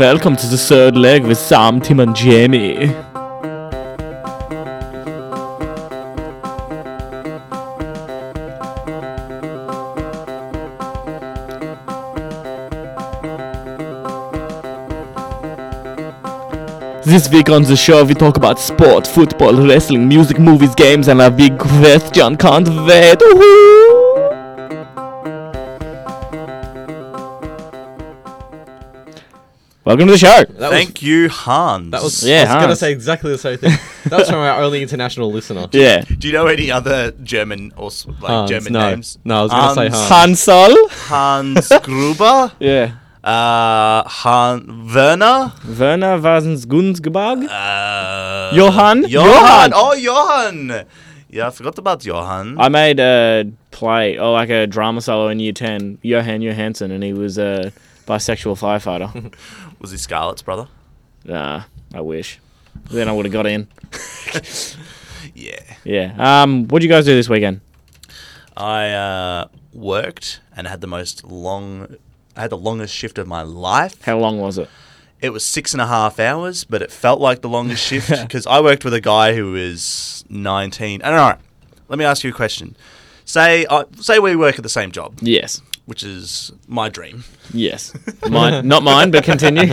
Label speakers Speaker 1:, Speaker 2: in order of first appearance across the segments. Speaker 1: Welcome to the third leg with Sam, Tim, and Jamie. This week on the show, we talk about sport, football, wrestling, music, movies, games, and a big question. Can't wait! Woohoo! Welcome to the show.
Speaker 2: That
Speaker 3: Thank you,
Speaker 2: was
Speaker 3: Hans.
Speaker 2: that was.
Speaker 1: Yeah,
Speaker 2: I was gonna
Speaker 1: Hans.
Speaker 2: say exactly the same thing. That was from our only international listener.
Speaker 1: Yeah.
Speaker 3: Do you know any other German or s- like
Speaker 2: Hans,
Speaker 3: German
Speaker 2: no.
Speaker 3: names?
Speaker 2: No, I was gonna say Hans.
Speaker 1: Hansel.
Speaker 3: Hans Gruber,
Speaker 1: Yeah.
Speaker 3: uh, Han Werner,
Speaker 1: Werner Vasensgunsgebag.
Speaker 3: uh,
Speaker 1: Johann?
Speaker 3: Johann.
Speaker 1: Johann.
Speaker 3: Oh, Johann. Yeah, I forgot about Johann.
Speaker 1: I made a play, or like a drama solo in year 10, Johan Johansson, and he was a bisexual firefighter.
Speaker 3: Was he Scarlett's brother?
Speaker 1: nah, I wish. Then I would have got in.
Speaker 3: Yeah.
Speaker 1: Yeah. Um, what do you guys do this weekend?
Speaker 3: I uh, worked and had the most long. I had the longest shift of my life.
Speaker 1: How long was it?
Speaker 3: It was six and a half hours, but it felt like the longest shift because I worked with a guy who was 19. I don't know. Let me ask you a question. Say, I say we work at the same job,
Speaker 1: Yes.
Speaker 3: which is my dream,
Speaker 1: Yes. Mine, not mine, but continue.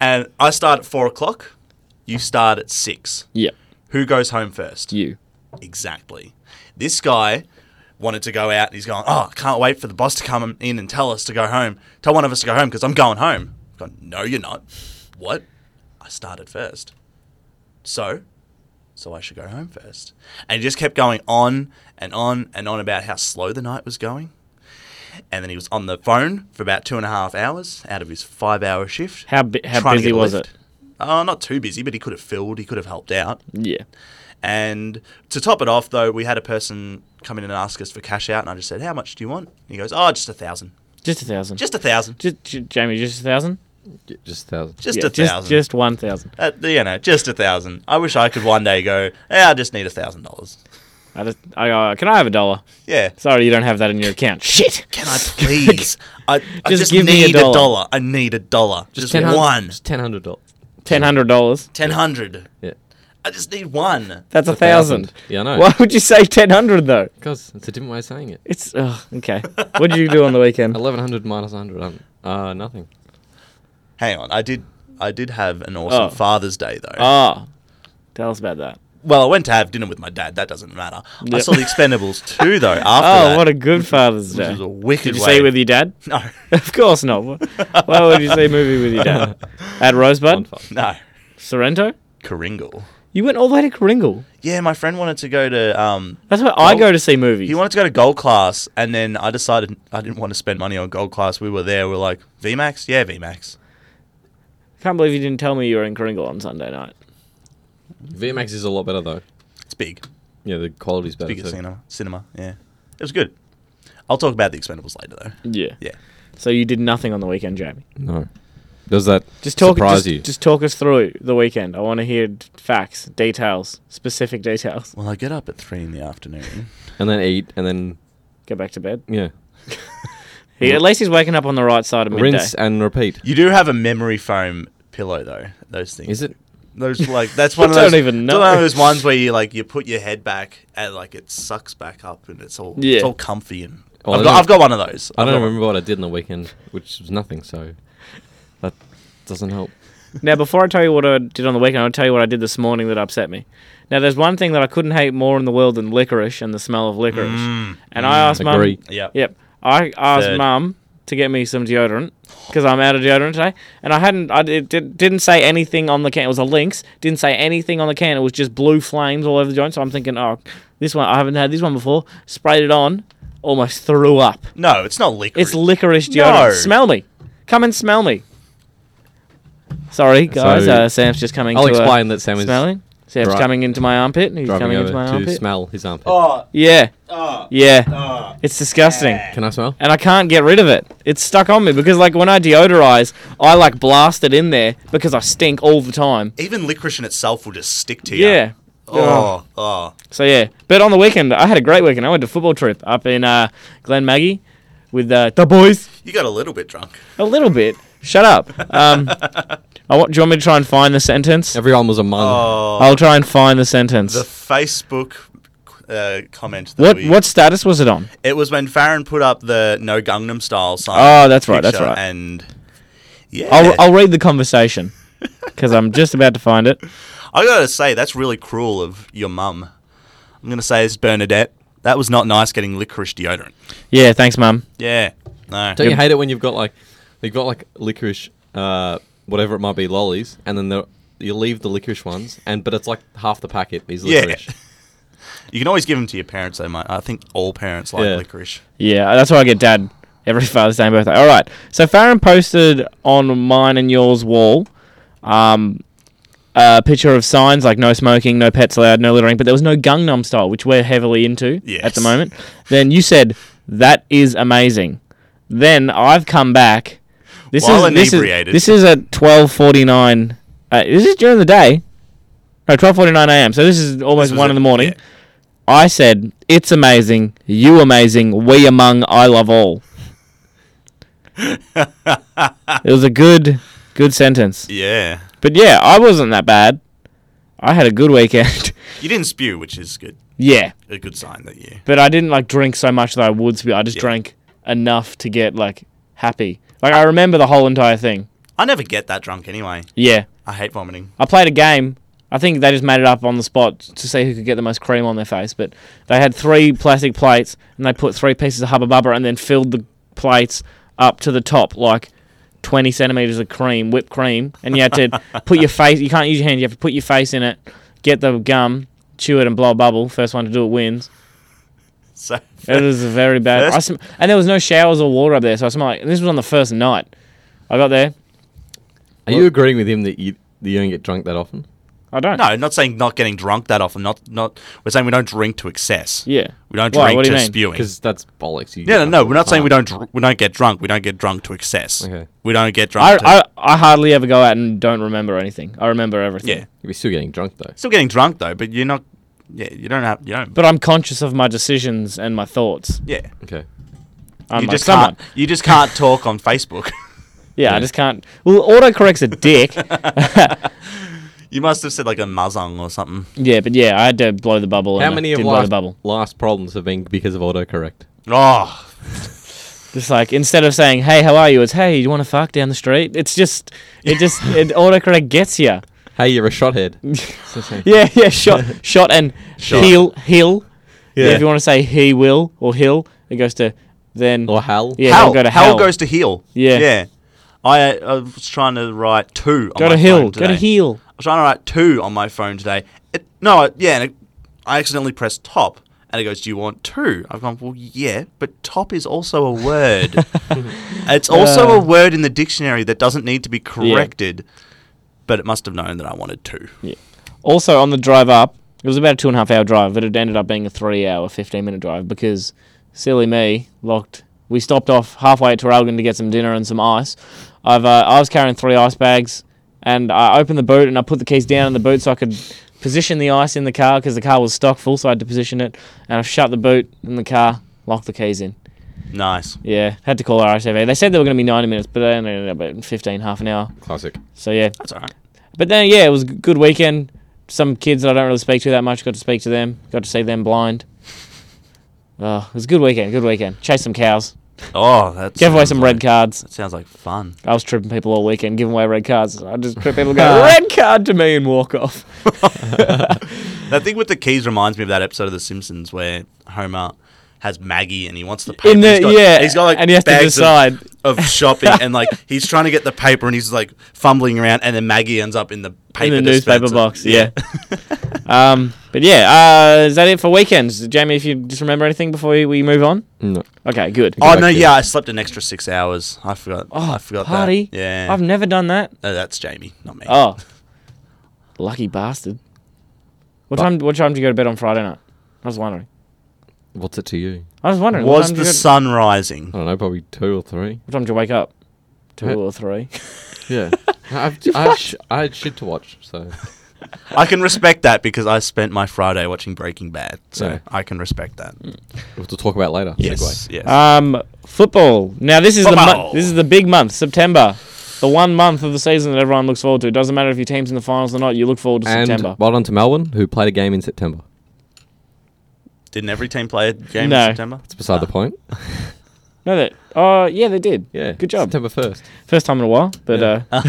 Speaker 3: and I start at four o'clock. You start at six.
Speaker 1: yep.
Speaker 3: Who goes home first?
Speaker 1: You.
Speaker 3: Exactly. This guy wanted to go out. He's going, oh, can't wait for the boss to come in and tell us to go home. Tell one of us to go home because I'm going home. I've gone, no, you're not. What? I started first. So, so I should go home first. And he just kept going on and on and on about how slow the night was going. And then he was on the phone for about two and a half hours out of his five hour shift.
Speaker 1: How, bu- how
Speaker 3: trying to
Speaker 1: busy
Speaker 3: get a
Speaker 1: was
Speaker 3: lift.
Speaker 1: it?
Speaker 3: Oh, not too busy, but he could have filled, he could have helped out.
Speaker 1: Yeah.
Speaker 3: And to top it off, though, we had a person come in and ask us for cash out, and I just said, "How much do you want?" And he goes, "Oh, just a thousand,
Speaker 1: Just a thousand.
Speaker 3: just a thousand,
Speaker 1: Just, j- Jamie, just a thousand?
Speaker 2: J- Just thousand.
Speaker 3: just
Speaker 1: Yeah,
Speaker 3: a thousand,
Speaker 1: Just, just one thousand.
Speaker 3: Uh, you know, just a thousand. I wish I could one day go, "Yeah, I just need a thousand dollars."
Speaker 1: I just, I, uh, can I have a dollar?
Speaker 3: Yeah,
Speaker 1: Sorry, you don't have that in your account. Shit.
Speaker 3: can I please? I, I
Speaker 1: Just
Speaker 3: just,
Speaker 1: give me a
Speaker 3: need
Speaker 1: dollar.
Speaker 3: I need a dollar, just,
Speaker 2: $1,000
Speaker 3: one,
Speaker 2: Just ten hundred dollars.
Speaker 1: Ten hundred dollars.
Speaker 3: ten hundred.
Speaker 2: Yeah.
Speaker 3: I just need one.
Speaker 1: That's a thousand.
Speaker 2: Yeah, I know.
Speaker 1: Why would you say ten hundred though?
Speaker 2: Because it's a different way of saying it.
Speaker 1: It's oh, okay. What did you do on the weekend?
Speaker 2: Eleven hundred minus hundred. Um, uh, nothing.
Speaker 3: Hang on, I did. I did have an awesome
Speaker 1: Oh.
Speaker 3: Father's Day though.
Speaker 1: Oh, tell us about that.
Speaker 3: well, I went to have dinner with my dad. That doesn't matter. I
Speaker 1: Yep.
Speaker 3: saw the Expendables two though. After
Speaker 1: Oh,
Speaker 3: that.
Speaker 1: what a good Father's
Speaker 3: This
Speaker 1: Day.
Speaker 3: is a wicked
Speaker 1: Did you
Speaker 3: way.
Speaker 1: see it with your dad?
Speaker 3: No,
Speaker 1: Of course not. Wh- Why would you see a movie with your dad? At
Speaker 2: One
Speaker 1: Rosebud,
Speaker 2: five.
Speaker 3: no.
Speaker 1: Sorrento.
Speaker 3: Coringle.
Speaker 1: You went all the way to Kringle.
Speaker 3: Yeah, my friend wanted to go to. Um,
Speaker 1: That's where I
Speaker 3: Well,
Speaker 1: go to see movies.
Speaker 3: he wanted to go to Gold Class, and then I decided I didn't want to spend money on Gold Class. We were there. We are like VMAX. Yeah, VMAX.
Speaker 1: Can't believe you didn't tell me you were in Kringle on Sunday night.
Speaker 2: VMAX is a lot better though.
Speaker 3: It's big.
Speaker 2: Yeah, the quality's better.
Speaker 3: Bigger
Speaker 2: too.
Speaker 3: cinema. Cinema. Yeah, it was good. I'll talk about the Expendables later though.
Speaker 1: Yeah.
Speaker 3: Yeah.
Speaker 1: So you did nothing on the weekend, Jamie.
Speaker 2: No. Does that
Speaker 1: Just talk.
Speaker 2: surprise
Speaker 1: just,
Speaker 2: you?
Speaker 1: just talk us through the weekend. I want to hear d- facts, details, specific details.
Speaker 3: Well, I get up at three in the afternoon.
Speaker 2: and then eat, and then
Speaker 1: Go back to bed.
Speaker 2: yeah,
Speaker 1: He, at least he's waking up on the right side of midday.
Speaker 2: rinse and repeat.
Speaker 3: You do have a memory foam pillow though. Those things.
Speaker 2: Is it?
Speaker 3: Those like that's
Speaker 1: I
Speaker 3: one of
Speaker 1: don't
Speaker 3: those.
Speaker 1: even
Speaker 3: it's One
Speaker 1: know.
Speaker 3: of those ones where you like you put your head back and like it sucks back up and it's all
Speaker 1: Yeah.
Speaker 3: it's all comfy and.
Speaker 2: Oh, I
Speaker 3: I've,
Speaker 2: don't-
Speaker 3: got, I've got one of those.
Speaker 2: I
Speaker 3: I've
Speaker 2: don't
Speaker 3: got one.
Speaker 2: remember what I did in the weekend, which was nothing. So that doesn't help.
Speaker 1: Now, before I tell you what I did on the weekend, I'll tell you what I did this morning that upset me. Now, there's one thing that I couldn't hate more in the world than licorice and the smell of licorice.
Speaker 3: Mm.
Speaker 1: and I asked
Speaker 2: Mm. Agree.
Speaker 1: mum.
Speaker 3: Yep.
Speaker 1: Yep. I asked
Speaker 3: Third.
Speaker 1: mum to get me some deodorant because I'm out of deodorant today. And I hadn't, I did, did, didn't say anything on the can. It was a Lynx. Didn't say anything on the can. It was just blue flames all over the joint. So I'm thinking, oh, this one, I haven't had this one before. Sprayed it on, almost threw up.
Speaker 3: No, it's not liquor.
Speaker 1: It's licorice
Speaker 3: No.
Speaker 1: deodorant. Smell me. Come and smell me. Sorry, guys.
Speaker 2: So-
Speaker 1: uh, Sam's just coming.
Speaker 2: I'll
Speaker 1: to, uh,
Speaker 2: explain that Sam is
Speaker 1: smelling. Sam's
Speaker 2: Right.
Speaker 1: coming into my armpit. He's
Speaker 2: driving
Speaker 1: coming
Speaker 2: over
Speaker 1: into my
Speaker 2: to
Speaker 1: armpit.
Speaker 2: smell his armpit.
Speaker 3: Oh,
Speaker 1: yeah,
Speaker 3: oh,
Speaker 1: yeah.
Speaker 3: oh.
Speaker 1: It's disgusting,
Speaker 2: Can I smell?
Speaker 1: and I can't get rid of it. It's stuck on me because, like, when I deodorize, I like blast it in there because I stink all the time.
Speaker 3: Even licorice in itself will just stick to you.
Speaker 1: Yeah.
Speaker 3: Oh, oh.
Speaker 1: So yeah, but on the weekend I had a great weekend. I went to football trip up in uh, Glen Maggie. with uh, the boys.
Speaker 3: You got a little bit drunk.
Speaker 1: A little bit. Shut up. Um, I want, do you want me to try and find the sentence?
Speaker 2: Everyone was among.
Speaker 3: Oh,
Speaker 1: I'll try and find the sentence.
Speaker 3: the Facebook uh, comment. That
Speaker 1: what
Speaker 3: we,
Speaker 1: what status was it on?
Speaker 3: It was when Farron put up the No Gangnam Style sign.
Speaker 1: Oh, that's right, that's
Speaker 3: picture,
Speaker 1: right.
Speaker 3: And yeah,
Speaker 1: I'll, I'll read the conversation because I'm just about to find it.
Speaker 3: I gotta say that's really cruel of your mum. I'm gonna say it's Bernadette. That was not nice getting licorice deodorant.
Speaker 1: Yeah, thanks, mum.
Speaker 3: Yeah, no.
Speaker 2: Don't you hate it when you've got like, you've got like licorice, uh, whatever it might be, lollies, and then the, you leave the licorice ones, and but it's like half the packet is
Speaker 3: Yeah.
Speaker 2: licorice.
Speaker 3: You can always give them to your parents. They might. I think all parents like
Speaker 2: Yeah.
Speaker 3: licorice.
Speaker 1: Yeah, that's why I get dad every Father's Day and birthday. All right. So Farron posted on mine and yours wall um, a picture of signs like no smoking, no pets allowed, no littering, but there was no Gangnam style, which we're heavily into at
Speaker 3: Yes.
Speaker 1: the moment. Then you said, that is amazing. Then I've come back. This
Speaker 3: While
Speaker 1: is this
Speaker 3: inebriated.
Speaker 1: is this is at twelve forty nine. Uh, this is during the day. No, twelve forty nine a.m. So this is almost
Speaker 3: This was
Speaker 1: one
Speaker 3: it,
Speaker 1: in the morning.
Speaker 3: yeah.
Speaker 1: I said, "It's amazing, you amazing, we among, I love all." it was a good, good sentence.
Speaker 3: Yeah,
Speaker 1: But yeah, I wasn't that bad. I had a good weekend.
Speaker 3: you didn't spew, which is good.
Speaker 1: yeah,
Speaker 3: A good sign that you.
Speaker 1: but I didn't like drink so much that I would speak. I just
Speaker 3: Yeah.
Speaker 1: drank enough to get like happy. Like I remember the whole entire thing.
Speaker 3: I never get that drunk anyway.
Speaker 1: Yeah,
Speaker 3: I hate vomiting.
Speaker 1: I played a game. I think they just made it up on the spot to see who could get the most cream on their face. But they had three plastic plates, and they put three pieces of hubba bubba, and then filled the plates up to the top, like twenty centimeters of cream, whipped cream. And you had to put your face. You can't use your hand. You have to put your face in it, get the gum, chew it, and blow a bubble. First one to do it wins.
Speaker 3: So
Speaker 1: It was very bad. I
Speaker 3: First-
Speaker 1: sm- and there was no showers or water up there, so I smelled like. And this was on the first night. I got there.
Speaker 2: Are you agreeing with him that you that you don't get drunk that often?
Speaker 1: I don't.
Speaker 3: no, not saying not getting drunk that often. Not not. We're saying we don't drink to excess.
Speaker 1: Yeah.
Speaker 3: We don't
Speaker 1: Why?
Speaker 3: drink
Speaker 1: What do
Speaker 3: to
Speaker 1: you mean?
Speaker 3: spewing.
Speaker 2: Because that's bollocks. You
Speaker 3: Yeah, no, no. We're not saying we don't dr- we don't get drunk. We don't get drunk to excess.
Speaker 2: Okay.
Speaker 3: We don't get drunk.
Speaker 1: I,
Speaker 3: to,
Speaker 1: I, I hardly ever go out and don't remember anything. I remember everything.
Speaker 3: yeah.
Speaker 2: You're still getting drunk though.
Speaker 3: Still getting drunk though, but you're not. Yeah, you don't have. You don't.
Speaker 1: But I'm conscious of my decisions and my thoughts.
Speaker 3: yeah.
Speaker 2: Okay.
Speaker 1: I'm
Speaker 3: You
Speaker 1: like
Speaker 3: just
Speaker 1: someone.
Speaker 3: can't. You just can't talk on Facebook.
Speaker 1: Yeah, I
Speaker 2: Yeah.
Speaker 1: just can't. Well, autocorrect's a dick.
Speaker 3: you must have said like a muzzung or something.
Speaker 1: yeah, but yeah, I had to blow the bubble.
Speaker 2: How
Speaker 1: and I
Speaker 2: many of
Speaker 1: didn't blow the
Speaker 2: last,
Speaker 1: bubble?
Speaker 2: last problems have been because of autocorrect?
Speaker 3: Oh,
Speaker 1: Just like instead of saying "Hey, how are you?" it's "Hey, you want to fuck down the street?" It's just, it just, it, autocorrect gets you.
Speaker 2: Hey, you're a shothead.
Speaker 1: Yeah, yeah, shot, shot, and
Speaker 2: Shot.
Speaker 1: heel, heel. Yeah.
Speaker 2: Yeah.
Speaker 1: if you want to say he will or he'll, it goes to then.
Speaker 2: or hell.
Speaker 1: yeah,
Speaker 3: hell,
Speaker 1: don't go to
Speaker 3: hell
Speaker 1: hell.
Speaker 3: goes to heel.
Speaker 1: Yeah.
Speaker 3: yeah. I, uh, I was trying to write two. On
Speaker 1: go
Speaker 3: my
Speaker 1: to hill.
Speaker 3: phone
Speaker 1: Go to
Speaker 3: today.
Speaker 1: heel.
Speaker 3: I was trying to write two on my phone today. It, no, I- yeah, and it, I accidentally pressed top, and it goes, "Do you want two? I've gone, "Well, yeah, but top is also a word. it's also
Speaker 1: Uh.
Speaker 3: a word in the dictionary that doesn't need to be corrected." But it must have known that I wanted two.
Speaker 1: Also, on the drive up, it was about a two and a half hour drive, but it ended up being a three hour, 15 minute drive because silly me locked. We stopped off halfway at Terralgan to get some dinner and some ice. I've, uh, I was carrying three ice bags and I opened the boot and I put the keys down in the boot so I could position the ice in the car because the car was stock full, so I had to position it. And I shut the boot in the car, locked the keys in.
Speaker 3: Nice.
Speaker 1: Yeah, had to call RSAV. They said they were going to be 90 minutes, but they only ended up at 15, half an hour.
Speaker 2: Classic.
Speaker 1: So yeah,
Speaker 3: That's all right.
Speaker 1: but then, yeah, it was a good weekend. Some kids that I don't really speak to that much got to speak to them. Got to see them blind. Oh, it was a good weekend. Good weekend. Chase some cows.
Speaker 3: Oh, that's
Speaker 1: Give away some red cards.
Speaker 3: That sounds like fun.
Speaker 1: I was tripping people all weekend, giving away red cards. I just trip people,
Speaker 2: Uh,
Speaker 1: go red card to me, and walk off.
Speaker 3: That thing with the keys reminds me of that episode of The Simpsons where Homer has Maggie and he wants the paper.
Speaker 1: In the
Speaker 3: He's got-
Speaker 1: yeah,
Speaker 3: he's got like
Speaker 1: and he has to
Speaker 3: bags of-
Speaker 1: decide.
Speaker 3: of shopping and like he's trying to get the paper and he's like fumbling around and then Maggie ends up in the
Speaker 1: in
Speaker 3: paper
Speaker 1: the newspaper
Speaker 3: dispenser.
Speaker 1: box. Yeah. um, but yeah, uh, is that it for weekends, Jamie? If you just remember anything before we move on.
Speaker 2: No.
Speaker 1: Okay, good.
Speaker 3: Oh
Speaker 2: Go
Speaker 3: no,
Speaker 2: back to-
Speaker 3: yeah, I slept an extra six hours. I forgot.
Speaker 1: Oh,
Speaker 3: I forgot
Speaker 1: party.
Speaker 3: that. Yeah,
Speaker 1: I've never done that.
Speaker 3: no, that's Jamie, not me.
Speaker 1: Oh, lucky bastard! What
Speaker 2: Bu-
Speaker 1: time? What time did you go to bed on Friday night? I was wondering.
Speaker 2: What's it to you?
Speaker 1: I was wondering. what
Speaker 3: was
Speaker 1: time
Speaker 3: the
Speaker 1: did you go-
Speaker 3: sun rising?
Speaker 2: I don't know, probably two or three.
Speaker 1: what time did you wake up? Two
Speaker 2: Yeah.
Speaker 1: or three?
Speaker 2: Yeah. I've, I, had sh- I had shit to watch, so.
Speaker 3: I can respect that because I spent my Friday watching Breaking Bad, so
Speaker 2: Yeah.
Speaker 3: I can respect that.
Speaker 2: We'll have to talk about later.
Speaker 3: Yes,
Speaker 2: Segue.
Speaker 3: yes.
Speaker 1: Um, Football. Now this is the
Speaker 3: Football.
Speaker 1: month. This is the big month, September. The one month of the season that everyone looks forward to. It doesn't matter if your team's in the finals or not. You look forward to
Speaker 2: And
Speaker 1: September.
Speaker 2: well done to Melbourne, who played a game in September.
Speaker 3: Didn't every team play a game
Speaker 1: No.
Speaker 3: in September?
Speaker 2: It's beside the point.
Speaker 1: No, that. Oh, Ah. yeah, they did.
Speaker 2: Yeah.
Speaker 1: Good job.
Speaker 2: September 1st.
Speaker 1: First time in a while, but
Speaker 2: Yeah.
Speaker 1: uh,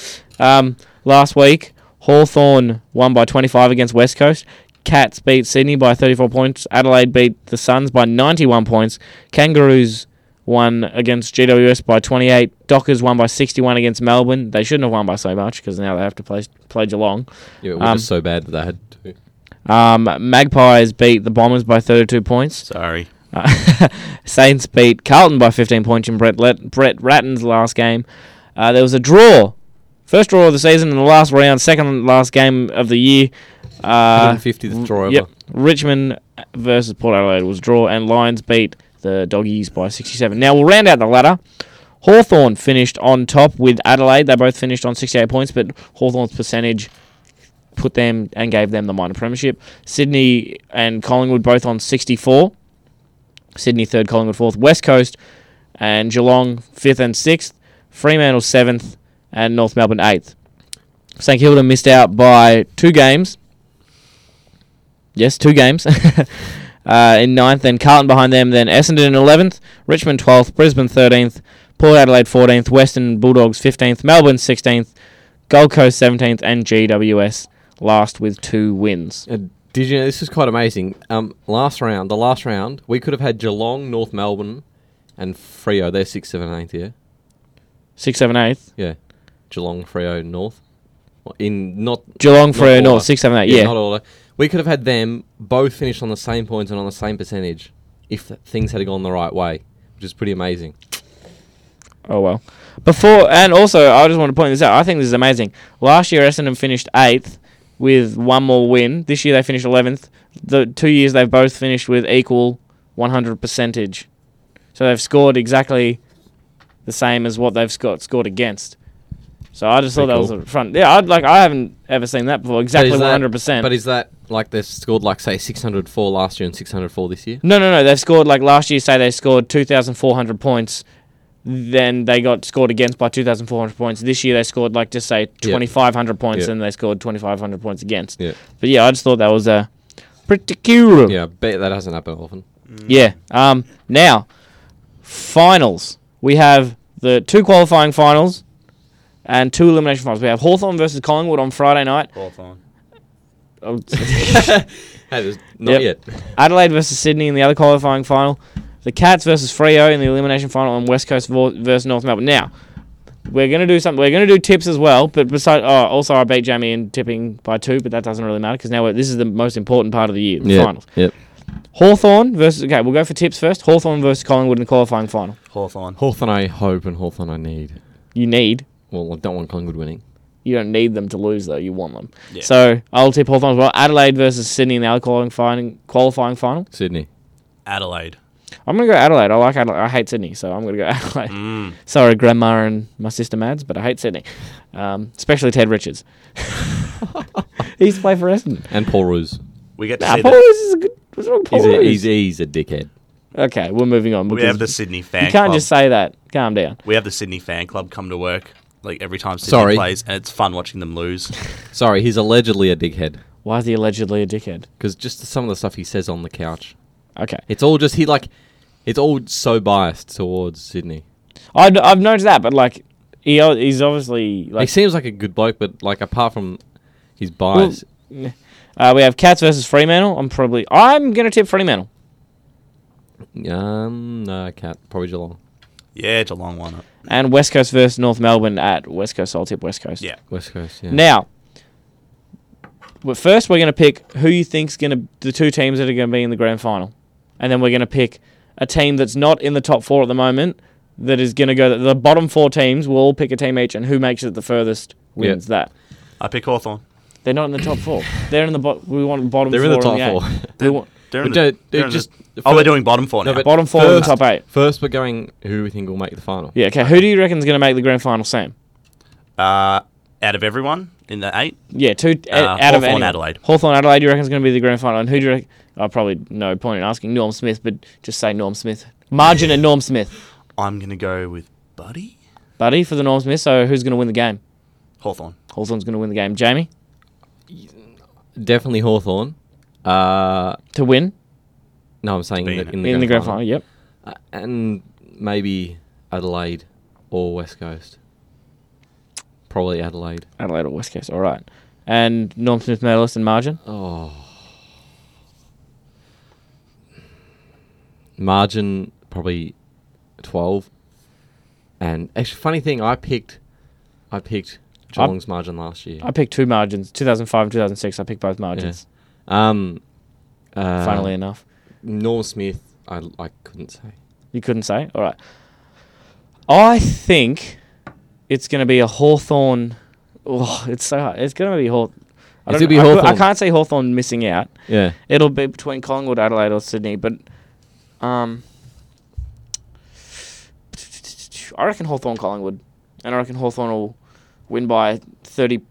Speaker 1: um, last week Hawthorn won by 25 against West Coast. Cats beat Sydney by 34 points. Adelaide beat the Suns by 91 points. Kangaroos won against GWS by 28. Dockers won by 61 against Melbourne. They shouldn't have won by so much because now they have to play play Geelong.
Speaker 2: Yeah, it was
Speaker 1: Um,
Speaker 2: just so bad that they had to.
Speaker 1: Um, Magpies beat the Bombers by 32 points.
Speaker 3: Sorry.
Speaker 1: Uh, Saints beat Carlton by 15 points in Brett, Let- Brett Ratton's last game. Uh, there was a draw. First draw of the season in the last round, second last game of the year. Uh,
Speaker 2: 150th draw
Speaker 1: yep.
Speaker 2: over.
Speaker 1: Richmond versus Port Adelaide was a draw, and Lions beat the Doggies by 67. Now we'll round out the ladder. Hawthorn finished on top with Adelaide. They both finished on 68 points, but Hawthorn's percentage put them and gave them the minor premiership. Sydney and Collingwood both on 64. Sydney third, Collingwood fourth, West Coast and Geelong fifth and sixth, Fremantle seventh, and North Melbourne eighth. St Kilda missed out by two games. Yes, two games. uh, in ninth, then Carlton behind them, then Essendon in eleventh, Richmond twelfth, Brisbane thirteenth, Port Adelaide fourteenth, Western Bulldogs fifteenth, Melbourne sixteenth, Gold Coast seventeenth, and GWS last with two wins.
Speaker 2: Uh, did you know this is quite amazing? Um, last round, the last round, we could have had Geelong, North Melbourne, and Frio. They're six, seven, eighth. Yeah,
Speaker 1: Six, seven, eighth.
Speaker 2: yeah. Geelong, Frio, North. Well, In not
Speaker 1: Geelong, Freo,
Speaker 2: order.
Speaker 1: North, six, seven, eight.
Speaker 2: Not
Speaker 1: Yeah,
Speaker 2: order. We could have had them both finish on the same points and on the same percentage if th- things had gone the right way, which is pretty amazing.
Speaker 1: Oh well. Before and also, I just want to point this out. I think this is amazing. Last year, Essendon finished eighth with one more win. This year, they finished eleventh. The two years they've both finished with equal one hundred percentage. So they've scored exactly the same as what they've scored scored against. So I just thought
Speaker 2: Pretty
Speaker 1: that
Speaker 2: cool.
Speaker 1: was a front. Yeah, I'd like. I haven't ever seen that before.
Speaker 2: But
Speaker 1: Exactly
Speaker 2: is
Speaker 1: one
Speaker 2: that-
Speaker 1: hundred percent.
Speaker 2: But is that like they scored like say six hundred four last year and six hundred four this year?
Speaker 1: No, no, no. They've scored like last year. Say they scored two thousand four hundred points, then they got scored against by two thousand four hundred points. This year they scored like just say twenty five hundred points,
Speaker 2: Yeah.
Speaker 1: and they scored twenty five hundred points against.
Speaker 2: Yeah,
Speaker 1: But yeah, I just thought that was uh, pretty cool.
Speaker 2: yeah. Mm. I bet that hasn't happened often.
Speaker 1: Yeah. Um. Now, finals. We have the two qualifying finals and two elimination finals. We have Hawthorn versus Collingwood on Friday night.
Speaker 3: Hawthorn.
Speaker 1: Oh,
Speaker 2: Hey, there's not
Speaker 1: Yep.
Speaker 2: yet.
Speaker 1: Adelaide versus Sydney in the other qualifying final. The Cats versus Freo in the elimination final, and West Coast vo- versus North Melbourne. Now, we're gonna do something. We're gonna do tips as well. But besides, oh, also I beat Jamie in tipping by two, but that doesn't really matter because now we're, this is the most important part of the year, the finals.
Speaker 2: Yep.
Speaker 1: Hawthorn versus okay, we'll go for tips first. Hawthorn versus Collingwood in the qualifying final.
Speaker 3: Hawthorn.
Speaker 2: Hawthorn I hope and Hawthorn I need.
Speaker 1: You need.
Speaker 2: Well, I don't want Collingwood winning.
Speaker 1: You don't need them to lose though. You want them.
Speaker 3: Yeah.
Speaker 1: So I'll tip Hawthorn as well. Adelaide versus Sydney in the other qualifying qualifying final.
Speaker 2: Sydney.
Speaker 3: Adelaide.
Speaker 1: I'm gonna go Adelaide. I like Adelaide. I hate Sydney, so I'm gonna go Adelaide.
Speaker 3: Mm.
Speaker 1: Sorry, Grandma and my sister Mads, but I hate Sydney, um, especially Ted Richards. he used to play for Essendon.
Speaker 2: And Paul Roos.
Speaker 3: We get to
Speaker 1: Nah,
Speaker 3: see
Speaker 1: Paul
Speaker 3: the,
Speaker 1: Roos is a good. What's wrong, with Paul
Speaker 2: He's a,
Speaker 1: Roos?
Speaker 2: he's, he's a dickhead.
Speaker 1: Okay, we're moving on.
Speaker 3: we
Speaker 1: because
Speaker 3: have the Sydney fan
Speaker 1: you can't
Speaker 3: club.
Speaker 1: just say that. Calm down.
Speaker 3: we have the Sydney fan club come to work like every time Sydney
Speaker 2: Sorry.
Speaker 3: plays and it's fun watching them lose.
Speaker 2: Sorry, he's allegedly a dickhead.
Speaker 1: Why is he allegedly a dickhead?
Speaker 2: Because just some of the stuff he says on the couch,
Speaker 1: Okay,
Speaker 2: it's all just he like, it's all so biased towards Sydney.
Speaker 1: I, have noticed that, but like, he o- he's obviously
Speaker 2: he
Speaker 1: like.
Speaker 2: seems like a good bloke, but like apart from his
Speaker 1: Well,
Speaker 2: bias,
Speaker 1: uh, we have Cats versus Fremantle. I'm probably I'm gonna tip Fremantle.
Speaker 2: um, no, cat probably Geelong,
Speaker 3: yeah, it's a long one.
Speaker 1: And West Coast versus North Melbourne at West Coast. I'll tip West Coast.
Speaker 3: Yeah.
Speaker 2: West Coast. Yeah.
Speaker 1: Now, but first we're going to pick who you think's going to the two teams that are going to be in the grand final, and then we're going to pick a team that's not in the top four at the moment that is going to go. The bottom four teams will all pick a team each, and who makes it the furthest wins that.
Speaker 3: I pick Hawthorn.
Speaker 1: They're not in the top four. They're in the bottom. We want bottom.
Speaker 2: They're in
Speaker 1: four
Speaker 2: the top
Speaker 1: and
Speaker 2: four.
Speaker 1: eight. We want
Speaker 3: They're in
Speaker 2: But
Speaker 3: the-
Speaker 2: don't-
Speaker 3: they're
Speaker 2: it
Speaker 3: in
Speaker 2: just-
Speaker 3: the- oh,
Speaker 2: for-
Speaker 3: we're doing bottom four
Speaker 2: No,
Speaker 3: now.
Speaker 2: but-
Speaker 1: bottom four and
Speaker 2: First-
Speaker 1: top eight.
Speaker 2: First, we're going who we think will make the final.
Speaker 1: Yeah. Okay. Who do you reckon's going to make the grand final, Sam?
Speaker 3: uh, out of everyone in the eight,
Speaker 1: Yeah, two uh,
Speaker 3: Uh,
Speaker 1: out of
Speaker 3: Hawthorn,
Speaker 1: anyone.
Speaker 3: Adelaide.
Speaker 1: Hawthorn Adelaide, you reckon is going to be the grand final, and who do you? Reckon, oh, probably no point in asking Norm Smith, but just say Norm Smith. Margin at Norm Smith.
Speaker 3: I'm going to go with Buddy
Speaker 1: Buddy for the Norm Smith. So who's going to win the game?
Speaker 3: Hawthorne.
Speaker 1: Hawthorne's going to win the game. Jamie
Speaker 2: Definitely Hawthorn. Uh,
Speaker 1: to win
Speaker 2: no, I'm saying in the, in the,
Speaker 1: in the grand final. Yep.
Speaker 2: Uh, and maybe Adelaide or West Coast. Probably Adelaide.
Speaker 1: Adelaide or West Coast. All right. And Norm Smith medalist and margin.
Speaker 2: Oh. Margin probably twelve. And actually, funny thing, I picked, I picked Geelong's margin last year.
Speaker 1: I picked two margins, 2005 and 2006. I picked both margins.
Speaker 2: Um, uh,
Speaker 1: Funnily enough,
Speaker 2: Norm Smith, I, I couldn't say.
Speaker 1: you couldn't say. All right. I think it's going to be a Hawthorn. Oh, it's so hard. It's going to be Hawthorn. I,
Speaker 2: It's
Speaker 1: don't-
Speaker 2: gonna be
Speaker 1: I cou- I
Speaker 2: Hawthorn.
Speaker 1: can't see Hawthorn missing out.
Speaker 2: Yeah.
Speaker 1: It'll be between Collingwood, Adelaide, or Sydney. But um, I reckon Hawthorn, Collingwood, and I reckon Hawthorn will win by 30,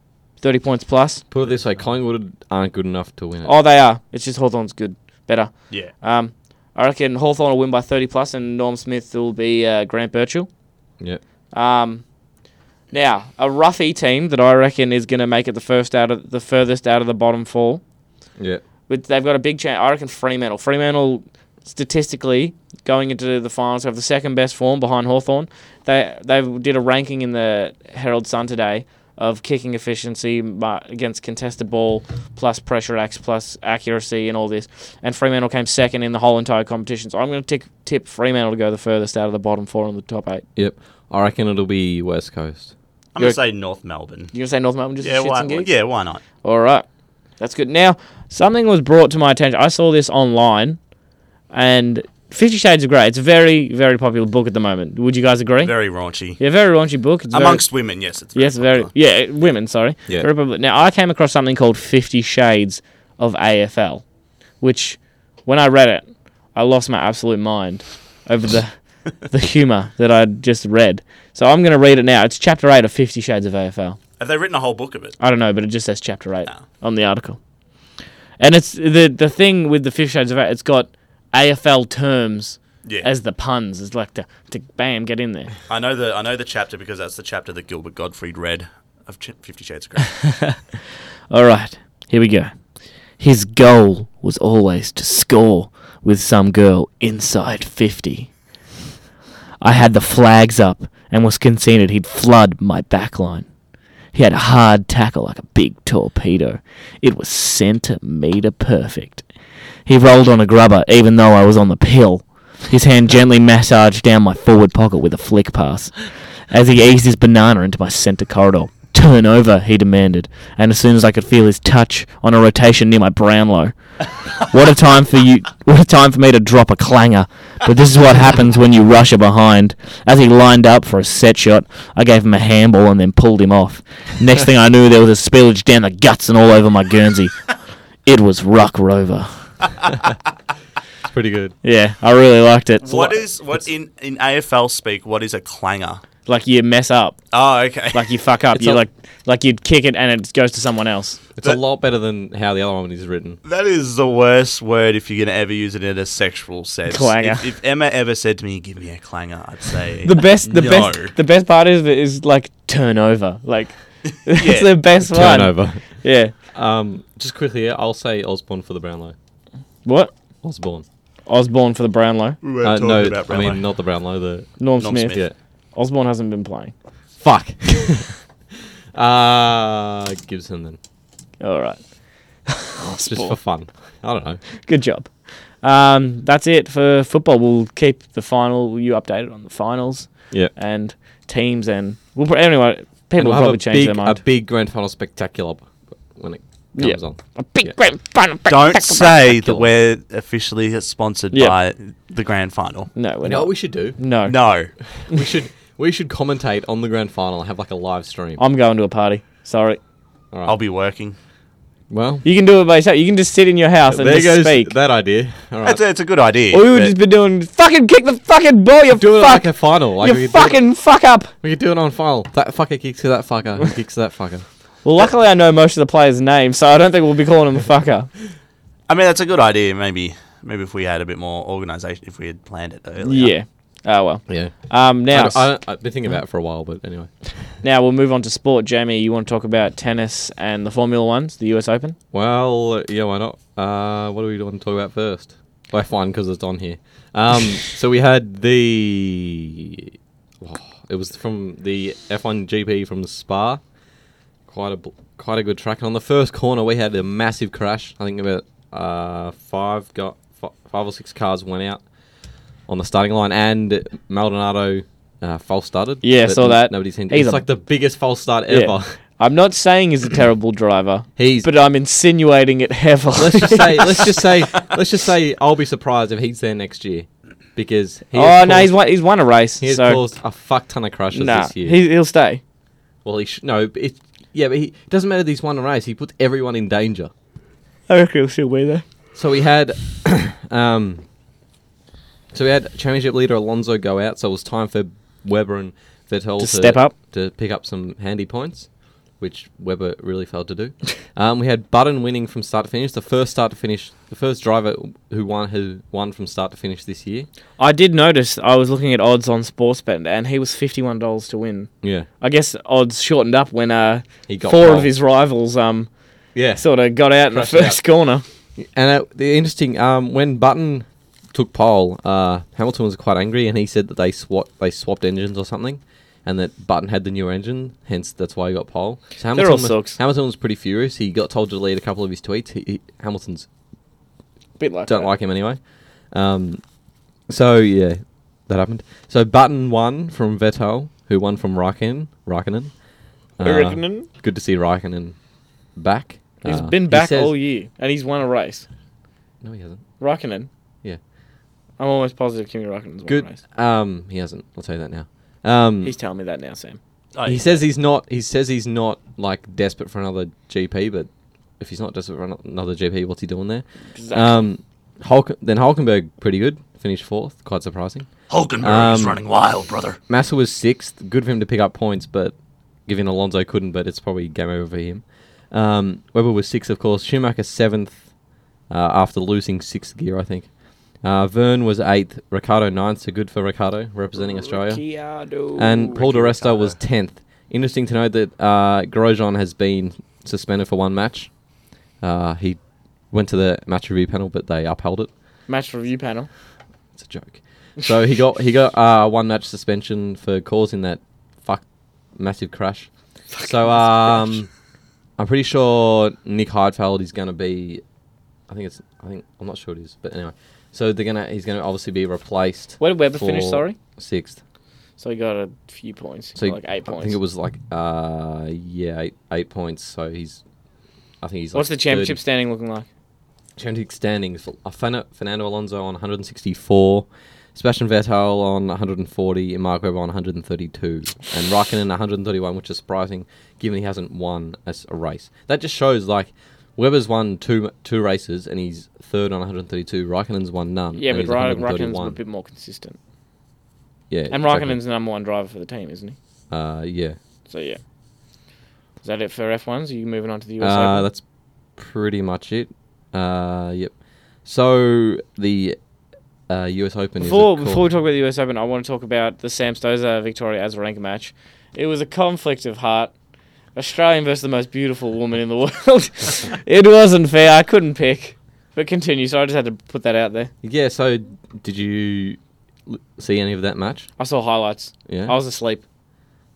Speaker 1: 30 points plus.
Speaker 2: Put it this way, Collingwood aren't good enough to win it.
Speaker 1: Oh, they are. It's just Hawthorn's good, better.
Speaker 3: Yeah.
Speaker 1: Um, I reckon Hawthorn will win by thirty plus, and Norm Smith will be uh, Grant Birchall.
Speaker 2: Yep.
Speaker 1: Um, now, a roughy team that I reckon is going to make it the first out of the furthest out of the bottom four.
Speaker 2: Yep.
Speaker 1: But they've got a big chance. I reckon Fremantle. Fremantle, statistically, going into the finals, have the second best form behind Hawthorn. They they did a ranking in the Herald Sun today of kicking efficiency ma- against contested ball, plus pressure acts, plus accuracy, and all this. And Fremantle came second in the whole entire competition. So I'm going to tip Fremantle to go the furthest out of the bottom four and the top eight.
Speaker 2: Yep. I reckon it'll be West Coast.
Speaker 3: I'm going
Speaker 1: You're-
Speaker 3: to say North Melbourne.
Speaker 1: You going to say North Melbourne just
Speaker 3: Yeah,
Speaker 1: shits
Speaker 3: why,
Speaker 1: and gigs?
Speaker 3: yeah, why not?
Speaker 1: All right. That's good. Now, something was brought to my attention. I saw this online, and Fifty Shades of Grey. It's a very, very popular book at the moment. Would you guys agree?
Speaker 3: Very raunchy.
Speaker 1: yeah, very raunchy book. It's very-
Speaker 3: Amongst women, yes, it's very
Speaker 1: yes, very.
Speaker 3: popular.
Speaker 1: Yeah, women. Sorry.
Speaker 2: Yeah.
Speaker 1: Very popular. Now, I came across something called Fifty Shades of AFL, which, when I read it, I lost my absolute mind over the the humor that I just read. So I'm going to read it now. It's chapter eight of Fifty Shades of AFL.
Speaker 3: Have they written a whole book of it?
Speaker 1: I don't know, but it just says chapter eight
Speaker 3: Oh.
Speaker 1: on the article. And it's the the thing with the Fifty Shades of Eight. It's got AFL terms
Speaker 3: Yeah.
Speaker 1: as the puns. It's like to to bam get in there.
Speaker 3: I know the I know the chapter because that's the chapter that Gilbert Gottfried read of Ch- Fifty Shades of Grey.
Speaker 1: All right, here we go. His goal was always to score with some girl inside 50. I had the flags up and was conceded he'd flood my backline. He had a hard tackle like a big torpedo. It was centimetre perfect. He rolled on a grubber even though I was on the pill. His hand gently massaged down my forward pocket with a flick pass. As he eased his banana into my centre corridor, turn over, he demanded, and as soon as I could feel his touch on a rotation near my Brownlow. What a time for you! What a time for me to drop a clanger. But this is what happens when you rush a behind. As he lined up for a set shot, I gave him a handball and then pulled him off. Next thing I knew, there was a spillage down the guts and all over my Guernsey. It was Ruck Rover.
Speaker 2: It's pretty good.
Speaker 1: Yeah, I really liked it.
Speaker 3: what is what in in AFL speak? What is a clanger?
Speaker 1: like you mess up,
Speaker 3: Oh, okay.
Speaker 1: like you fuck up,
Speaker 2: It's
Speaker 1: you
Speaker 2: a-
Speaker 1: like like you'd kick it and it goes to someone else.
Speaker 2: It's a lot better than how the other one is written.
Speaker 3: That is the worst word if you're going to ever use it in a sexual sense.
Speaker 1: Clanger.
Speaker 3: If, if Emma ever said to me, "Give me a clanger," I'd say
Speaker 1: The best, the
Speaker 3: no.
Speaker 1: best, the best part is is like turnover. Like that's
Speaker 3: Yeah.
Speaker 1: the best one.
Speaker 2: Turnover.
Speaker 1: Yeah.
Speaker 2: um, just quickly, yeah, I'll say Osborne for the Brownlow.
Speaker 1: What?
Speaker 2: Osborne.
Speaker 1: Osborne for the Brownlow.
Speaker 3: We
Speaker 2: Uh,
Speaker 3: weren't talking
Speaker 2: no,
Speaker 3: about
Speaker 2: I
Speaker 3: Brownlow.
Speaker 2: mean not the Brownlow. The
Speaker 1: Norm,
Speaker 3: Norm
Speaker 1: Smith.
Speaker 3: Smith.
Speaker 2: yeah.
Speaker 1: Osborne hasn't been playing.
Speaker 2: Fuck. uh, Gibson then.
Speaker 1: All right.
Speaker 2: Just for fun. I don't know.
Speaker 1: Good job. Um, that's it for football. We'll keep the final you updated on the finals
Speaker 2: Yeah.
Speaker 1: and teams and we'll pr- anyway. People will
Speaker 2: And we'll have
Speaker 1: probably
Speaker 2: a
Speaker 1: change
Speaker 2: big,
Speaker 1: their mind.
Speaker 2: a big grand final spectacular when it comes
Speaker 1: Yeah.
Speaker 2: on.
Speaker 1: A big
Speaker 2: yeah.
Speaker 1: grand final.
Speaker 3: Don't say that
Speaker 2: Spectacular.
Speaker 3: we're officially sponsored
Speaker 1: Yeah.
Speaker 3: by the grand final.
Speaker 1: No, we're
Speaker 2: You know what
Speaker 1: not.
Speaker 2: we should do?
Speaker 1: No.
Speaker 3: No,
Speaker 2: we should we should commentate on the grand final and have like a live stream.
Speaker 1: I'm going to a party. Sorry.
Speaker 2: All right.
Speaker 3: I'll be working.
Speaker 2: well,
Speaker 1: You can do it by yourself. You can just sit in your house and
Speaker 2: there
Speaker 1: just
Speaker 2: goes
Speaker 1: speak.
Speaker 2: that idea. All right.
Speaker 3: It's a, it's a good idea.
Speaker 1: Or we would
Speaker 3: but
Speaker 1: just be doing fucking kick the fucking ball. You
Speaker 2: Do it
Speaker 1: fuck.
Speaker 2: like a final. Like
Speaker 1: you
Speaker 2: we could do it-
Speaker 1: fucking fuck up.
Speaker 2: we could do it on final. That fucker kicks to that fucker. Who kicks to that fucker?
Speaker 1: Well, luckily I know most of the players' names, so I don't think we'll be calling him a fucker.
Speaker 3: I mean, that's a good idea. Maybe Maybe if we had a bit more organisation, if we had planned it earlier.
Speaker 1: Yeah. Oh well.
Speaker 2: Yeah.
Speaker 1: Um, now,
Speaker 2: I, I, I've been thinking about it for a while, but anyway.
Speaker 1: now we'll move on to sport. Jamie, you want to talk about tennis and the Formula Ones, the U.S. Open?
Speaker 2: Well, yeah, why not? Uh, what do we want to talk about first? Well, F1 because it's on here. Um, so we had the. oh, it was from the F1 GP from Spa. Quite a bl- quite a good track. And on the first corner, we had a massive crash. I think about uh, five got fi- five or six cars went out on the starting line, and Maldonado uh, false started.
Speaker 1: Yeah, saw that.
Speaker 2: Nobody seemed.
Speaker 1: He's
Speaker 2: He's
Speaker 1: a-
Speaker 2: like the biggest false start
Speaker 1: Yeah.
Speaker 2: ever.
Speaker 1: I'm not saying he's a terrible driver,
Speaker 2: He's
Speaker 1: but I'm insinuating it heavily.
Speaker 2: let's just say let's just say let's just say I'll be surprised if he's there next year because he
Speaker 1: oh
Speaker 2: has
Speaker 1: no,
Speaker 2: caused-
Speaker 1: he's won. He's won a race.
Speaker 2: he has
Speaker 1: so
Speaker 2: caused a fuck ton of crashes
Speaker 1: nah,
Speaker 2: this year.
Speaker 1: he, he'll stay.
Speaker 2: well, he sh- no, but it, yeah, but he it doesn't matter. That he's won a race. He puts everyone in danger.
Speaker 1: I reckon he'll still be there.
Speaker 2: So we had, um, so we had championship leader Alonso go out. So it was time for Weber and Vettel
Speaker 1: To step up.
Speaker 2: to pick up some handy points, which Weber really failed to do. um, we had Button winning from start to finish. The first start to finish, the first driver who won who won from start to finish this year.
Speaker 1: I did notice. I was looking at odds on Sportsbet, and he was fifty-one dollars to win.
Speaker 2: Yeah,
Speaker 1: I guess odds shortened up when uh,
Speaker 2: he got
Speaker 1: four
Speaker 2: pole.
Speaker 1: of his rivals um
Speaker 2: yeah.
Speaker 1: sort of got out in the
Speaker 2: Crashed out.
Speaker 1: first corner.
Speaker 2: And uh, the interesting um, when Button took pole, uh, Hamilton was quite angry, and he said that they swap they swapped engines or something, and that Button had the new engine, hence that's why he got pole. So Hamilton
Speaker 1: all
Speaker 2: was,
Speaker 1: sucks.
Speaker 2: Hamilton was pretty furious. He got told to delete a couple of his tweets. He, he, Hamilton's
Speaker 1: Bit like
Speaker 2: don't
Speaker 1: that.
Speaker 2: like him anyway. Um, so yeah, that happened. So Button won from Vettel, who won from Raikkonen. Raikkonen. Uh,
Speaker 1: Raikkonen?
Speaker 2: Good to see Raikkonen back.
Speaker 1: He's
Speaker 2: He's
Speaker 1: been back all year, and he's won a race.
Speaker 2: No, he hasn't.
Speaker 1: Raikkonen.
Speaker 2: Yeah.
Speaker 1: I'm almost positive Kimi Raikkonen's won a
Speaker 2: Good.
Speaker 1: race.
Speaker 2: Um, he hasn't. I'll tell you that now. Um,
Speaker 1: He's telling me that now, Sam.
Speaker 3: Oh,
Speaker 2: he
Speaker 3: yeah.
Speaker 2: says he's not. He says he's not like desperate for another GP, but if he's not desperate for ano- another GP, what's he doing there? Um, Hulk, then Hulkenberg pretty good. Finished fourth, quite surprising.
Speaker 3: Hulkenberg is
Speaker 2: Um,
Speaker 3: running wild, brother.
Speaker 2: Massa was sixth. Good for him to pick up points, but given Alonso couldn't, but it's probably game over for him. Um, Weber was sixth, of course. Schumacher seventh uh, after losing sixth gear, I think. Uh, Vern was eighth. Ricardo ninth, so good for Ricardo representing Australia.
Speaker 1: Ricciardo.
Speaker 2: And Paul
Speaker 3: Ricky
Speaker 2: Di Resta
Speaker 3: Ricardo.
Speaker 2: was 10th. Interesting to note that uh, Grosjean has been suspended for one match. Uh, he went to the match review panel, but they upheld it.
Speaker 1: match review panel.
Speaker 2: It's a joke. So he got he got uh, one match suspension for causing that fuck massive crash. so um, I'm pretty sure Nick Heidfeld is going to be. I think it's. I think I'm not sure it is, but anyway. So they're gonna. He's going to obviously be replaced.
Speaker 1: Where did Webber finish?
Speaker 2: for
Speaker 1: Sorry.
Speaker 2: sixth.
Speaker 1: So he got a few points.
Speaker 2: So he-
Speaker 1: like eight points.
Speaker 2: I think it was like uh yeah eight, eight points. So he's I think he's.
Speaker 1: What's
Speaker 2: like
Speaker 1: the championship
Speaker 2: third-
Speaker 1: standing looking like?
Speaker 2: championship standings? Uh, Fern- Fernando Alonso on 164, Sebastian Vettel on 140, and Mark Webber on 132, and Raikkonen 131, which is surprising given he hasn't won a, s- a race. That just shows like. Webber's won two two races and he's third on 132. Raikkonen's won none.
Speaker 1: Yeah,
Speaker 2: and
Speaker 1: but
Speaker 2: he's
Speaker 1: Ra-
Speaker 2: 131.
Speaker 1: Raikkonen's a bit more consistent.
Speaker 2: Yeah,
Speaker 1: And
Speaker 2: exactly.
Speaker 1: Raikkonen's the number one driver for the team, isn't he?
Speaker 2: Uh, yeah.
Speaker 1: So yeah. Is that it for F1s? Are you moving on to the US
Speaker 2: Uh,
Speaker 1: Open?
Speaker 2: that's pretty much it. Uh, yep. So the uh, U.S. Open
Speaker 1: Before
Speaker 2: is a
Speaker 1: before we
Speaker 2: cool-
Speaker 1: talk about the US Open, I want to talk about the Sam Stosur Victoria Azarenka match. It was a conflict of heart. Australian versus the most beautiful woman in the world. it wasn't fair. I couldn't pick. But continue. So I just had to put that out there.
Speaker 2: yeah. So did you l- see any of that match?
Speaker 1: I saw highlights.
Speaker 2: Yeah.
Speaker 1: I was asleep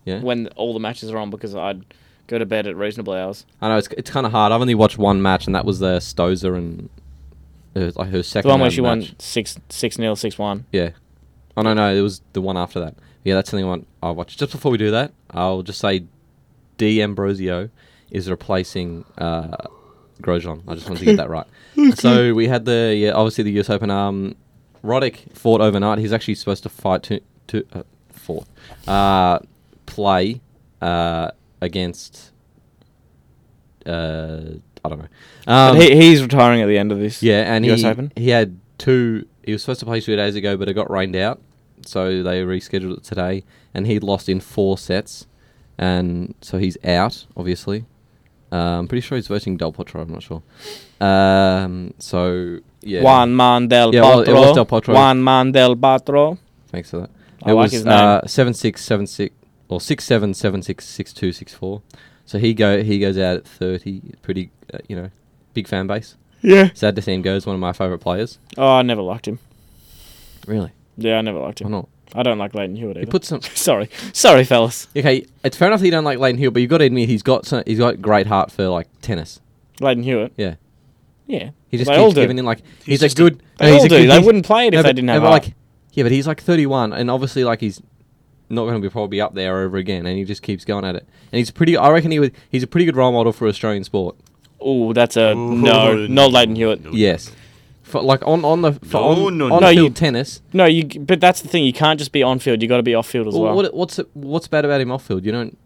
Speaker 2: yeah.
Speaker 1: when all the matches were on because I'd go to bed at reasonable hours.
Speaker 2: I know it's it's kind of hard. I've only watched one match, and that was the Stozer and it was like her second.
Speaker 1: The one where
Speaker 2: round
Speaker 1: she
Speaker 2: match.
Speaker 1: won six six nil six one.
Speaker 2: Yeah. Oh no, no, it was the one after that. Yeah, that's the only one I watched. Just before we do that, I'll just say, D Ambrosio is replacing uh, Grosjean. I just wanted to get that right. So we had the yeah, obviously the US Open. Um, Roddick fought overnight. He's actually supposed to fight to to uh, fought, uh, play uh, against. Uh, I don't know. Um,
Speaker 1: he, he's retiring at the end of this.
Speaker 2: yeah, and
Speaker 1: US
Speaker 2: he
Speaker 1: Open?
Speaker 2: he had two. He was supposed to play two days ago, but it got rained out, so they rescheduled it today. And he lost in four sets, and so he's out obviously. Uh, I'm pretty sure he's voting Del Potro. I'm not sure. Um, so yeah,
Speaker 1: Juan Mandel
Speaker 2: Yeah, it
Speaker 1: Patro.
Speaker 2: was- it was Del Potro.
Speaker 1: Juan Mandel Patro.
Speaker 2: Thanks for that.
Speaker 1: I
Speaker 2: it
Speaker 1: like
Speaker 2: was
Speaker 1: his name.
Speaker 2: uh, seven six seven six or six seven seven six six two six four. So he go he goes out at thirty. Pretty uh, you know, big fan base.
Speaker 1: Yeah.
Speaker 2: Sad to see him go. Is one of my favorite players.
Speaker 1: Oh, I never liked him.
Speaker 2: Really?
Speaker 1: Yeah, I never liked
Speaker 2: Why
Speaker 1: him.
Speaker 2: not?
Speaker 1: I don't like Leighton Hewitt either.
Speaker 2: He put some.
Speaker 1: Sorry. Sorry, fellas.
Speaker 2: Okay, it's fair enough that you don't like Leighton Hill, but you've got to admit he's got some, he's got great heart for like tennis.
Speaker 1: Leighton Hewitt.
Speaker 2: Yeah,
Speaker 1: Yeah.
Speaker 2: he just
Speaker 1: They all
Speaker 2: keeps
Speaker 1: do.
Speaker 2: giving in. Like he's, a
Speaker 3: just a-
Speaker 2: good.
Speaker 1: They
Speaker 2: he's
Speaker 1: all
Speaker 2: a
Speaker 1: do.
Speaker 2: good-
Speaker 1: They
Speaker 2: he's-
Speaker 1: wouldn't play it
Speaker 2: No,
Speaker 1: if
Speaker 2: but-
Speaker 1: they didn't have
Speaker 2: no, but,
Speaker 1: heart.
Speaker 2: like yeah, but he's like 31, and obviously like he's not going to be probably up there over again, and he just keeps going at it. And he's pretty. I reckon he would. He's a pretty good role model for Australian sport.
Speaker 1: Oh, that's a
Speaker 3: Ooh,
Speaker 1: no. Not Leighton Hewitt.
Speaker 3: no.
Speaker 2: Yes, for, like on on the for
Speaker 3: No,
Speaker 2: on,
Speaker 3: no,
Speaker 2: on
Speaker 1: no. No,
Speaker 2: field
Speaker 1: you-
Speaker 2: tennis.
Speaker 1: No, you. But that's the thing. You can't just be on field. You got to be off field as well.
Speaker 2: What, what's what's bad about him off field? You don't.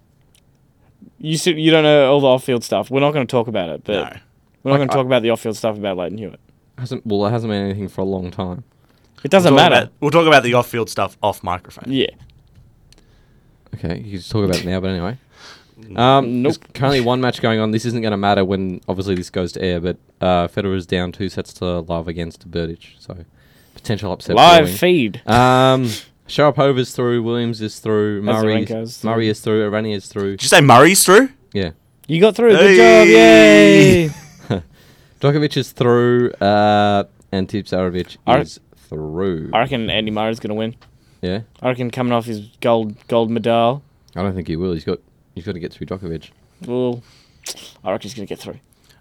Speaker 1: you see, you don't know all the off field stuff. We're not going to talk about it. But
Speaker 3: No.
Speaker 1: we're not going to
Speaker 2: I-
Speaker 1: talk about the off field stuff about Leighton Hewitt.
Speaker 2: Hasn't well, it hasn't been anything for a long time.
Speaker 1: It doesn't
Speaker 3: We'll talk
Speaker 1: matter.
Speaker 3: about- we'll talk about the off-field stuff off microphone.
Speaker 1: yeah.
Speaker 2: Okay, you can just talk about it now, but anyway.
Speaker 1: Nope.
Speaker 2: Um, There's currently one match going on. This isn't going to matter when, obviously, this goes to air, but uh, Federer's down two sets to love against Burditch, so potential upset.
Speaker 1: Live
Speaker 2: brewing.
Speaker 1: feed.
Speaker 2: Um, Sharapova's through, Williams is through, Murray
Speaker 1: Azarenka's
Speaker 2: is,
Speaker 1: through.
Speaker 2: Murray is through, Irani is through.
Speaker 3: Did you say Murray's through?
Speaker 2: Yeah.
Speaker 1: You got through. Good
Speaker 3: Hey!
Speaker 1: job. Yay.
Speaker 2: Djokovic is through, uh, and Tip Zarovic
Speaker 1: I re-
Speaker 2: is through.
Speaker 1: I reckon Andy Murray's going to win.
Speaker 2: yeah.
Speaker 1: I reckon coming off his gold gold medal.
Speaker 2: I don't think he will. He's got he's got to get through Djokovic.
Speaker 1: Well, I reckon he's going to get through.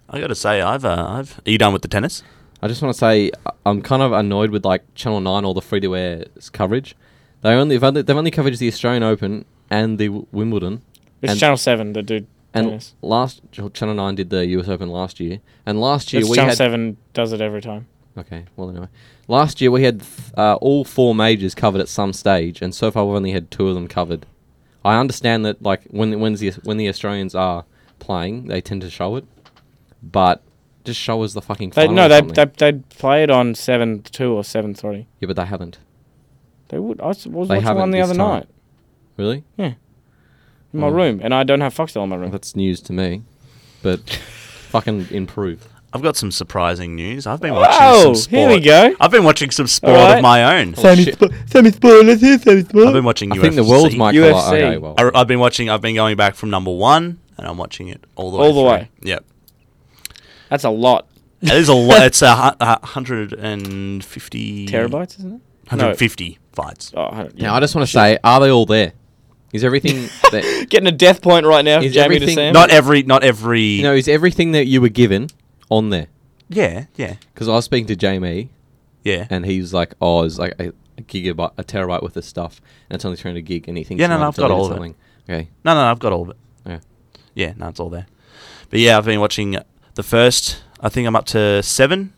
Speaker 3: I got to say, I've uh, I've. Are you done with the tennis?
Speaker 2: I just want to say I- I'm kind of annoyed with like Channel Nine or the free to air's coverage. They only they've only, they've only covered the Australian Open and the W- Wimbledon.
Speaker 1: It's
Speaker 2: and,
Speaker 1: Channel Seven that do
Speaker 2: and
Speaker 1: tennis.
Speaker 2: last Ch- Channel Nine did the U.S. Open last year, and last year
Speaker 1: It's
Speaker 2: we
Speaker 1: Channel
Speaker 2: had
Speaker 1: Seven does it every time.
Speaker 2: okay. Well, anyway, last year we had th- uh, all four majors covered at some stage, and so far we've only had two of them covered. I understand that like when when the when the Australians are playing, they tend to show it, but just show us the fucking.
Speaker 1: They
Speaker 2: final
Speaker 1: no,
Speaker 2: or
Speaker 1: they
Speaker 2: something.
Speaker 1: they they play it on seven two or seven three.
Speaker 2: yeah, but they haven't
Speaker 1: They would. I was was
Speaker 2: They
Speaker 1: watching one
Speaker 2: haven't
Speaker 1: the
Speaker 2: this
Speaker 1: other
Speaker 2: time.
Speaker 1: night
Speaker 2: really.
Speaker 1: in my
Speaker 2: Mm.
Speaker 1: room, and I don't have Foxtel in my room.
Speaker 2: That's news to me, but fucking improve.
Speaker 3: I've got some surprising news. I've been watching
Speaker 1: Oh,
Speaker 3: some sport.
Speaker 1: here we go.
Speaker 3: I've been watching some sport
Speaker 1: Alright.
Speaker 3: of my own.
Speaker 2: Oh, shit.
Speaker 1: Sammy spoilers here. Sammy
Speaker 3: I've been watching
Speaker 2: I
Speaker 3: UFC.
Speaker 2: think the world's my
Speaker 1: UFC.
Speaker 2: colour. Okay, well,
Speaker 3: I, have been watching. I've been going back from number one, and I'm watching it all the way.
Speaker 1: All the
Speaker 3: through.
Speaker 1: way.
Speaker 3: Yep.
Speaker 1: That's a lot.
Speaker 3: It is a lot. It's a hu- a hundred and fifty
Speaker 1: Terabytes, isn't it?
Speaker 3: Hundred and fifty fights.
Speaker 1: Oh, 100, yeah.
Speaker 2: now I just want to say, are they all there? Is everything that
Speaker 1: Getting a death point right now,
Speaker 2: Is
Speaker 1: Jamie
Speaker 2: everything-
Speaker 1: DeSam.
Speaker 3: Not every. Not every.
Speaker 2: you know? Is everything that you were given on there?
Speaker 3: yeah. Yeah.
Speaker 2: Because I was speaking to Jamie,
Speaker 3: Yeah.
Speaker 2: and he was like, "Oh, it's like a, a gigabyte, a terabyte worth of stuff, and it's only trying to gig." And he thinks,
Speaker 3: Yeah, no,
Speaker 2: he
Speaker 3: no,
Speaker 2: might
Speaker 3: I've
Speaker 2: have
Speaker 3: got all
Speaker 2: deleted
Speaker 3: of it.
Speaker 2: something. Okay,
Speaker 3: No, no, no, I've got all of it.
Speaker 2: yeah,
Speaker 3: Yeah, no, it's all there. But yeah, I've been watching the first. I think I'm up to seven.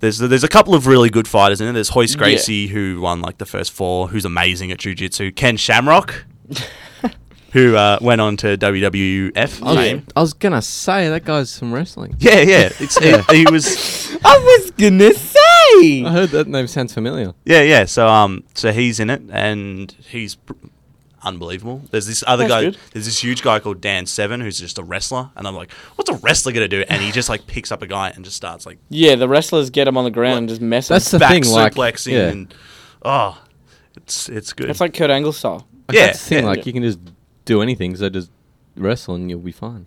Speaker 3: There's there's a couple of really good fighters in it. There's Hoist
Speaker 1: Yeah.
Speaker 3: Gracie who won like the first four, who's amazing at jiu-jitsu. Ken Shamrock, who uh, went on to WWF
Speaker 1: Oh,
Speaker 2: I was,
Speaker 3: fame.
Speaker 2: I was gonna say that guy's from wrestling.
Speaker 3: Yeah, yeah, it's, It, he was.
Speaker 1: I was gonna say.
Speaker 2: I heard that name sounds familiar.
Speaker 3: Yeah, yeah. So um, so he's in it and he's pr- unbelievable. There's this other
Speaker 1: That's
Speaker 3: guy.
Speaker 1: good.
Speaker 3: There's this huge guy called Dan Seven who's just a wrestler, and I'm like, what's a wrestler gonna do? And he just like picks up a guy and just starts like
Speaker 1: Yeah, the wrestlers get him on the ground and just mess him.
Speaker 2: That's the
Speaker 3: back
Speaker 2: thing, like,
Speaker 3: suplexing
Speaker 2: yeah.
Speaker 3: and oh, it's it's good.
Speaker 1: That's like Kurt Angle style.
Speaker 2: Like,
Speaker 3: Yeah,
Speaker 2: that's the thing.
Speaker 3: yeah.
Speaker 2: Like you can just do anything. So just wrestle, and you'll be fine.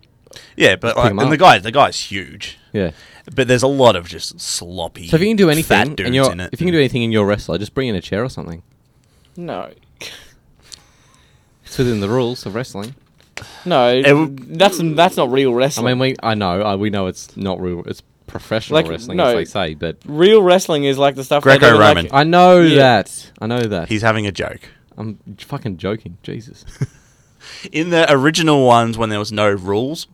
Speaker 3: yeah, but like,
Speaker 2: him
Speaker 3: and the
Speaker 2: up.
Speaker 3: guy the guy's huge,
Speaker 2: Yeah.
Speaker 3: but there's a lot of just sloppy.
Speaker 2: So if you can do
Speaker 3: fat
Speaker 2: anything,
Speaker 3: dudes
Speaker 2: and you're,
Speaker 3: in it,
Speaker 2: if you can do anything in your wrestler, just bring in a chair or something.
Speaker 1: No.
Speaker 2: It's within the rules of wrestling.
Speaker 1: No,
Speaker 3: w-
Speaker 1: that's that's not real
Speaker 2: I
Speaker 1: wrestling.
Speaker 2: mean, we I know I, we know it's not real. It's professional
Speaker 1: Like,
Speaker 2: wrestling,
Speaker 1: no.
Speaker 2: as they say. But
Speaker 1: real wrestling is like the stuff they do with,
Speaker 3: Greco-Roman.
Speaker 1: Like,
Speaker 2: I know
Speaker 1: Yeah.
Speaker 2: that. I know that.
Speaker 3: he's having a joke.
Speaker 2: I'm j- fucking joking. Jesus.
Speaker 3: In the original ones, when there was no rules,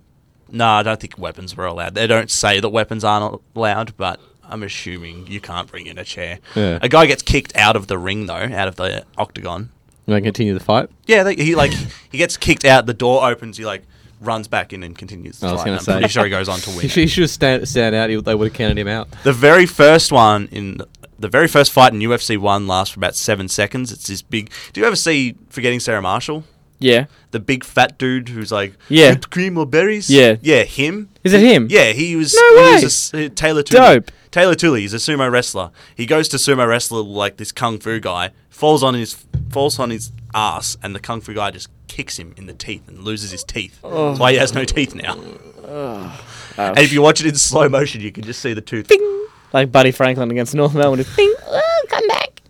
Speaker 3: no, I don't think weapons were allowed. They don't say that weapons aren't allowed, but I'm assuming you can't bring in a chair.
Speaker 2: Yeah.
Speaker 3: A guy gets kicked out of the ring though, out of the octagon.
Speaker 2: You want to continue the fight?
Speaker 3: Yeah, they, he like he gets kicked out. The door opens. He like runs back in and continues the
Speaker 2: I was
Speaker 3: fight.
Speaker 2: gonna
Speaker 3: I'm pretty
Speaker 2: say.
Speaker 3: sure he goes on to
Speaker 2: He
Speaker 3: win.
Speaker 2: should, he should have stand, stand out. He, they would have counted him out.
Speaker 3: The very first one in the very first fight in UFC one lasts for about seven seconds. It's this big. Do you ever see Forgetting Sarah Marshall?
Speaker 1: Yeah.
Speaker 3: The big fat dude who's like,
Speaker 1: Yeah.
Speaker 3: "Whipped cream or berries?
Speaker 1: Yeah.
Speaker 3: Yeah, him.
Speaker 1: Is it him?
Speaker 3: Yeah, he was.
Speaker 1: No
Speaker 3: he
Speaker 1: way.
Speaker 3: was a s- uh, Taylor Tooley.
Speaker 1: Dope.
Speaker 3: Taylor Tooley. He's a sumo wrestler. He goes to sumo wrestler like this kung fu guy. Falls on his falls on his ass, and the kung fu guy just kicks him in the teeth and loses his teeth.
Speaker 1: Oh.
Speaker 3: That's why he has no teeth now. And if you watch it in slow motion, you can just see the tooth.
Speaker 1: Uh, Like Buddy Franklin against North Melbourne. just Bing. Oh, come back.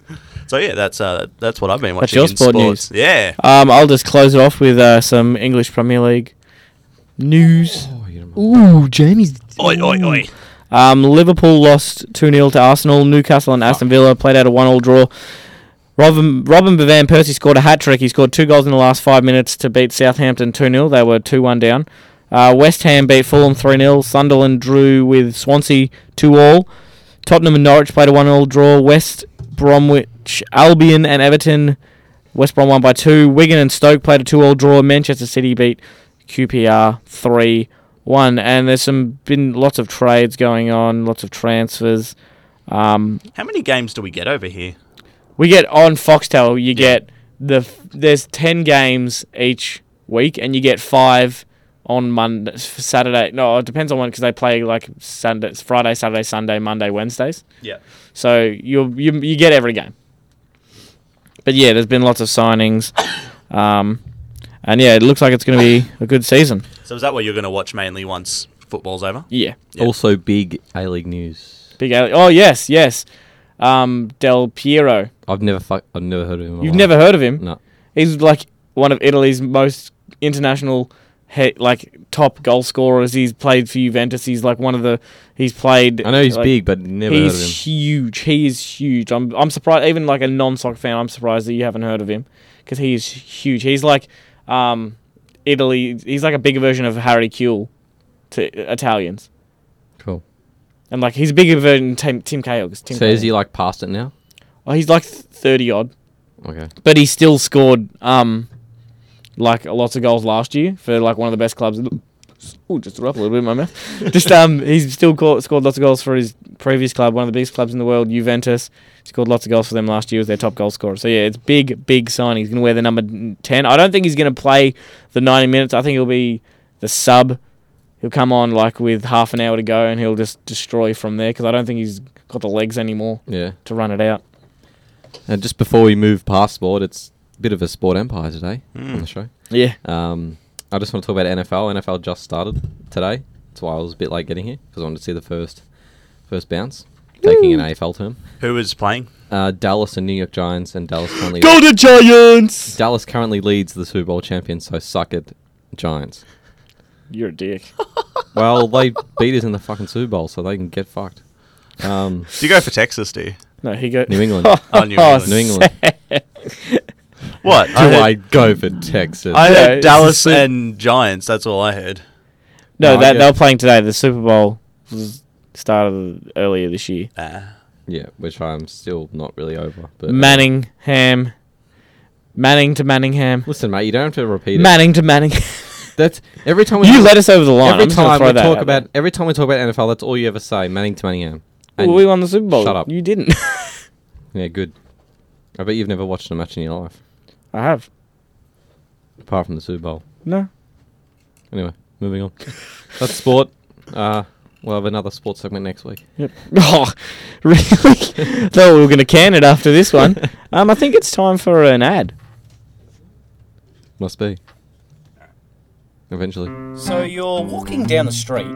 Speaker 3: So yeah, that's uh, that's what I've been watching.
Speaker 1: your
Speaker 3: in
Speaker 1: sport
Speaker 3: sports. Yeah.
Speaker 1: Um, I'll just close it off with uh, some English Premier League news.
Speaker 2: Oh, you don't mind.
Speaker 1: Ooh, Jamie's.
Speaker 3: Oi oi oi.
Speaker 1: Um, Liverpool lost 2 0 to Arsenal. Newcastle and Aston Villa played out a 1 all draw. Robin, Robin Van Persie scored a hat trick. He scored two goals in the last five minutes to beat Southampton 2 0. They were 2 1 down. Uh, West Ham beat Fulham 3 0. Sunderland drew with Swansea 2 all. Tottenham and Norwich played a 1 all draw. West Bromwich, Albion, and Everton. West Brom won by two. Wigan and Stoke played a 2 all draw. Manchester City beat QPR 3 1. And there's some been lots of trades going on, lots of transfers. Um,
Speaker 3: How many games do we get over here?
Speaker 1: we get on Foxtel. You get the f- there's ten games each week, and you get five on Monday, Saturday. No, it depends on when because they play like Sunday, Friday, Saturday, Sunday, Monday, Wednesdays.
Speaker 3: Yeah.
Speaker 1: So you you you get every game. But yeah, there's been lots of signings, um, and yeah, it looks like it's going to be a good season.
Speaker 3: So is that what you're going to watch mainly once football's over?
Speaker 1: Yeah,
Speaker 3: Yeah.
Speaker 2: Also, big A League news.
Speaker 1: big. alley- Oh yes, yes. Um, Del Piero.
Speaker 2: I've never fu- I've never heard of him. in my
Speaker 1: You've
Speaker 2: life.
Speaker 1: never heard of him?
Speaker 2: Oh, No.
Speaker 1: He's like one of Italy's most international, he- like top goal scorers. He's played for Juventus. He's like one of the. He's played.
Speaker 2: I know he's
Speaker 1: like,
Speaker 2: big, but never heard of him.
Speaker 1: He's huge. He is huge. I'm I'm surprised. Even like a non soccer fan, I'm surprised that you haven't heard of him because he is huge. He's like, um, Italy. He's like a bigger version of Harry Kuehl to Italians,
Speaker 2: Cool.
Speaker 1: and like he's a bigger version of Tim Tim Cahill. 'cause Tim
Speaker 2: So is
Speaker 1: Cahill-
Speaker 2: he like past it now?
Speaker 1: Oh, he's like thirty odd.
Speaker 2: Okay.
Speaker 1: but he still scored um like lots of goals last year for like one of the best clubs. Oh, just threw up a little bit in my mouth. just um, he's still caught, scored lots of goals for his previous club, one of the biggest clubs in the world, Juventus. Scored lots of goals for them last year as their top goal scorer. So yeah, it's big, big signing. He's gonna wear the number ten. I don't think he's gonna play the ninety minutes. I think he'll be the sub. He'll come on like with half an hour to go, and he'll just destroy from there because I don't think he's got the legs anymore
Speaker 2: Yeah.
Speaker 1: to run it out.
Speaker 2: And just before we move past sport, it's a bit of a sport empire today on the show.
Speaker 1: Yeah,
Speaker 2: Um, I just want to talk about NFL. NFL just started today. That's why I was a bit late getting here because I wanted to see the first first bounce, taking an AFL term.
Speaker 3: Who is playing?
Speaker 2: Uh, Dallas and New York Giants, and Dallas currently
Speaker 1: Golden Giants.
Speaker 2: Dallas currently leads the Super Bowl champions. So suck it, Giants.
Speaker 1: You're a dick.
Speaker 2: Well, they beat us in the fucking Super Bowl, so they can get fucked. Um,
Speaker 3: Do you go for Texas? Do you?
Speaker 1: No, he go
Speaker 2: New England.
Speaker 3: Oh, New
Speaker 1: Oh,
Speaker 3: England.
Speaker 2: New England.
Speaker 3: What?
Speaker 2: Do I go for Texas?
Speaker 3: I
Speaker 1: Yeah,
Speaker 3: heard
Speaker 1: it's
Speaker 3: Dallas
Speaker 1: the same-
Speaker 3: and Giants. That's all I heard.
Speaker 1: No,
Speaker 2: No, I
Speaker 1: that, they
Speaker 2: get-
Speaker 1: were playing today. The Super Bowl was started earlier this year.
Speaker 3: Ah.
Speaker 2: yeah, which I'm still not really over. But uh,
Speaker 1: Manningham, Manning to Manningham,
Speaker 2: Listen, mate, you don't have to repeat it.
Speaker 1: Manning to Manning.
Speaker 2: That's every time we
Speaker 1: you let us over the line.
Speaker 2: every
Speaker 1: I'm just gonna
Speaker 2: time
Speaker 1: throw
Speaker 2: we
Speaker 1: that
Speaker 2: talk
Speaker 1: out
Speaker 2: about
Speaker 1: there.
Speaker 2: every time we talk about NFL. That's all you ever say, Manning to Manningham. And-
Speaker 1: Well, we won the Super Bowl.
Speaker 2: Shut up.
Speaker 1: You didn't.
Speaker 2: yeah, good. I bet you've never watched a match in your life
Speaker 1: I have
Speaker 2: apart from the Super Bowl.
Speaker 1: no.
Speaker 2: Anyway, moving on. That's sport. Uh, we'll have another sports segment next week.
Speaker 1: Yep. Oh, really? Thought we were gonna can it after this one. Um, I think it's time for an ad.
Speaker 2: Must be. Eventually.
Speaker 4: So you're walking down the street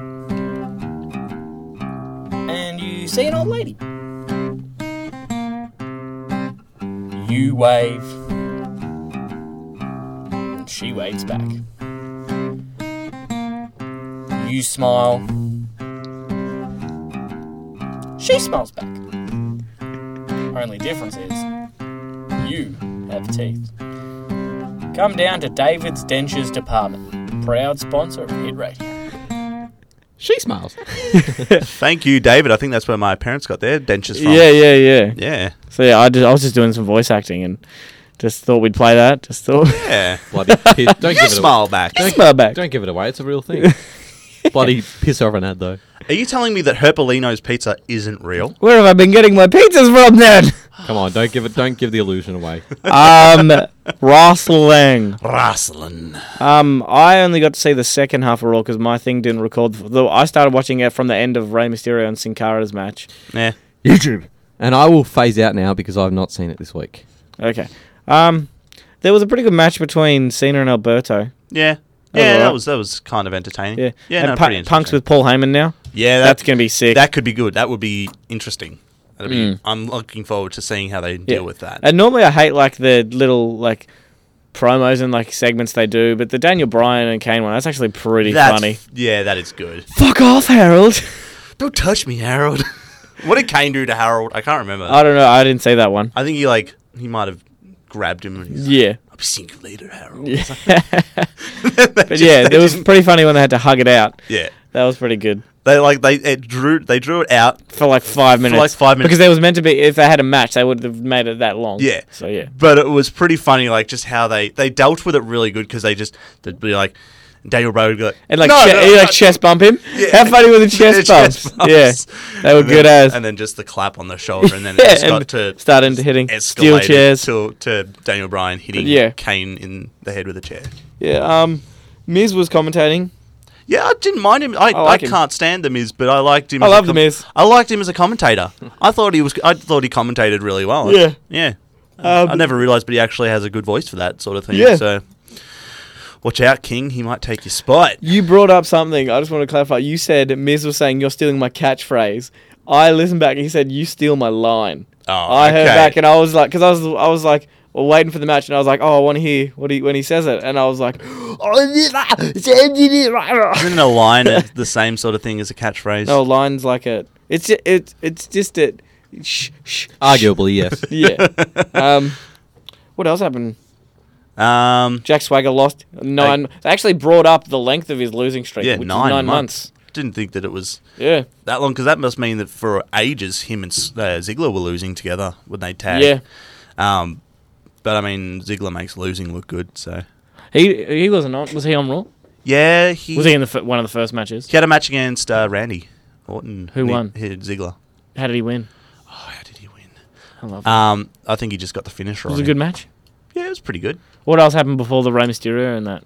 Speaker 4: and you see an old lady. You wave and she waves back. You smile. She smiles back. Only difference is you have teeth. Come down to David's Dentures Department, proud sponsor of Hit Radio.
Speaker 2: She smiles.
Speaker 3: Thank you, David. I think that's where my parents got their dentures from.
Speaker 1: Yeah, yeah, yeah,
Speaker 3: Yeah.
Speaker 1: So yeah, I, just, I was just doing some voice acting and just thought we'd play that. Just thought.
Speaker 3: Yeah.
Speaker 2: Bloody piss. Don't give
Speaker 3: You
Speaker 2: it
Speaker 3: smile back.
Speaker 1: Smile back.
Speaker 2: away. Don't give it away. It's a real thing. Bloody piss off an ad though.
Speaker 3: Are you telling me that Herpolino's pizza isn't real?
Speaker 1: Where have I been getting my pizzas from then?
Speaker 2: Come on, don't give it. Don't give the illusion away.
Speaker 1: Um, Rastling.
Speaker 3: Rustling.
Speaker 1: Um, I only got to see the second half of Raw because my thing didn't record. Though I started watching it from the end of Rey Mysterio and Sin Cara's match.
Speaker 3: Yeah.
Speaker 2: YouTube. And I will phase out now because I've not seen it this week.
Speaker 1: Okay. Um, there was a pretty good match between Cena and Alberto.
Speaker 3: Yeah.
Speaker 1: That was
Speaker 3: Yeah, that
Speaker 1: alright.
Speaker 3: was that was kind of entertaining.
Speaker 1: Yeah.
Speaker 3: yeah,
Speaker 1: and
Speaker 3: no,
Speaker 1: Pu-
Speaker 3: pretty
Speaker 1: Punk's
Speaker 3: interesting.
Speaker 1: with Paul Heyman now.
Speaker 3: yeah, that,
Speaker 1: That's gonna be sick.
Speaker 3: That could be good. That would be interesting. That'd be,
Speaker 1: Mm.
Speaker 3: I'm looking forward to seeing how they
Speaker 1: Yeah.
Speaker 3: deal with that.
Speaker 1: And normally I hate like the little like promos and like segments they do, but the Daniel Bryan and Kane one that's actually pretty
Speaker 3: That's-
Speaker 1: funny.
Speaker 3: Yeah, that is good.
Speaker 1: Fuck off, Harold.
Speaker 3: Don't touch me, Harold. what did Kane do to Harold? I can't remember.
Speaker 1: I don't know. I didn't see that one.
Speaker 3: I think he like he might have grabbed him and he's like,
Speaker 1: Yeah.
Speaker 3: I'll be seeing you later, Harold.
Speaker 1: Yeah. but yeah, it was pretty funny when they had to hug it out.
Speaker 3: Yeah.
Speaker 1: That was pretty good
Speaker 3: They like they it drew they drew it out.
Speaker 1: for like five minutes.
Speaker 3: like, five minutes.
Speaker 1: because there was meant to be if they had a match, they would have made it that long.
Speaker 3: Yeah.
Speaker 1: So yeah,
Speaker 3: But it was pretty funny, like just how they they dealt with it really good because they just they'd be like Daniel Bryan would go
Speaker 1: and like
Speaker 3: "No,
Speaker 1: che-
Speaker 3: no,
Speaker 1: you, like
Speaker 3: no."
Speaker 1: chest bump him.
Speaker 3: Yeah.
Speaker 1: How funny were the
Speaker 3: Yeah,
Speaker 1: chest bumps?
Speaker 3: bumps.
Speaker 1: Yeah, they were
Speaker 3: And
Speaker 1: good
Speaker 3: then-
Speaker 1: as.
Speaker 3: And then just the clap on the shoulder, and then
Speaker 1: Yeah,
Speaker 3: it just
Speaker 1: and
Speaker 3: got to
Speaker 1: start into hitting steel
Speaker 3: escalated
Speaker 1: chairs.
Speaker 3: to, to Daniel Bryan hitting
Speaker 1: Yeah.
Speaker 3: Kane in the head with a chair.
Speaker 1: yeah. Um, Miz was commentating.
Speaker 3: Yeah, I didn't mind him. I, I,
Speaker 1: like him.
Speaker 3: can't stand the Miz, but I liked him.
Speaker 1: I
Speaker 3: as a
Speaker 1: love The
Speaker 3: com-
Speaker 1: Miz.
Speaker 3: I liked him as a commentator. I thought he was. I thought he commentated really well.
Speaker 1: Yeah.
Speaker 3: yeah.
Speaker 1: Um,
Speaker 3: I never realized, but he actually has a good voice for that sort of thing.
Speaker 1: Yeah.
Speaker 3: So, watch out, King. He might take your spot.
Speaker 1: You brought up something. I just want to clarify. You said Miz was saying you're stealing my catchphrase. I listened back and he said you steal my line.
Speaker 3: Oh,
Speaker 1: I heard
Speaker 3: okay.
Speaker 1: back and I was like, because I was I was like well, waiting for the match and I was like, oh, I want to hear what he when he says it and I was like, "Oh,
Speaker 3: Isn't a line the same sort of thing as a catchphrase?
Speaker 1: no, lines like it. It's ju- it it's just it. Shh, shh.
Speaker 2: Arguably, yes.
Speaker 1: Yeah. um, what else happened?
Speaker 3: Um,
Speaker 1: Jack Swagger lost nine. they actually brought up the length of his losing streak.
Speaker 3: Yeah,
Speaker 1: which is
Speaker 3: nine
Speaker 1: nine
Speaker 3: months.
Speaker 1: months.
Speaker 3: didn't think that it was
Speaker 1: Yeah.
Speaker 3: that long because that must mean that for ages him and S- uh, Ziggler were losing together when they tagged.
Speaker 1: Yeah.
Speaker 3: Um, but I mean, Ziggler makes losing look good. So
Speaker 1: He he wasn't on. Was he on Raw?
Speaker 3: yeah, he
Speaker 1: Was he in the f- one of the first matches?
Speaker 3: he had a match against uh, Randy Orton.
Speaker 1: Who
Speaker 3: And he-
Speaker 1: won?
Speaker 3: He, Ziggler.
Speaker 1: How did he win?
Speaker 3: Oh, how did he win?
Speaker 1: I love it.
Speaker 3: Um, I think he just got the finish right.
Speaker 1: It was a good match.
Speaker 3: Yeah, it was pretty good.
Speaker 1: What else happened before the Rey Mysterio and that?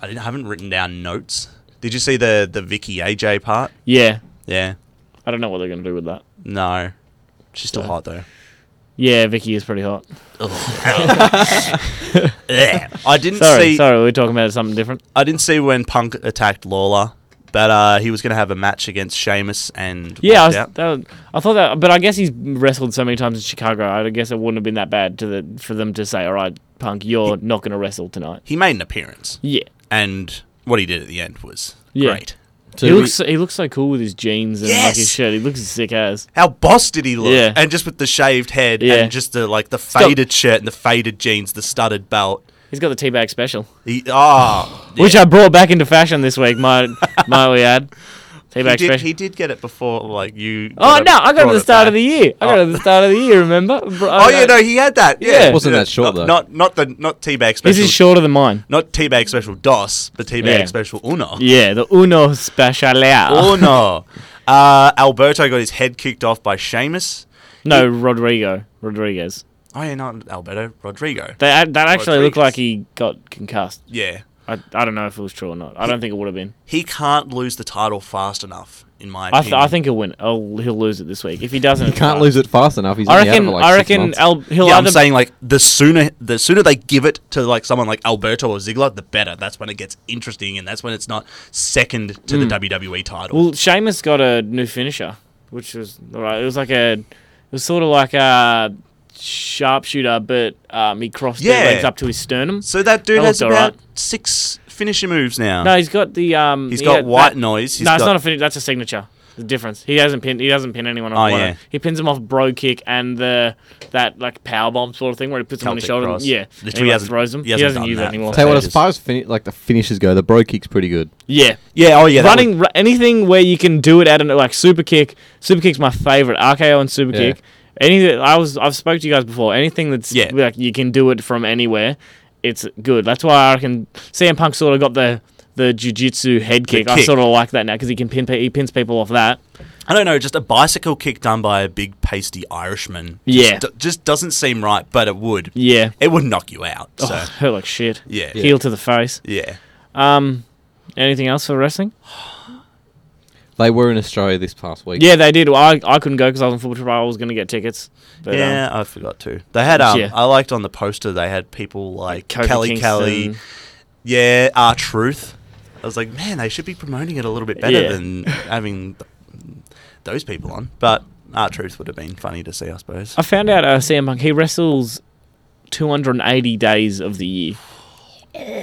Speaker 3: I didn't, I haven't written down notes. Did you see the the Vicky AJ part?
Speaker 1: Yeah,
Speaker 3: Yeah.
Speaker 1: I don't know what they're gonna do with that.
Speaker 3: No. She's still
Speaker 1: Yeah.
Speaker 3: hot though.
Speaker 1: Yeah, Vicky is pretty hot.
Speaker 3: Yeah. I didn't
Speaker 1: Sorry,
Speaker 3: see.
Speaker 1: sorry, we were talking about something different.
Speaker 3: I didn't see when Punk attacked Lawler, but uh, he was going to have a match against Sheamus and
Speaker 1: Yeah, I,
Speaker 3: walked
Speaker 1: was,
Speaker 3: out.
Speaker 1: that was- I thought that, but I guess he's wrestled so many times in Chicago. I guess it wouldn't have been that bad to the for them to say, "All right, Punk, you're not gonna wrestle tonight."
Speaker 3: he made an appearance,
Speaker 1: Yeah,
Speaker 3: and what he did at the end was
Speaker 1: Yeah.
Speaker 3: great.
Speaker 2: To
Speaker 1: he
Speaker 2: be-
Speaker 1: looks so, he looks so cool with his jeans and like
Speaker 3: Yes!
Speaker 1: his shirt. He looks sick as.
Speaker 3: How boss did he look?
Speaker 1: Yeah.
Speaker 3: And just with the shaved head
Speaker 1: Yeah.
Speaker 3: and just the like the faded shirt and the faded jeans, the studded belt.
Speaker 1: He's got the teabag special,
Speaker 3: He ah, yeah.
Speaker 1: which I brought back into fashion this week. My my we had
Speaker 3: he
Speaker 1: teabag
Speaker 3: did,
Speaker 1: special.
Speaker 3: he did get it before like you.
Speaker 1: Oh no, I got it at
Speaker 3: brought
Speaker 1: the start
Speaker 3: back.
Speaker 1: of the year. I got it at the start of the year. Remember?
Speaker 3: Oh yeah, no, he had that. Yeah,
Speaker 1: Yeah. It
Speaker 2: wasn't
Speaker 3: Yeah.
Speaker 2: that short,
Speaker 3: not,
Speaker 2: though.
Speaker 3: Not not the not teabag
Speaker 1: This
Speaker 3: special.
Speaker 1: is shorter than mine.
Speaker 3: not teabag special dos, but teabag
Speaker 1: Yeah.
Speaker 3: special uno.
Speaker 1: Yeah, the Uno Special.
Speaker 3: Oh no! Uh, Alberto got his head kicked off by Sheamus.
Speaker 1: No, Rodrigo. Rodriguez.
Speaker 3: Oh yeah, not Alberto, Rodrigo.
Speaker 1: They, that actually looked
Speaker 3: Rodriguez.
Speaker 1: like he got concussed.
Speaker 3: Yeah,
Speaker 1: I, I don't know if it was true or not. I don't think it would have been.
Speaker 3: he can't lose the title fast enough, in my
Speaker 1: I,
Speaker 3: opinion.
Speaker 1: th- I think he'll win. Oh, he'll lose it this week. If he doesn't, uh,
Speaker 2: He can't lose it fast enough. He's
Speaker 1: I
Speaker 2: only out
Speaker 1: reckon.
Speaker 2: for like
Speaker 1: I
Speaker 2: six
Speaker 1: reckon
Speaker 2: months.
Speaker 1: Al, he'll
Speaker 3: Yeah, I'm
Speaker 1: either.
Speaker 3: saying like the sooner the sooner they give it to like someone like Alberto or Ziggler, the better. That's when it gets interesting, and that's when it's not second
Speaker 1: Hmm.
Speaker 3: to the WWE title.
Speaker 1: well, Sheamus got a new finisher, which was alright. It was like a. It was sort of like a sharpshooter, but um, he crossed his
Speaker 3: Yeah.
Speaker 1: legs up to his sternum.
Speaker 3: so that dude
Speaker 1: that
Speaker 3: has
Speaker 1: looked
Speaker 3: about
Speaker 1: alright.
Speaker 3: six finisher moves now.
Speaker 1: No, he's got the um.
Speaker 3: he's
Speaker 1: he
Speaker 3: got
Speaker 1: had
Speaker 3: white
Speaker 1: that-
Speaker 3: noise. He's
Speaker 1: no, it's
Speaker 3: got-
Speaker 1: not a finish. That's a signature. The difference. He doesn't pin. He doesn't pin anyone off.
Speaker 3: Oh,
Speaker 1: one
Speaker 3: yeah.
Speaker 1: of- He pins him off bro kick and the that like power bomb sort of thing where he puts him on his
Speaker 3: Celtic
Speaker 1: shoulder.
Speaker 3: cross.
Speaker 1: Yeah, and
Speaker 3: Literally
Speaker 1: he like,
Speaker 3: hasn't-
Speaker 1: throws him.
Speaker 3: he
Speaker 1: He
Speaker 3: hasn't
Speaker 1: hasn't,
Speaker 3: done
Speaker 1: use
Speaker 3: that
Speaker 1: it anymore.
Speaker 3: for
Speaker 2: Tell you what, as
Speaker 3: Stages.
Speaker 2: far as fin- like the finishes go, the bro kick's pretty good.
Speaker 1: Yeah.
Speaker 3: Yeah. Oh yeah. that
Speaker 1: Running r- anything where you can do it at an like super kick. Super kick's my favorite. RKO and super
Speaker 2: Yeah.
Speaker 1: kick. Anything I was I've spoke to you guys before. Anything that's
Speaker 3: Yeah.
Speaker 1: like you can do it from anywhere, it's good. That's why I can. CM Punk sort of got the the jiu-jitsu head kick. I
Speaker 3: kick.
Speaker 1: sort of like that now because he can pin pe- he pins people off that.
Speaker 3: I don't know, just a bicycle kick done by a big pasty Irishman.
Speaker 1: Yeah.
Speaker 3: Just, do- just doesn't seem right, but it would.
Speaker 1: Yeah.
Speaker 3: It would knock you out. So,
Speaker 1: Oh, hurt like shit.
Speaker 3: yeah. Yeah.
Speaker 1: Heel to the face. Um, anything else for wrestling?
Speaker 2: They were in Australia this past week.
Speaker 1: Yeah, they did. Well, I, I couldn't go because I was in football trial. I was going to get tickets. But, um,
Speaker 3: yeah, I forgot to. They had um
Speaker 1: Yeah.
Speaker 3: I liked on the poster they had people like
Speaker 1: um, Kofi
Speaker 3: Kelly
Speaker 1: Kingston.
Speaker 3: Kelly, yeah, R Truth. I was like, man, they should be promoting it a little bit better
Speaker 1: Yeah.
Speaker 3: than having th- those people on. But R Truth would have been funny to see, I suppose.
Speaker 1: I found out uh, CM Punk, he wrestles 280 days of the year.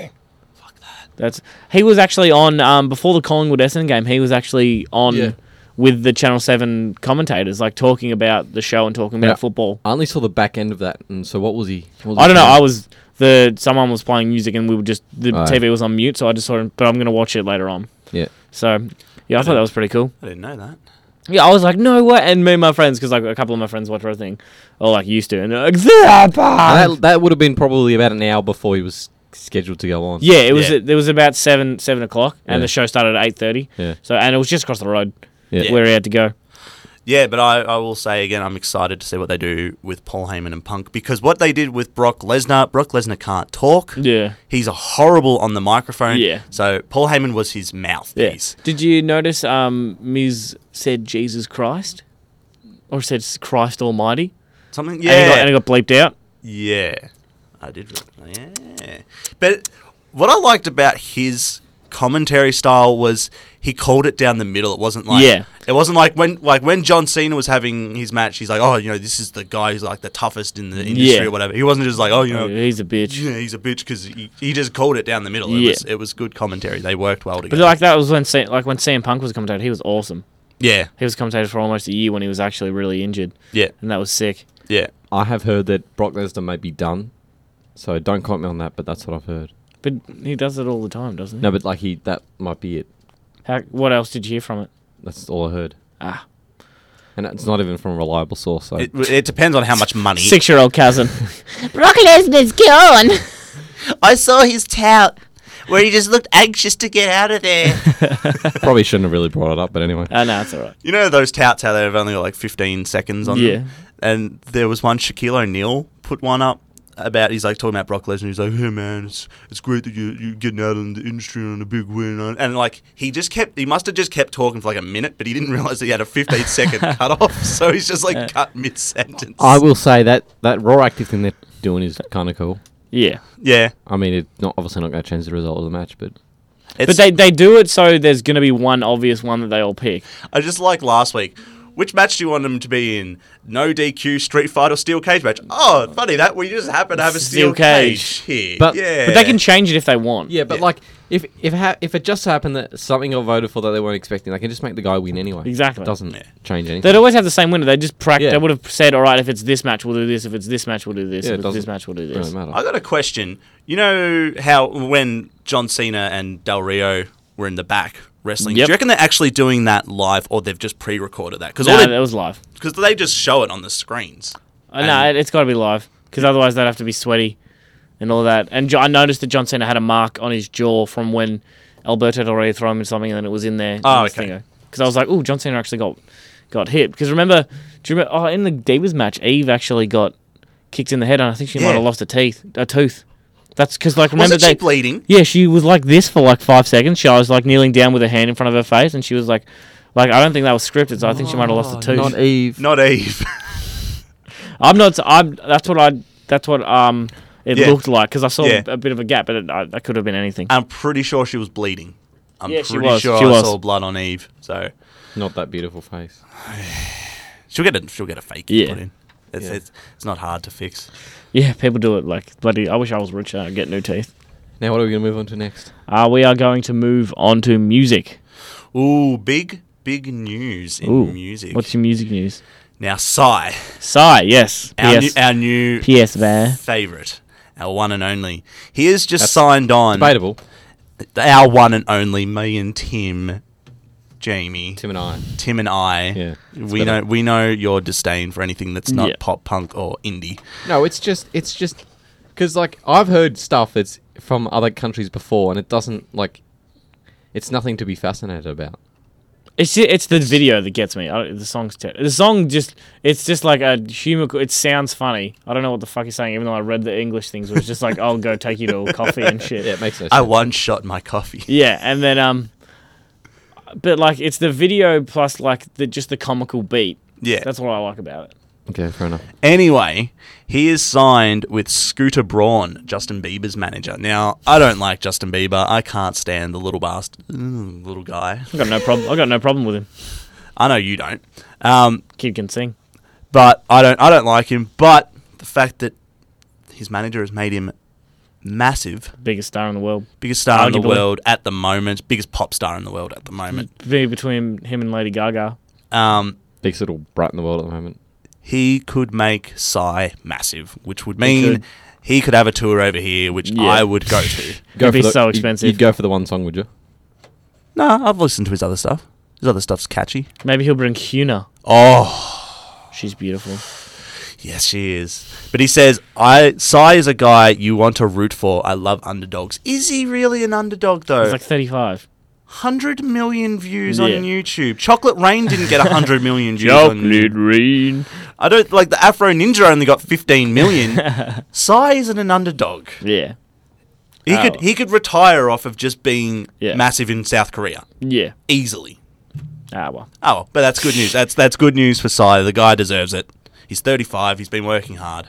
Speaker 1: That's he was actually on um, before the Collingwood Essendon game. He was actually on
Speaker 2: Yeah.
Speaker 1: with the Channel Seven commentators, like talking about the show and talking
Speaker 2: Yeah.
Speaker 1: about football.
Speaker 2: I only saw the back end of that, and so what was he? What was
Speaker 1: I
Speaker 2: he
Speaker 1: don't know.
Speaker 2: doing?
Speaker 1: I was the someone was playing music and we were just the
Speaker 2: Right.
Speaker 1: TV was on mute, so I just saw him. But I'm gonna watch it later on.
Speaker 2: Yeah.
Speaker 1: So yeah, I thought that was pretty cool.
Speaker 3: I didn't know that.
Speaker 1: Yeah, I was like, no way. And me and my friends, because like a couple of my friends watch wrestling, or like used to, and they're like, ah!" "Zap!"
Speaker 2: And that, that would have been probably about an hour before he was scheduled to go on.
Speaker 1: yeah, it was
Speaker 3: Yeah.
Speaker 1: it, was about seven seven o'clock, and
Speaker 2: Yeah.
Speaker 1: the show started at eight thirty.
Speaker 2: Yeah.
Speaker 1: So and it was just across the road
Speaker 2: Yeah.
Speaker 1: where he had to go.
Speaker 3: Yeah, but I, I will say again, I'm excited to see what they do with Paul Heyman and Punk because what they did with Brock Lesnar, Brock Lesnar can't talk.
Speaker 1: Yeah.
Speaker 3: He's a horrible on the microphone.
Speaker 1: Yeah.
Speaker 3: So Paul Heyman was his mouthpiece.
Speaker 1: Did you notice um Miz said Jesus Christ? Or said Christ Almighty?
Speaker 3: Something.
Speaker 1: And he
Speaker 3: Yeah.
Speaker 1: got, and he got bleeped out.
Speaker 3: Yeah, I did. re- Yeah, but what I liked about his commentary style was he called it down the middle. It wasn't like
Speaker 1: Yeah.
Speaker 3: It wasn't like when like when John Cena was having his match. He's like, oh, you know, this is the guy who's like the toughest in the industry
Speaker 1: Yeah.
Speaker 3: or whatever. He wasn't just like, oh, you know.
Speaker 1: He's a bitch.
Speaker 3: Yeah, he's a bitch because he, he just called it down the middle. It,
Speaker 1: Yeah.
Speaker 3: was, it was good commentary. They worked well
Speaker 1: But
Speaker 3: together.
Speaker 1: like that was when Sa- like when Sam Punk was commentator, he was awesome.
Speaker 3: yeah,
Speaker 1: He was commentator for almost a year when he was actually really injured,
Speaker 3: yeah,
Speaker 1: and that was sick.
Speaker 3: yeah.
Speaker 2: I have heard that Brock Lesnar may be done, so don't quote me on that. But that's what I've heard.
Speaker 1: But he does it all the time, doesn't he?
Speaker 2: No, but like he, that might be it.
Speaker 1: How, what else did you hear from it?
Speaker 2: That's all I heard,
Speaker 1: Ah,
Speaker 2: and it's not even from a reliable source. So
Speaker 3: It, it depends on how much money.
Speaker 1: six-year-old cousin.
Speaker 5: Brock Lesnar's gone.
Speaker 3: I saw his tout where he just looked anxious to get out of there.
Speaker 2: probably shouldn't have really brought it up, but anyway.
Speaker 1: oh no, it's all right.
Speaker 3: You know those touts how they've only got like 15 seconds on
Speaker 1: Yeah.
Speaker 3: them? And there was one, Shaquille O'Neal put one up about, he's like talking about Brock Lesnar. He's like, hey man, it's, it's great that you, you're getting out in the industry on a big win. And like, he just kept, he must have just kept talking for like a minute, but he didn't realize that he had a 15 second cutoff. So he's just like cut mid sentence.
Speaker 2: I will say that that raw active thing they're doing is kind of cool.
Speaker 1: Yeah,
Speaker 3: Yeah.
Speaker 2: I mean, it's not obviously not going to change the result of the match, but
Speaker 3: It's,
Speaker 1: but they they do it so there's gonna be one obvious one that they all pick.
Speaker 3: I just like last week. Which match do you want him to be in? No DQ, street fight, or steel cage match? Oh, funny that we just happen to have a
Speaker 1: Steel
Speaker 3: steel,
Speaker 1: cage.
Speaker 3: cage. here.
Speaker 2: But-
Speaker 3: yeah.
Speaker 1: But they can change it if they want.
Speaker 2: yeah, but
Speaker 3: Yeah.
Speaker 2: like if if ha- if it just happened that something got voted for that they weren't expecting, they can just make the guy win anyway.
Speaker 1: Exactly.
Speaker 2: it doesn¬
Speaker 3: Yeah.
Speaker 2: change anything.
Speaker 1: They'd always have the same winner. They just practice.
Speaker 2: Yeah.
Speaker 1: They would have said, "All right, if it's this match, we'll do this. If it's this match, we'll do this.
Speaker 2: Yeah, it
Speaker 1: if it's this
Speaker 2: doesn't
Speaker 1: match, we'll do
Speaker 2: It
Speaker 1: this."
Speaker 2: doesn't matter.
Speaker 3: I got a question. You know how when John Cena and Del Rio were in the back wrestling,
Speaker 1: Yep.
Speaker 3: do you reckon they're actually doing that live or they've just pre recorded that? Because
Speaker 1: No, that was live.
Speaker 3: they just show it on the screens.
Speaker 1: Uh, no,
Speaker 3: And-
Speaker 1: it, it's got to be live because otherwise they'd have to be sweaty and all that. And jo- I noticed that John Cena had a mark on his jaw from when Alberto Del Rio threw him in something, and then it was in there.
Speaker 3: Oh, okay.
Speaker 1: Because I was like, "Oh, John Cena actually got got hit." Because remember, do you remember? Oh, in the Divas match, Eve actually got kicked in the head, and I think she might
Speaker 3: Yeah.
Speaker 1: have lost a teeth, a tooth. That's because like remember
Speaker 3: Wasn't
Speaker 1: they
Speaker 3: she bleeding?
Speaker 1: Yeah, she was like this for like five seconds. She I was like kneeling down with her hand in front of her face, and she was like, like I don't think that was scripted. So I think she might have lost a tooth.
Speaker 2: Not Eve.
Speaker 3: Oh, Not Eve.
Speaker 1: I'm not. I'm. That's what I. That's what um. It
Speaker 3: Yeah.
Speaker 1: looked like because I saw
Speaker 3: Yeah. Um,
Speaker 1: a bit of a gap, but it, I, that could have been anything.
Speaker 3: I'm pretty sure she was bleeding. I'm
Speaker 1: Yeah, she
Speaker 3: pretty
Speaker 1: was.
Speaker 3: sure
Speaker 1: She
Speaker 3: I
Speaker 1: was.
Speaker 3: saw blood on Eve. So
Speaker 2: Not that beautiful face.
Speaker 3: she'll get a she'll get a fake
Speaker 1: Yeah.
Speaker 3: put in. It's, it's, it's not hard to fix.
Speaker 1: yeah, people do it like bloody. I wish I was richer and get new teeth.
Speaker 2: Now what are we going to move on to next?
Speaker 1: Uh, we are going to move on to music.
Speaker 3: Ooh, big big news in
Speaker 1: Ooh,
Speaker 3: music.
Speaker 1: What's your music news?
Speaker 3: now, Psy,
Speaker 1: Psy, yes.
Speaker 3: our
Speaker 1: P.S.
Speaker 3: new, our new
Speaker 1: P.S. There.
Speaker 3: favorite, our one and only. He has just signed on.
Speaker 2: Debatable.
Speaker 3: Our one and only, me and Tim, Jamie,
Speaker 2: Tim
Speaker 3: Tim,
Speaker 2: and I.
Speaker 3: and I.
Speaker 2: Yeah, it's
Speaker 3: we
Speaker 2: better.
Speaker 3: know we know your disdain for anything that's not
Speaker 1: Yeah.
Speaker 3: pop punk or indie.
Speaker 2: No, it's just it's just because like I've heard stuff that's from other countries before, and it doesn't like it's nothing to be fascinated about.
Speaker 1: It's ju- it's the video that gets me. I don't, the song's ter- the song just it's just like a humor. It sounds funny. I don't know what the fuck he's saying, even though I read the English things. It was just like I'll go take you to a coffee and shit.
Speaker 2: Yeah, it makes sense.
Speaker 3: I one shot my coffee.
Speaker 1: Yeah, and then um, but like it's the video plus like the just the comical beat.
Speaker 3: Yeah.
Speaker 1: That's what I like about it.
Speaker 2: okay, fair enough.
Speaker 3: Anyway, he is signed with Scooter Braun, Justin Bieber's manager. Now, I don't like Justin Bieber. I can't stand the little bastard, mm, little guy.
Speaker 1: I got no problem. I got no problem with him.
Speaker 3: I know you don't. Um,
Speaker 1: Kid can sing.
Speaker 3: but I don't. I don't like him. But the fact that his manager has made him massive,
Speaker 1: Biggest star in the world.
Speaker 3: biggest star in
Speaker 1: Arguably.
Speaker 3: the world at the moment, biggest pop star in the world at the moment.
Speaker 1: Be between him and Lady Gaga.
Speaker 3: Um,
Speaker 2: Biggest little brat in the world at the moment.
Speaker 3: he could make Psy massive, which would
Speaker 1: could.
Speaker 3: mean he could have a tour over here, which
Speaker 1: Yeah.
Speaker 3: I would go to.
Speaker 1: It'd be
Speaker 2: for the-
Speaker 1: so
Speaker 2: you-
Speaker 1: expensive.
Speaker 2: You'd go for the one song, would you?
Speaker 3: no, I've listened to his other stuff. His other stuff's catchy.
Speaker 1: Maybe he'll bring Huna.
Speaker 3: Oh,
Speaker 1: She's beautiful.
Speaker 3: yes, she is. But he says, "I Psy is a guy you want to root for. I love underdogs. Is he really an underdog though?
Speaker 1: He's like 35.
Speaker 3: hundred million views on
Speaker 1: Yeah.
Speaker 3: YouTube. Chocolate Rain didn't get hundred million views. on YouTube.
Speaker 1: Rain.
Speaker 3: I don't like the Afro Ninja only got fifteen million. Psy isn't an underdog.
Speaker 1: Yeah.
Speaker 3: He
Speaker 1: Oh.
Speaker 3: could he could retire off of just being
Speaker 1: Yeah.
Speaker 3: massive in South Korea
Speaker 1: Yeah.
Speaker 3: easily.
Speaker 1: Ah, well.
Speaker 3: Oh, but that's good news. That's that's good news for Psy. The guy deserves it. He's 35. He's been working hard.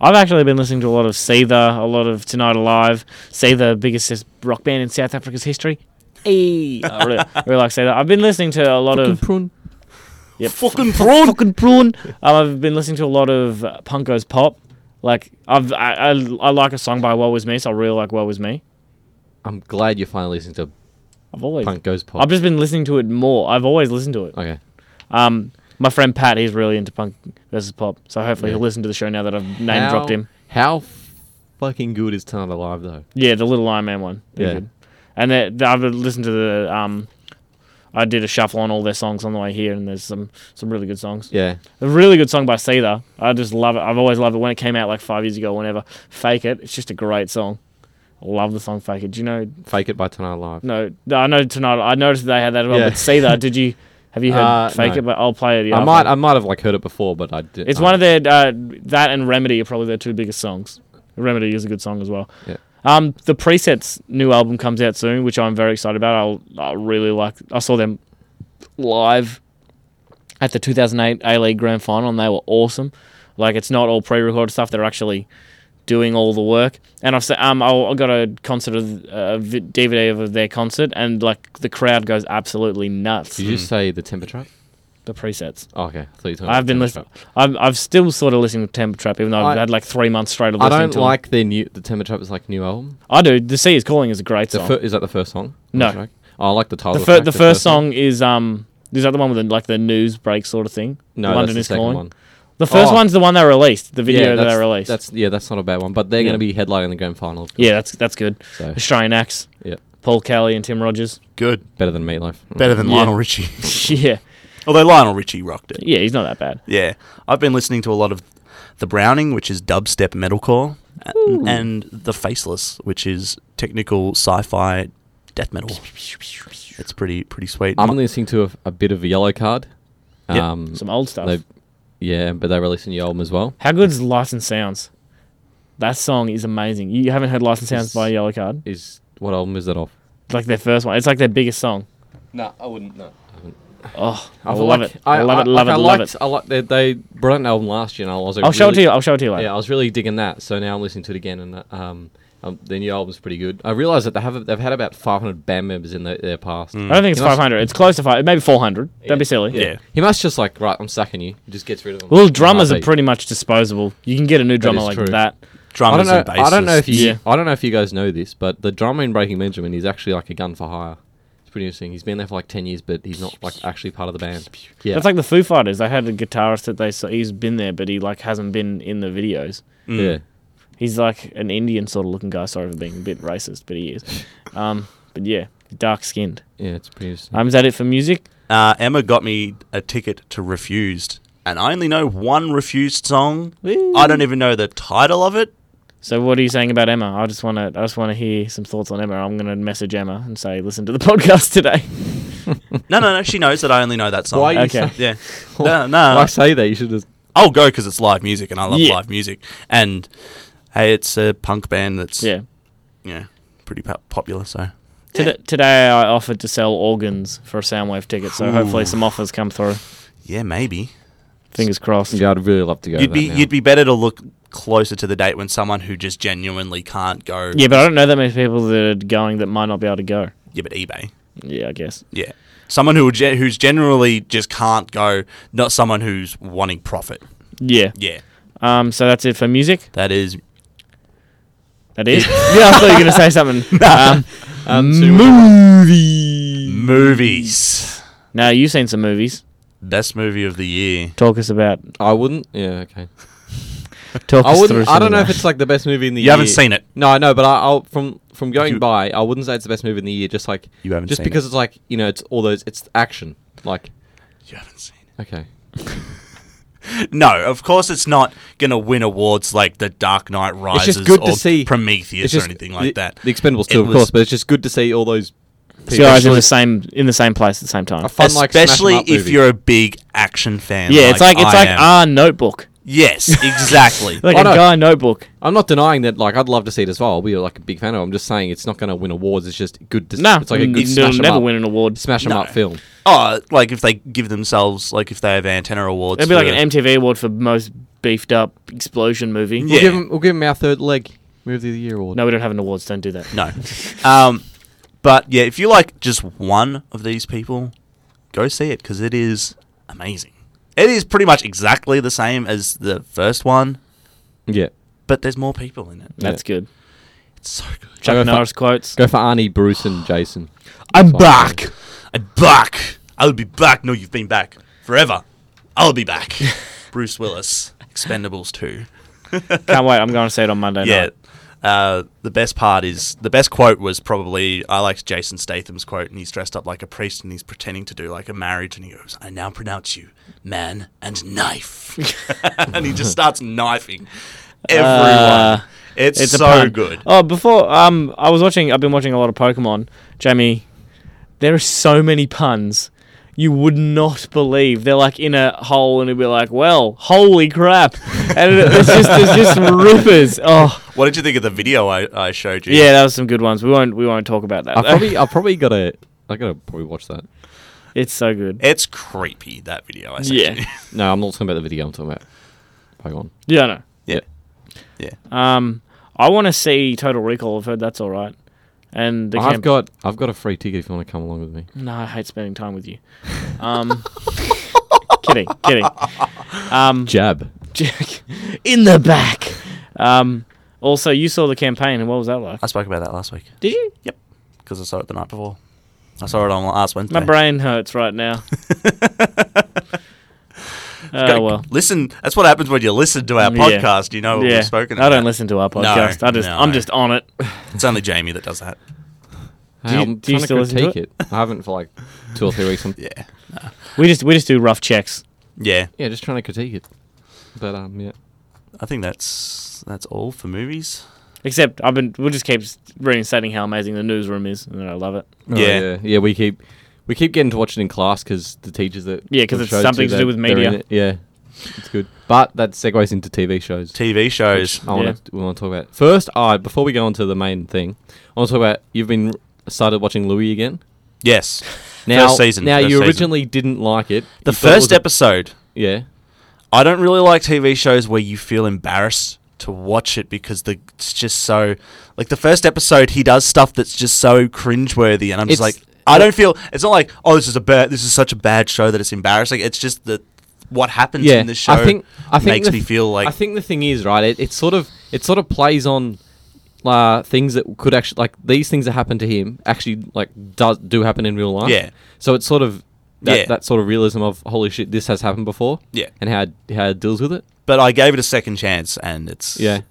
Speaker 1: I've actually been listening to a lot of Seether, a lot of Tonight Alive. Seether, biggest rock band in South Africa's history. Hey. I really, really like Seether. I've been listening to a lot of.
Speaker 2: prune.
Speaker 1: Yep.
Speaker 3: Fucking prawn.
Speaker 1: Fucking prawn. Um, I've been listening to a lot of uh, Punko's pop. Like I've I, I, I like a song by Woe Is Me, so I really like Woe Is Me.
Speaker 2: I'm glad you're finally listening to
Speaker 1: I've always
Speaker 2: Punk Goes Pop.
Speaker 1: I've just been listening to it more. I've always listened to it.
Speaker 2: okay.
Speaker 1: Um, my friend Pat, he's really into punk versus pop, so hopefully he'll listen to the show now that I've name
Speaker 2: How-
Speaker 1: dropped him.
Speaker 2: How fucking good is Tonight Alive though?
Speaker 1: Yeah, the Little Iron Man one. They're
Speaker 2: Yeah.
Speaker 1: good. And they- they- I've listened to the um, I did a shuffle on all their songs on the way here, and there's some some really good songs.
Speaker 2: Yeah.
Speaker 1: A really good song by Seether. I just love it. I've always loved it when it came out like five years ago. Whenever Fake It, it's just a great song. I love the song Fake It. Do you know?
Speaker 2: Fake It by Tonight Alive.
Speaker 1: No, no, I know tonight. I noticed they had that. One,
Speaker 2: Yeah.
Speaker 1: But Seether, did you? Have you heard
Speaker 2: Uh,
Speaker 1: Fake
Speaker 2: no.
Speaker 1: It? But I'll play it. yeah,
Speaker 2: I
Speaker 1: I'll
Speaker 2: might
Speaker 1: play it.
Speaker 2: I might have like heard it before, but I did.
Speaker 1: It's
Speaker 2: I-
Speaker 1: one of their uh, that and Remedy are probably their two biggest songs. Remedy is a good song as well.
Speaker 2: Yeah.
Speaker 1: Um, the Presets new album comes out soon, which I'm very excited about. I'll I really like. I saw them live at the 2008 A League Grand Final, and they were awesome. Like it's not all pre-recorded stuff; they're actually doing all the work. And I've se- um I I got a concert of a vi- DVD of their concert, and like the crowd goes absolutely nuts.
Speaker 2: Did you say the Temper Trap?
Speaker 1: The Presets.
Speaker 2: Oh, okay. I thought you were talking about
Speaker 1: I've been
Speaker 2: Temper
Speaker 1: listening.
Speaker 2: Trap.
Speaker 1: I'm I've still sort of listening to Temper Trap, even though I've
Speaker 2: I-
Speaker 1: had like three months straight of
Speaker 2: I
Speaker 1: listening
Speaker 2: don't
Speaker 1: to it.
Speaker 2: like their new. The Temper Trap is like new album.
Speaker 1: I do. The Sea is Calling is a great
Speaker 2: The
Speaker 1: song.
Speaker 2: fir- is that the first song?
Speaker 1: No.
Speaker 2: On track? Oh, I like the title.
Speaker 1: the, fir-
Speaker 2: track,
Speaker 1: the first, song is um is that the one with the, like the news break sort of thing?
Speaker 2: No,
Speaker 1: London
Speaker 2: that's
Speaker 1: is
Speaker 2: the second
Speaker 1: calling.
Speaker 2: one.
Speaker 1: The first
Speaker 2: Oh.
Speaker 1: one's the one they released. The video that
Speaker 2: that's,
Speaker 1: they released.
Speaker 2: That's yeah, that's not a bad one. But they're
Speaker 1: Yeah.
Speaker 2: going to be headlining the grand final. of course,
Speaker 1: yeah, that's that's good.
Speaker 2: So
Speaker 1: Australian acts.
Speaker 2: yeah,
Speaker 1: Paul Kelly and Tim Rogers.
Speaker 3: Good.
Speaker 2: better than Meatloaf. Mm.
Speaker 3: Better than
Speaker 1: Yeah.
Speaker 3: Lionel Richie.
Speaker 1: yeah,
Speaker 3: Although Lionel Richie rocked it.
Speaker 1: yeah, he's not that bad.
Speaker 3: Yeah. I've been listening to a lot of The Browning, which is dubstep metalcore, and, and The Faceless, which is technical sci-fi death metal. It's pretty pretty sweet.
Speaker 2: I'm listening to a, a bit of Yellow Card.
Speaker 3: Yep.
Speaker 2: Um,
Speaker 1: Some old stuff.
Speaker 2: they- yeah, but they're releasing the album as well.
Speaker 1: How good's License Sounds? That song is amazing. You haven't heard License Sounds by Yellow Card?
Speaker 2: Is what album is that off?
Speaker 1: Like their first one. It's like their biggest song.
Speaker 2: No, I wouldn't. No.
Speaker 1: Oh, I love
Speaker 2: like-
Speaker 1: it. I love it. Love
Speaker 2: like,
Speaker 1: it.
Speaker 2: I
Speaker 1: Love
Speaker 2: liked-
Speaker 1: it.
Speaker 2: I like they, they brought out an album last year, and I was. Like
Speaker 1: I'll
Speaker 2: really,
Speaker 1: show it to you. I'll show it to you later.
Speaker 2: Yeah, I was really digging that. So now I'm listening to it again, and um, um their new album's pretty good. I realized that they have they've had about 500 band members in their, their past.
Speaker 1: Mm. I don't think it's
Speaker 2: He must-
Speaker 1: 500. It's close to five. Maybe 400. Don't be silly.
Speaker 3: yeah.
Speaker 2: He must just like right. I'm sacking you. He just gets rid of them.
Speaker 1: Well, drummers are
Speaker 2: Heartbeat.
Speaker 1: pretty much disposable. You can get a new drummer
Speaker 2: is
Speaker 1: like
Speaker 2: true.
Speaker 1: that.
Speaker 2: I don't
Speaker 3: Drummers
Speaker 2: know.
Speaker 3: and bassists.
Speaker 2: I don't know if you.
Speaker 1: Yeah.
Speaker 2: I don't know if you guys know this, but the drummer in Breaking Benjamin is actually like a gun for hire. It's pretty interesting. He's been there for like ten years, but he's not like actually part of the band. Yeah,
Speaker 1: That's like the Foo Fighters. They had a guitarist that they so he's been there, but he like hasn't been in the videos.
Speaker 2: yeah.
Speaker 3: mm.
Speaker 1: He's like an Indian sort of looking guy. Sorry for being a bit racist, but he is. Um, but yeah, dark skinned.
Speaker 2: Yeah, it's pretty interesting.
Speaker 1: Um, is that it for music?
Speaker 3: Uh, Emma got me a ticket to Refused, and I only know one Refused song. I don't even know the title of it.
Speaker 1: So what are you saying about Emma? I just want to. I just want to hear some thoughts on Emma. I'm gonna message Emma and say, listen to the podcast today.
Speaker 3: No, no, no. She knows that I only know that song.
Speaker 2: Why you
Speaker 1: Okay.
Speaker 2: say-
Speaker 3: Yeah. No, no.
Speaker 2: Why say that? You should just.
Speaker 3: I'll go because it's live music, and I love
Speaker 1: Yeah.
Speaker 3: live music. And hey, it's a punk band that's
Speaker 1: Yeah.
Speaker 3: yeah, pretty po- popular. So
Speaker 1: Today, today I offered to sell organs for a Soundwave ticket, so hopefully some offers come through.
Speaker 3: yeah, maybe
Speaker 1: Fingers crossed.
Speaker 2: Yeah, I'd really love to go. to
Speaker 3: you'd
Speaker 2: that
Speaker 3: be
Speaker 2: now.
Speaker 3: you'd be better to look closer to the date when someone who just genuinely can't go.
Speaker 1: Yeah, but I don't know that many people that are going that might not be able to go.
Speaker 3: yeah, but eBay.
Speaker 1: Yeah, I guess.
Speaker 3: Yeah, someone who ge- who's generally just can't go, not someone who's wanting profit.
Speaker 1: Yeah.
Speaker 3: Yeah,
Speaker 1: Um. So that's it for music.
Speaker 3: that is.
Speaker 1: That is. yeah, I thought you were gonna say something. Um,
Speaker 2: Um, so you wanna-
Speaker 3: Movies.
Speaker 1: now you've seen some movies.
Speaker 3: Best movie of the year.
Speaker 1: Talk us about.
Speaker 2: I wouldn't. Yeah. Okay.
Speaker 1: Talk
Speaker 2: I
Speaker 1: us through.
Speaker 2: wouldn't. I
Speaker 1: some
Speaker 2: don't
Speaker 1: of
Speaker 2: know
Speaker 1: that.
Speaker 2: if it's like the best movie in the
Speaker 3: You
Speaker 2: year.
Speaker 3: haven't seen it.
Speaker 2: No, I know, but I, I'll from from going
Speaker 3: You-
Speaker 2: by, I wouldn't say it's the best movie in the year. Just like
Speaker 3: You haven't
Speaker 2: just
Speaker 3: seen
Speaker 2: because
Speaker 3: it.
Speaker 2: it's like you know, it's all those. It's action. Like
Speaker 3: You haven't seen it.
Speaker 2: okay,
Speaker 3: No, of course it's not going to win awards like The Dark Knight
Speaker 2: it's
Speaker 3: Rises
Speaker 2: just good
Speaker 3: or
Speaker 2: to see
Speaker 3: Prometheus
Speaker 2: it's just
Speaker 3: or anything
Speaker 2: the-
Speaker 3: like that.
Speaker 2: The Expendables
Speaker 3: It
Speaker 2: too, of
Speaker 3: was-
Speaker 2: course, but it's just good to see all those.
Speaker 1: Two guys in the same in the same place at the same time.
Speaker 2: A fun, like, smash 'em
Speaker 3: Especially
Speaker 2: up
Speaker 3: if
Speaker 2: movie.
Speaker 3: you're a big action fan.
Speaker 1: yeah, it's like it's
Speaker 3: I
Speaker 1: like
Speaker 3: am.
Speaker 1: our notebook,
Speaker 3: yes, exactly.
Speaker 1: like
Speaker 2: Oh,
Speaker 1: a
Speaker 2: no.
Speaker 1: guy notebook.
Speaker 2: I'm not denying that. Like, I'd love to see it as well. We're like a big fan of. it. I'm just saying it's not going to win awards. It's just good. to
Speaker 1: No,
Speaker 2: it's like a good
Speaker 1: mm, it'll
Speaker 2: smash 'em
Speaker 1: never
Speaker 2: up,
Speaker 1: win an award.
Speaker 2: smash 'em
Speaker 3: No.
Speaker 2: up film.
Speaker 3: oh, like if they give themselves, like if they have antenna awards.
Speaker 1: It'd be like
Speaker 3: for-
Speaker 1: an MTV award for most beefed up explosion movie.
Speaker 2: We'll
Speaker 3: Yeah.
Speaker 2: give him. We'll give him our third leg movie of the year award.
Speaker 1: No, we don't have an awards. Don't do that.
Speaker 3: No. Um, but yeah, if you like just one of these people, go see it because it is amazing. It is pretty much exactly the same as the first one,
Speaker 2: Yeah.
Speaker 3: but there's more people in it.
Speaker 1: That's good.
Speaker 3: It's so good.
Speaker 1: Chuck
Speaker 2: go for-
Speaker 1: Norris quotes.
Speaker 2: Go for Arnie, Bruce, and Jason.
Speaker 3: I'm
Speaker 2: back.
Speaker 3: I'm back. I'll be back. No, you've been back forever. I'll be back. Bruce Willis, Expendables 2.
Speaker 1: Can't wait. I'm going to say it on Monday
Speaker 3: yeah.
Speaker 1: night.
Speaker 3: Uh, the best part is the best quote was probably I liked Jason Statham's quote, and he's dressed up like a priest and he's pretending to do like a marriage, and he goes, "I now pronounce you man and knife," and he just starts knifing everyone.
Speaker 1: Uh,
Speaker 3: it's,
Speaker 1: It's a
Speaker 3: so
Speaker 1: pun.
Speaker 3: good.
Speaker 1: Oh, before um, I was watching. I've been watching a lot of Pokemon. Jamie, there are so many puns. You would not believe they're like in a hole, and it'd be like, "Well, holy crap!" And it, it's just it's just rippers. Oh,
Speaker 3: What did you think of the video I, I showed you?
Speaker 1: yeah, that was some good ones. We won't we won't talk about that.
Speaker 2: I probably, I probably gotta, I gotta probably watch that.
Speaker 1: it's so good.
Speaker 3: it's creepy that video. I sent
Speaker 1: Yeah.
Speaker 3: you.
Speaker 2: No, I'm not talking about the video. I'm talking about Pokemon.
Speaker 1: Yeah, I know.
Speaker 3: Yeah.
Speaker 1: Um, I want to see Total Recall. I've heard that's all right. And the
Speaker 2: I've
Speaker 1: camp-
Speaker 2: got, I've got a free ticket if you want to come along with me.
Speaker 1: no, I hate spending time with you. Um, kidding, kidding. Um,
Speaker 2: Jab.
Speaker 1: Jack, in the back. Um, also, you saw the campaign, and what was that like?
Speaker 3: I spoke about that last week
Speaker 1: Did you?
Speaker 3: because I saw it the night before. I saw it on last Wednesday.
Speaker 1: My brain hurts right now.
Speaker 3: Gotta
Speaker 1: Oh well.
Speaker 3: Listen, that's what happens when you listen to our
Speaker 1: Yeah.
Speaker 3: podcast. You know what
Speaker 1: Yeah,
Speaker 3: Oh, we've spoken about.
Speaker 1: I don't listen to our podcast. I just,
Speaker 3: no.
Speaker 1: I'm just on it.
Speaker 3: It's only Jamie that does that.
Speaker 1: Do you-
Speaker 2: I'm
Speaker 1: do you
Speaker 2: trying
Speaker 1: still
Speaker 2: to
Speaker 1: listen to
Speaker 2: critique it? I haven't for like two or three weeks. I'm, yeah.
Speaker 3: Yeah.
Speaker 1: We just, we just do rough checks.
Speaker 3: Yeah.
Speaker 2: just trying to critique it. But um, yeah.
Speaker 3: I think that's that's all for movies.
Speaker 1: Except I've been, we'll just keep reinstating how amazing the newsroom is, and I love it.
Speaker 2: Oh,
Speaker 3: Yeah.
Speaker 2: yeah, yeah. We keep, we keep getting to watch it in class because the teachers that
Speaker 1: Yeah, 'cause
Speaker 2: we've
Speaker 1: it's
Speaker 2: showed
Speaker 1: something to
Speaker 2: they're-
Speaker 1: do with
Speaker 2: they're in
Speaker 1: media.
Speaker 2: it. Yeah, it's good. But that segues into TV shows.
Speaker 3: TV shows.
Speaker 2: I want to we want to talk about first. I before we go on to the main thing, I want to talk about you've been started watching Louis again.
Speaker 3: Yes.
Speaker 2: Now,
Speaker 3: First season,
Speaker 2: Now
Speaker 3: first
Speaker 2: you
Speaker 3: season.
Speaker 2: originally didn't like it.
Speaker 3: The
Speaker 2: You thought it was
Speaker 3: first
Speaker 2: a-
Speaker 3: episode.
Speaker 2: yeah.
Speaker 3: I don't really like TV shows where you feel embarrassed to watch it because the it's just so like the first episode he does stuff that's just so cringeworthy and I'm just
Speaker 2: It's-
Speaker 3: like I don't feel it's not like oh this is a bad this is such a bad show that it's embarrassing it's just that what happens
Speaker 2: Yeah,
Speaker 3: in the show
Speaker 2: I think I think
Speaker 3: makes
Speaker 2: the-
Speaker 3: me feel like
Speaker 2: I think the thing is right. It, it sort of it sort of plays on uh, things that could actually like these things that happen to him actually like does do happen in real life.
Speaker 3: Yeah.
Speaker 2: So it's sort of that,
Speaker 3: Yeah.
Speaker 2: that sort of realism of holy shit this has happened before.
Speaker 3: Yeah.
Speaker 2: And how how it deals with it.
Speaker 3: but I gave it a second chance and it's
Speaker 2: Yeah.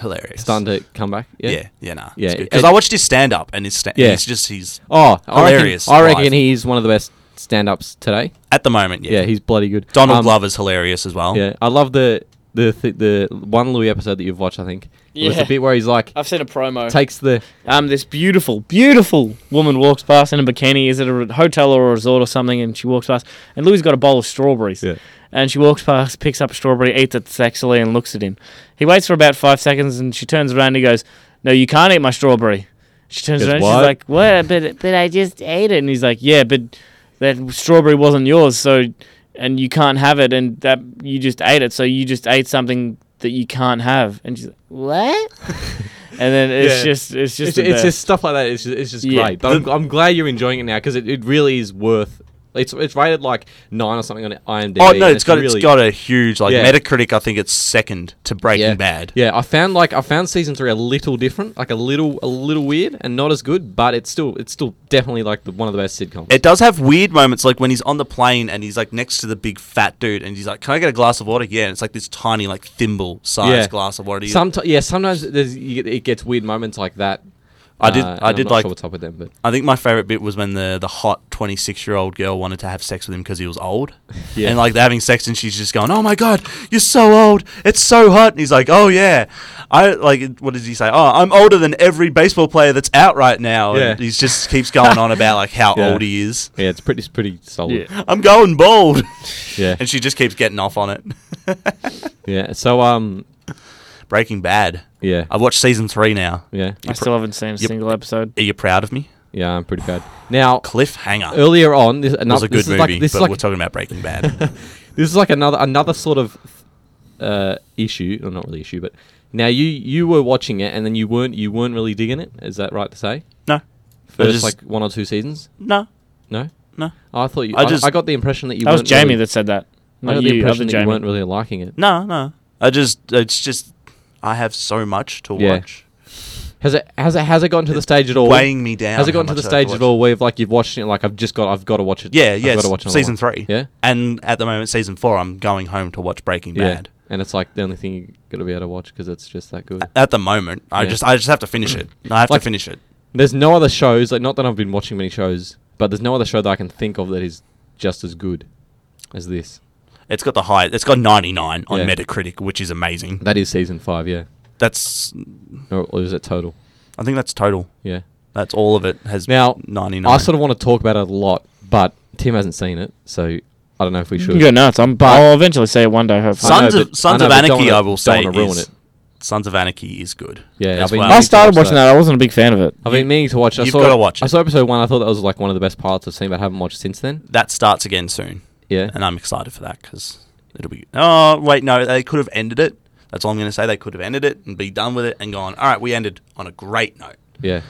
Speaker 3: hilarious
Speaker 2: Starting to come back. Yeah.
Speaker 3: yeah yeah, nah
Speaker 2: Yeah,
Speaker 3: because
Speaker 2: it-
Speaker 3: I watched his stand up and his sta-
Speaker 2: Yeah.
Speaker 3: he's just he's
Speaker 2: Oh, I
Speaker 3: Hilarious
Speaker 2: reckon, I reckon
Speaker 3: live.
Speaker 2: he's one of the best stand-ups today.
Speaker 3: at the moment yeah,
Speaker 2: Yeah, he's bloody good.
Speaker 3: Donald
Speaker 2: Um,
Speaker 3: Glover's hilarious as well
Speaker 2: Yeah, I love the the th- the one Louis episode that you've watched, I think. It was
Speaker 1: Yeah. Uh,
Speaker 2: the bit where he's like
Speaker 1: I've seen a promo.
Speaker 2: takes the
Speaker 1: um, this beautiful, beautiful woman walks past in a bikini. Is at a re- hotel or a resort or something? And she walks past, and Louis got a bowl of strawberries.
Speaker 2: Yeah.
Speaker 1: And she walks past, picks up a strawberry, eats it sexily, and looks at him. He waits for about five seconds, and she turns around and he goes, "No, you can't eat my strawberry." She turns
Speaker 2: Goes,
Speaker 1: around,
Speaker 2: "What?"
Speaker 1: she's like, "What? But but I just ate it." And he's like, "Yeah, but that strawberry wasn't yours, so and you can't have it, and that you just ate it, so you just ate something." That you can't have, and she's like,
Speaker 5: What?
Speaker 1: and then it's
Speaker 2: Yeah.
Speaker 1: just it's just
Speaker 2: it's,
Speaker 1: the
Speaker 2: it's
Speaker 1: best.
Speaker 2: just stuff like that. It's just, it's just
Speaker 1: Yeah.
Speaker 2: great. But I'm, I'm glad you're enjoying it now because it, it really is worth. It's it's rated like nine or something on IMDb.
Speaker 3: Oh
Speaker 2: and
Speaker 3: no, it's got
Speaker 2: really,
Speaker 3: it's got a huge like
Speaker 2: Yeah.
Speaker 3: Metacritic. I think it's second to Breaking
Speaker 2: yeah.
Speaker 3: Bad.
Speaker 2: Yeah, I found like I found season three a little different, like a little a little weird and not as good, but it's still it's still definitely like the, one of the best sitcoms.
Speaker 3: It does have weird moments, like when he's on the plane and he's like next to the big fat dude, and he's like, "Can I get a glass of water?" Yeah, and it's like this tiny, like thimble sized
Speaker 2: Yeah.
Speaker 3: glass of water. You-
Speaker 2: Sometimes yeah, sometimes there's, you get, it gets weird moments like that. Uh,
Speaker 3: I did-
Speaker 2: and
Speaker 3: I
Speaker 2: I'm
Speaker 3: did
Speaker 2: not
Speaker 3: like-
Speaker 2: sure what's up with them, but
Speaker 3: I think my favorite bit was when the the hot twenty six year old girl wanted to have sex with him because he was old,
Speaker 2: Yeah.
Speaker 3: and like they're having sex, and she's just going, "Oh my god, you're so old! It's so hot!" And he's like, "Oh yeah, I like what does he say? Oh, I'm older than every baseball player that's out right now."
Speaker 2: Yeah.
Speaker 3: And he just keeps going on about like how
Speaker 2: Yeah.
Speaker 3: old he is.
Speaker 2: yeah, it's pretty it's pretty solid.
Speaker 1: yeah.
Speaker 3: I'm going bald,
Speaker 2: Yeah, yeah.
Speaker 3: and she just keeps getting off on it.
Speaker 2: So um,
Speaker 3: Breaking Bad.
Speaker 2: yeah,
Speaker 3: I've watched season three now.
Speaker 2: yeah,
Speaker 1: I still haven't seen a single episode.
Speaker 3: Are you proud of me?
Speaker 2: yeah. I'm pretty bad. Now
Speaker 3: Cliffhanger
Speaker 2: earlier on, this
Speaker 3: was
Speaker 2: another
Speaker 3: a good
Speaker 2: this is
Speaker 3: movie,
Speaker 2: like this is
Speaker 3: but
Speaker 2: like
Speaker 3: we're talking about Breaking Bad.
Speaker 2: this is like another another sort of uh, issue, or not really issue, but now you you were watching it and then you weren't you weren't really digging it. Is that right to say?
Speaker 3: no,
Speaker 2: First
Speaker 3: just-
Speaker 2: like one or two seasons?
Speaker 3: no,
Speaker 2: No,
Speaker 3: no,
Speaker 2: I thought you. I,
Speaker 3: I
Speaker 2: just
Speaker 3: just-
Speaker 2: I got the impression that you.
Speaker 1: That was
Speaker 2: weren't
Speaker 1: Jamie
Speaker 2: really-
Speaker 1: that said that.
Speaker 2: I
Speaker 1: Not
Speaker 2: got the
Speaker 1: you,
Speaker 2: impression
Speaker 1: other
Speaker 2: that you weren't
Speaker 1: Jamie.
Speaker 2: really liking it.
Speaker 3: no, no. I just, it's just, I have so much to
Speaker 2: Yeah.
Speaker 3: watch.
Speaker 2: Has it has it has it gotten to the stage at all?
Speaker 3: weighing me down.
Speaker 2: Has it
Speaker 3: how
Speaker 2: gotten to
Speaker 3: much
Speaker 2: the
Speaker 3: I have
Speaker 2: stage
Speaker 3: to
Speaker 2: at
Speaker 3: watch.
Speaker 2: all where you've, like you've watched it? Like I've just got I've got to watch it.
Speaker 3: Yeah,
Speaker 2: I've
Speaker 3: yeah.
Speaker 2: got to
Speaker 3: it's
Speaker 2: watch another
Speaker 3: season
Speaker 2: one.
Speaker 3: three.
Speaker 2: Yeah,
Speaker 3: And at the moment, season four, I'm going home to watch Breaking
Speaker 2: yeah.
Speaker 3: Bad.
Speaker 2: And it's like the only thing you got to be able to watch because it's just that good.
Speaker 3: At the moment, I
Speaker 2: Yeah.
Speaker 3: just, I just have to finish it. I have
Speaker 2: Like-
Speaker 3: to finish it.
Speaker 2: There's no other shows, like not that I've been watching many shows, but there's no other show that I can think of that is just as good as this.
Speaker 3: It's got the high. It's got 99 on
Speaker 2: Yeah.
Speaker 3: Metacritic, which is amazing.
Speaker 2: That is season five, yeah.
Speaker 3: That's,
Speaker 2: Or, or is it total?
Speaker 3: I think that's total.
Speaker 2: Yeah.
Speaker 3: That's all of it. Has
Speaker 2: Now,
Speaker 3: 99.
Speaker 2: I sort of want to talk about it a lot, but Tim hasn't seen it, so I don't know if we
Speaker 1: You
Speaker 2: should.
Speaker 1: go nuts. I'm, but I'll eventually see it one day, hopefully.
Speaker 2: I know,
Speaker 3: Sons of-
Speaker 2: but-
Speaker 3: Sons
Speaker 2: I
Speaker 3: of
Speaker 2: know, but don't
Speaker 3: Anarchy,
Speaker 2: wanna-
Speaker 3: I will
Speaker 2: don't
Speaker 3: say,
Speaker 2: wanna ruin
Speaker 3: is-
Speaker 2: it.
Speaker 3: Sons of Anarchy is good.
Speaker 2: Yeah,
Speaker 3: as
Speaker 2: I mean-
Speaker 3: well.
Speaker 1: I
Speaker 2: I'll
Speaker 1: started
Speaker 2: watch
Speaker 1: watching
Speaker 2: that.
Speaker 1: that. I wasn't a big fan of it.
Speaker 2: I've been meaning to watch it. I
Speaker 3: You've
Speaker 2: saw
Speaker 3: gotta watch
Speaker 2: I
Speaker 3: it.
Speaker 2: saw episode one. I thought that was like one of the best pilots I've seen, but I haven't watched since then.
Speaker 3: that starts again soon,
Speaker 2: Yeah.
Speaker 3: and I'm excited for that because it'll be. Oh wait, no, they could have ended it. That's all I'm going to say. They could have ended it and be done with it and gone. All right, we ended on a great note.
Speaker 2: Yeah.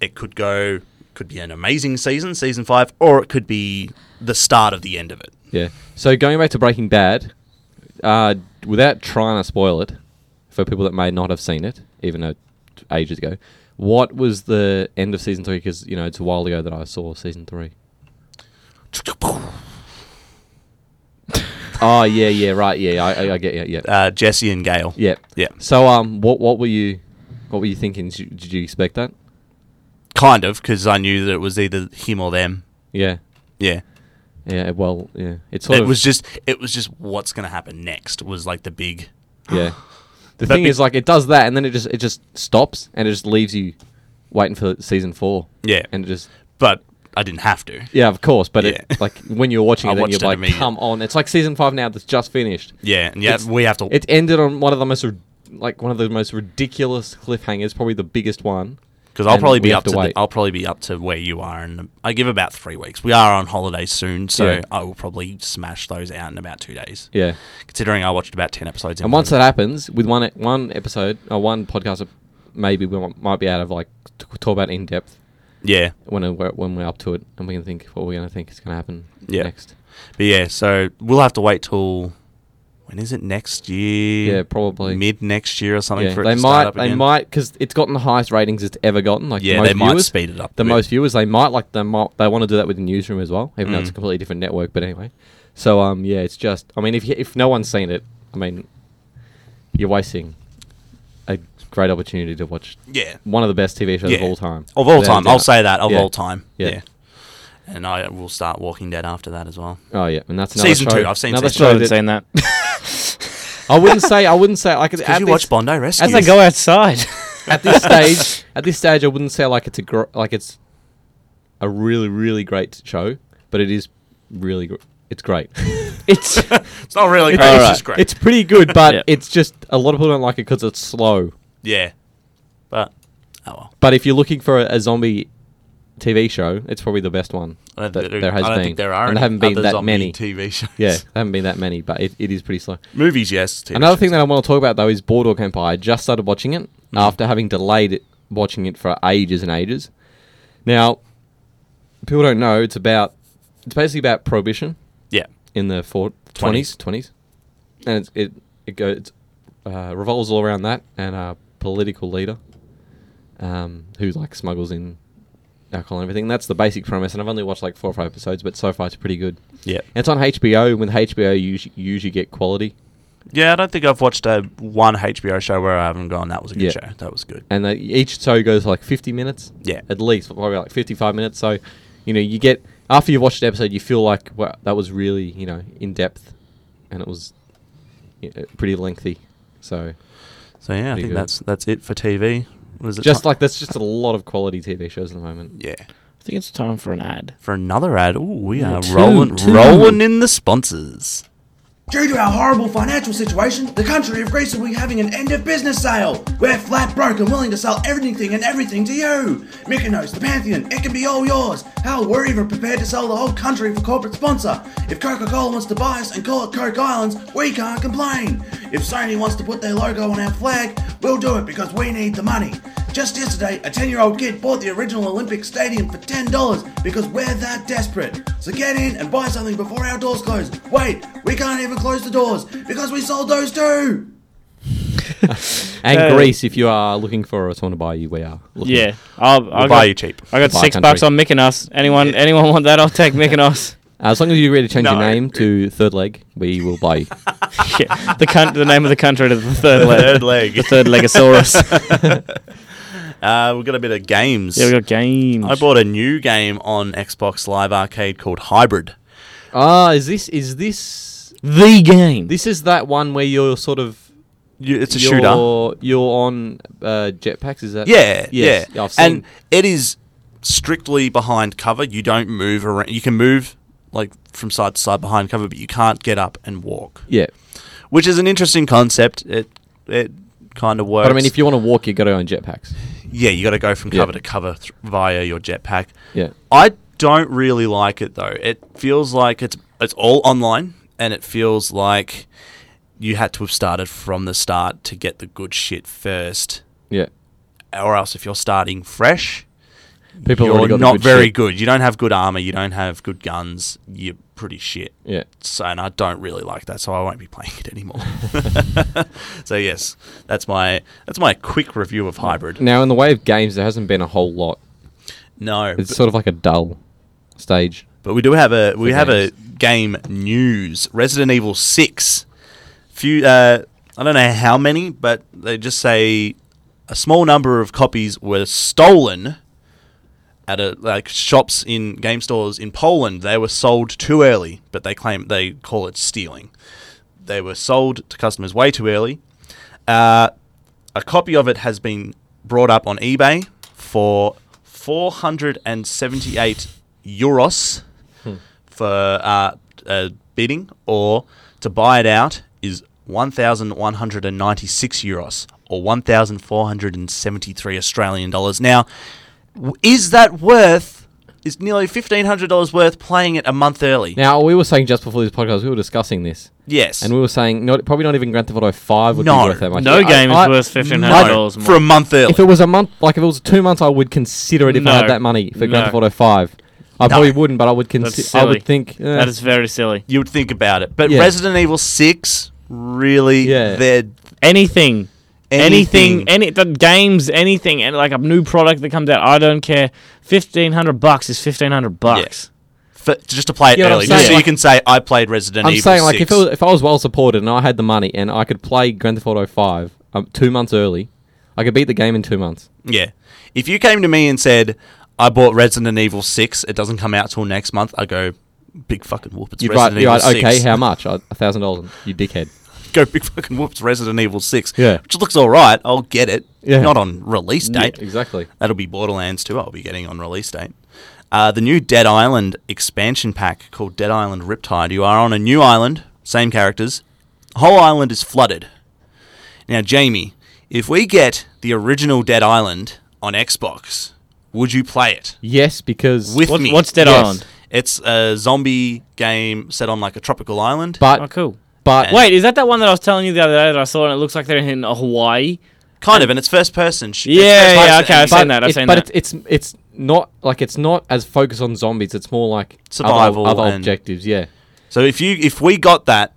Speaker 3: It could go. Could be an amazing season, season five, or it could be the start of the end of it.
Speaker 2: Yeah. So going back to Breaking Bad, uh, without trying to spoil it for people that may not have seen it, even though t- ages ago, what was the end of season three? Because you know it's a while ago that I saw season three. oh yeah, yeah, right, yeah, I, I, I get, yeah, yeah,
Speaker 3: Uh, Jesse and Gail.
Speaker 2: yeah,
Speaker 3: yeah.
Speaker 2: So um, what what were you, what were you thinking? Did you, did you expect that?
Speaker 3: Kind of, because I knew that it was either him or them.
Speaker 2: Yeah,
Speaker 3: Yeah.
Speaker 2: yeah. Well, yeah. It's sort
Speaker 3: it
Speaker 2: of
Speaker 3: was just. It was just what's going to happen next was like the big.
Speaker 2: Yeah. The
Speaker 3: That
Speaker 2: thing
Speaker 3: be-
Speaker 2: is, like, it does that, and then it just it just stops, and it just leaves you waiting for season four.
Speaker 3: Yeah.
Speaker 2: And it just
Speaker 3: But I didn't have to.
Speaker 2: yeah, of course, but
Speaker 3: Yeah.
Speaker 2: it like when you're watching
Speaker 3: I
Speaker 2: it, then
Speaker 3: watched
Speaker 2: you're
Speaker 3: it
Speaker 2: like,
Speaker 3: immediate-
Speaker 2: come on! It's like season five now that's just finished.
Speaker 3: Yeah, and yeah,
Speaker 2: It's-
Speaker 3: we have to.
Speaker 2: It ended on one of the most rid- like one of the most ridiculous cliffhangers, probably the biggest one.
Speaker 3: Because I'll
Speaker 2: and
Speaker 3: probably
Speaker 2: we
Speaker 3: be
Speaker 2: have
Speaker 3: up
Speaker 2: to
Speaker 3: to,
Speaker 2: wait.
Speaker 3: the, I'll probably be up to where you are, and I give about three weeks. We are on holiday soon, so
Speaker 2: Yeah.
Speaker 3: I will probably smash those out in about two days.
Speaker 2: Yeah.
Speaker 3: Considering I watched about ten episodes, in
Speaker 2: And
Speaker 3: one
Speaker 2: once that happens, with one e, one episode or one podcast, maybe we might be out of like t- talk about in depth
Speaker 3: yeah,
Speaker 2: when we're, when we're up to it, and we can think what we're going to think is going to happen
Speaker 3: Yeah.
Speaker 2: next.
Speaker 3: but yeah, so we'll have to wait till when is it next year?
Speaker 2: Yeah, probably.
Speaker 3: mid next year or something.
Speaker 2: Yeah,
Speaker 3: for it
Speaker 2: they
Speaker 3: to
Speaker 2: might,
Speaker 3: start up
Speaker 2: they
Speaker 3: again.
Speaker 2: might, because it's gotten the highest ratings it's ever gotten. Like the
Speaker 3: Yeah,
Speaker 2: most
Speaker 3: they might
Speaker 2: viewers,
Speaker 3: speed it up.
Speaker 2: the
Speaker 3: a bit.
Speaker 2: most viewers. They might like they might they want to do that with the newsroom as well, even though it's a
Speaker 3: Mm.
Speaker 2: completely different network. But anyway, so um, yeah, it's just. I mean, if you, if no one's seen it, I mean, you're wasting a great opportunity to watch
Speaker 3: Yeah,
Speaker 2: one of the best TV shows of
Speaker 3: Yeah.
Speaker 2: all time.
Speaker 3: of all
Speaker 2: Without a
Speaker 3: time, I'll
Speaker 2: doubt.
Speaker 3: say that of
Speaker 2: Yeah.
Speaker 3: all time.
Speaker 2: Yeah.
Speaker 3: Yeah. and I will start Walking Dead after that as well.
Speaker 2: Oh yeah, and that's another
Speaker 3: Season
Speaker 2: show-
Speaker 3: two, I've seen
Speaker 2: another
Speaker 1: I still
Speaker 2: show
Speaker 1: haven't
Speaker 2: that,
Speaker 1: seen that.
Speaker 2: I wouldn't say. I wouldn't say like it's
Speaker 3: Did
Speaker 2: at
Speaker 3: you
Speaker 2: this,
Speaker 3: watch Bondi Rescue?
Speaker 1: As they go outside.
Speaker 2: at this stage. At this stage, I wouldn't say like it's a gr- like it's a really really great show, but it is really gr- it's great.
Speaker 1: it's
Speaker 3: It's not really great.
Speaker 2: All
Speaker 3: It's
Speaker 2: right.
Speaker 3: just great.
Speaker 2: It's pretty good, but
Speaker 1: Yeah.
Speaker 2: it's just a lot of people don't like it because it's slow.
Speaker 3: yeah, but oh well.
Speaker 2: But if you're looking for a, a zombie TV show, it's probably the best one.
Speaker 3: I don't,
Speaker 2: that
Speaker 3: think, there,
Speaker 2: there has
Speaker 3: I don't
Speaker 2: been.
Speaker 3: think there are.
Speaker 2: and
Speaker 3: any
Speaker 2: there haven't been
Speaker 3: other
Speaker 2: that
Speaker 3: zombie
Speaker 2: many.
Speaker 3: TV shows.
Speaker 2: yeah, there haven't been that many, but it, it is pretty slow.
Speaker 3: movies, yes. TV
Speaker 2: Another
Speaker 3: shows.
Speaker 2: thing that I want to talk about though is Boardwalk Empire. I just started watching it
Speaker 3: Mm-hmm.
Speaker 2: after having delayed it, watching it for ages and ages. Now, people don't know it's about it's basically about prohibition
Speaker 3: yeah,
Speaker 2: in the four, 20s, 20s. And it's, it it goes it's, uh, revolves all around that and a political leader um, who like smuggles in alcohol and everything. And that's the basic premise. And I've only watched like four or five episodes, but so far it's pretty good.
Speaker 3: yeah,
Speaker 2: And it's on HBO. and With HBO, you usually, you usually get quality.
Speaker 3: yeah. I don't think I've watched a one HBO show where I haven't gone. That was a good
Speaker 2: Yeah.
Speaker 3: show. That was good.
Speaker 2: And they, each show goes like 50 minutes.
Speaker 3: Yeah.
Speaker 2: At least, probably like 55 minutes. So, you know, you get, after you've watched an episode, you feel like, wow, that was really, you know, in depth and it was you know, pretty lengthy. So,
Speaker 3: So yeah, I
Speaker 2: Pretty
Speaker 3: think
Speaker 2: good.
Speaker 3: that's that's it for TV. Was it
Speaker 2: just
Speaker 3: ti-
Speaker 2: like, that's just a lot of quality TV shows at the moment.
Speaker 3: yeah
Speaker 1: I think it's time for an ad.
Speaker 3: for another ad? Ooh, we
Speaker 2: Yeah,
Speaker 3: are
Speaker 2: two-
Speaker 3: rolling
Speaker 2: two.
Speaker 3: rolling in the sponsors.
Speaker 6: Due to our horrible financial situation, the country of Greece will be having an end of business sale. We're flat broke and willing to sell everything and everything to you. Mykonos, the Pantheon, it can be all yours. Hell, we're even prepared to sell the whole country for corporate sponsor. If Coca Cola wants to buy us and call it Coke Islands, we can't complain. If Sony wants to put their logo on our flag, we'll do it because we need the money. Just yesterday, a 10 year old kid bought the original Olympic Stadium for $10 because we're that desperate. So get in and buy something before our doors close. Wait, we can't even close the doors because we sold those too!
Speaker 2: And
Speaker 1: Uh,
Speaker 2: Greece, if you are looking for someone to buy you, we are. Looking.
Speaker 1: Yeah, I'll, I'll
Speaker 3: We'll buy you cheap.
Speaker 1: I got
Speaker 2: Buy
Speaker 1: six
Speaker 2: country.
Speaker 1: bucks on Mykonos. Anyone, anyone want that? I'll take Mykonos.
Speaker 2: Uh, As long as you agree to change
Speaker 3: No.
Speaker 2: your name to Third Leg, we will buy you.
Speaker 1: yeah. The cunt, the name of the country to the third leg.
Speaker 3: Third leg.
Speaker 1: The third legosaurus.
Speaker 3: Uh, we've got a bit of games.
Speaker 1: yeah, we got games.
Speaker 3: I bought a new game on Xbox Live Arcade called Hybrid.
Speaker 2: Ah, is this, is this,
Speaker 1: the game.
Speaker 2: this is that one where you're sort of
Speaker 3: Mm. You, it's a
Speaker 2: you're,
Speaker 3: shooter.
Speaker 2: You're on uh, jetpacks, is that?
Speaker 3: Yeah,
Speaker 2: Yes,
Speaker 3: yeah.
Speaker 2: I've seen.
Speaker 3: And it is strictly behind cover. You don't move around. You can move like from side to side behind cover, but you can't get up and walk,
Speaker 2: yeah,
Speaker 3: which is an interesting concept. It it kind of works.
Speaker 2: but I mean, if you want to walk, you got to own jetpacks.
Speaker 3: yeah, you got to go from
Speaker 2: Yeah.
Speaker 3: cover to cover th- via your jetpack.
Speaker 2: Yeah,
Speaker 3: I don't really like it though. It feels like it's it's all online, and it feels like you had to have started from the start to get the good shit first,
Speaker 2: yeah.
Speaker 3: or else if you're starting fresh,
Speaker 2: People
Speaker 3: you're
Speaker 2: already got the
Speaker 3: not
Speaker 2: good
Speaker 3: very
Speaker 2: shit.
Speaker 3: good. You don't have good armor. You don't have good guns. You're pretty shit.
Speaker 2: Yeah,
Speaker 3: So, and I don't really like that, so I won't be playing it anymore. so yes, that's my that's my quick review of hybrid.
Speaker 2: Now, in the way of games, there hasn't been a whole lot.
Speaker 3: No,
Speaker 2: It's
Speaker 3: but,
Speaker 2: sort of like a dull stage.
Speaker 3: but we do have a we
Speaker 2: For
Speaker 3: have a game news. Resident Evil Six. Few uh, I don't know how many, but they just say a small number of copies were stolen at a like shops in game stores in Poland. They were sold too early, but they claim they call it stealing. They were sold to customers way too early. Uh, a copy of it has been brought up on eBay for 478 euros for uh, uh, bidding, or to buy it out is 1,196 euros or 1,473 Australian dollars. Now, w- is that worth? Is nearly fifteen hundred dollars worth playing it a month early?
Speaker 2: Now, we were saying just before this podcast, we were discussing this,
Speaker 3: yes,
Speaker 2: and we were saying not probably not even Grand Theft Auto Five would
Speaker 3: No.
Speaker 2: be worth that much.
Speaker 1: no
Speaker 2: I-
Speaker 1: game
Speaker 2: I-
Speaker 1: is worth fifteen hundred
Speaker 3: no,
Speaker 1: dollars more.
Speaker 3: for a month early.
Speaker 2: If it was a month, like if it was two months, I would consider it if
Speaker 1: No.
Speaker 2: I had that money for
Speaker 1: No.
Speaker 2: Grand Theft Auto Five. I probably wouldn't, but I would
Speaker 1: That's
Speaker 2: consider. I
Speaker 1: silly.
Speaker 2: would think eh,
Speaker 1: that is very silly.
Speaker 3: you would think about it. But
Speaker 2: Yeah.
Speaker 3: Resident Evil Six, really,
Speaker 2: Yeah.
Speaker 3: they're
Speaker 1: Anything.
Speaker 3: anything.
Speaker 1: Anything, any the games, anything, and like a new product that comes out, I don't care. Fifteen hundred bucks is fifteen hundred bucks.
Speaker 3: for, just to play it
Speaker 2: Yeah, but I'm
Speaker 3: early, just
Speaker 2: saying,
Speaker 3: so you
Speaker 2: like-
Speaker 3: can say I played Resident
Speaker 2: I'm
Speaker 3: Evil.
Speaker 2: saying like
Speaker 3: 6.
Speaker 2: if it was, if I was well supported and I had the money and I could play Grand Theft Auto Five um, two months early, I could beat the game in two months.
Speaker 3: yeah, if you came to me and said I bought Resident Evil Six, it doesn't come out till next month, I go big fucking whoop. It's
Speaker 2: You'd
Speaker 3: Resident
Speaker 2: write, you'd
Speaker 3: Evil
Speaker 2: write,
Speaker 3: Six.
Speaker 2: okay, how much? A thousand dollars. You dickhead.
Speaker 3: go big fucking whoops Resident Evil 6.
Speaker 2: Yeah.
Speaker 3: Which looks all right. I'll get it.
Speaker 2: Yeah.
Speaker 3: Not on release date.
Speaker 2: exactly.
Speaker 3: That'll be Borderlands 2. I'll be getting on release date. Uh, the new Dead Island expansion pack called Dead Island Riptide. You are on a new island, same characters. Whole island is flooded. Now, Jamie, if we get the original Dead Island on Xbox, would you play it
Speaker 2: Yes, because
Speaker 3: with
Speaker 1: What's,
Speaker 3: me?
Speaker 1: what's Dead
Speaker 2: Yes.
Speaker 1: Island?
Speaker 3: It's a zombie game set on like a tropical island.
Speaker 2: but
Speaker 1: Oh, cool.
Speaker 2: but
Speaker 1: Wait, is that that one that I was telling you the other day that I saw and it looks like they're in Hawaii?
Speaker 3: kind of, and it's first person. sh- it's
Speaker 1: Yeah,
Speaker 3: first
Speaker 1: yeah,
Speaker 3: person.
Speaker 1: okay, I've
Speaker 2: but
Speaker 1: seen that, I've
Speaker 2: it-
Speaker 1: seen
Speaker 2: but
Speaker 1: that.
Speaker 2: it's it's it's not like it's not as focused on zombies. It's more like other-
Speaker 3: Survival
Speaker 2: other,
Speaker 3: and-
Speaker 2: objectives. Yeah.
Speaker 3: So if you if we got that,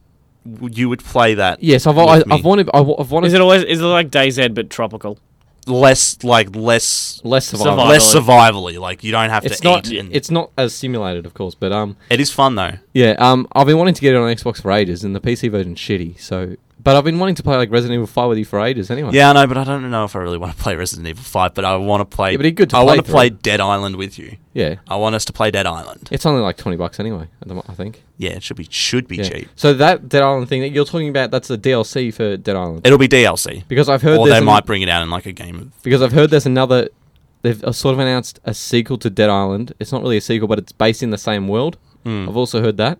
Speaker 3: w- you would play that.
Speaker 2: Yes, I've I,
Speaker 3: with me.
Speaker 2: I've wanted I, have wanted
Speaker 1: Is it always is it like DayZ but tropical?
Speaker 3: less like less
Speaker 2: less survival.
Speaker 1: survival.
Speaker 3: less survivally. Like you don't have
Speaker 2: It's
Speaker 3: to
Speaker 2: not
Speaker 3: eat. And
Speaker 2: it's not as simulated, of course, but um
Speaker 3: it is fun though.
Speaker 2: yeah um I've been wanting to get it on Xbox for ages, and the PC version's shitty. So, but I've been wanting to play like Resident Evil Five with you for ages anyway.
Speaker 3: Yeah, I know, but I don't know if I really want to play Resident Evil Five. But I want to play.
Speaker 2: Yeah, but it'd be good to
Speaker 3: I
Speaker 2: play
Speaker 3: want to
Speaker 2: through.
Speaker 3: play Dead Island with you.
Speaker 2: yeah.
Speaker 3: I want us to play Dead Island.
Speaker 2: It's only like twenty bucks anyway. at the mo- I think.
Speaker 3: Yeah, it should be should be
Speaker 2: Yeah.
Speaker 3: cheap.
Speaker 2: So that Dead Island thing that you're talking about, that's the DLC for Dead Island.
Speaker 3: It'll be DLC,
Speaker 2: Because I've heard
Speaker 3: or
Speaker 2: there's
Speaker 3: they
Speaker 2: an-
Speaker 3: might bring it out in like a game. of...
Speaker 2: because I've heard there's another. They've uh, sort of announced a sequel to Dead Island. It's not really a sequel, but it's based in the same world.
Speaker 3: Hmm.
Speaker 2: I've also heard that.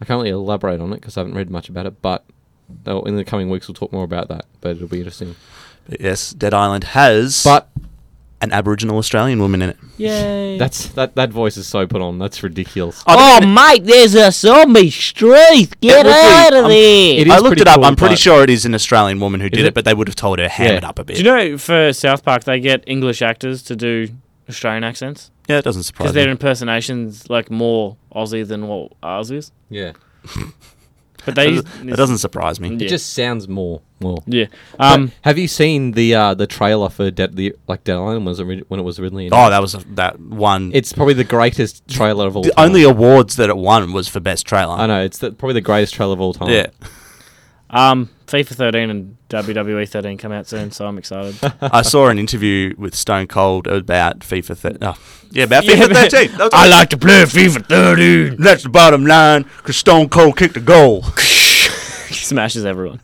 Speaker 2: I can't really elaborate on it because I haven't read much about it, but they'll- in the coming weeks we'll talk more about that. But it'll be interesting.
Speaker 3: But yes, Dead Island has
Speaker 2: But
Speaker 3: an Aboriginal Australian woman in it.
Speaker 1: Yay.
Speaker 2: that's that that voice is so put on. That's ridiculous.
Speaker 5: Oh, mate, there's a zombie streak. Get
Speaker 3: was weird.
Speaker 5: out of
Speaker 3: I'm-
Speaker 5: there.
Speaker 2: It is
Speaker 3: I looked
Speaker 2: pretty
Speaker 3: it up.
Speaker 2: cool,
Speaker 3: I'm pretty
Speaker 2: but-
Speaker 3: sure it is an Australian woman who did it?
Speaker 2: it?
Speaker 3: but they would have told her ham
Speaker 2: Yeah.
Speaker 3: it up a bit.
Speaker 1: Do you know for South Park they get English actors to do Australian accents
Speaker 3: yeah, it doesn't
Speaker 1: because
Speaker 3: surprise
Speaker 1: their
Speaker 3: me.
Speaker 1: impersonations like more Aussie than what ours is.
Speaker 2: Yeah,
Speaker 1: But
Speaker 3: It
Speaker 1: they
Speaker 3: doesn't- it doesn't surprise me.
Speaker 1: Yeah.
Speaker 2: it just sounds more more.
Speaker 1: yeah.
Speaker 2: Um,
Speaker 1: Um,
Speaker 2: have you seen the uh, the trailer for Dead the like Dead Island was ori- when it was originally?
Speaker 3: Oh,
Speaker 2: announced?
Speaker 3: that was a, that one.
Speaker 2: it's probably the greatest trailer of all.
Speaker 3: the
Speaker 2: time.
Speaker 3: only awards that it won was for best trailer.
Speaker 2: I know it's the, probably the greatest trailer of all time.
Speaker 3: Yeah,
Speaker 1: um, FIFA 13 and WWE 13 come out soon, so I'm excited.
Speaker 3: I saw an interview with Stone Cold about FIFA. Thir- oh, yeah, about
Speaker 1: Yeah,
Speaker 3: FIFA
Speaker 1: but-
Speaker 3: 13. That was-
Speaker 1: I like to play FIFA 13.
Speaker 3: That's the bottom line. Cause Stone Cold kicked a goal
Speaker 1: Smashes everyone.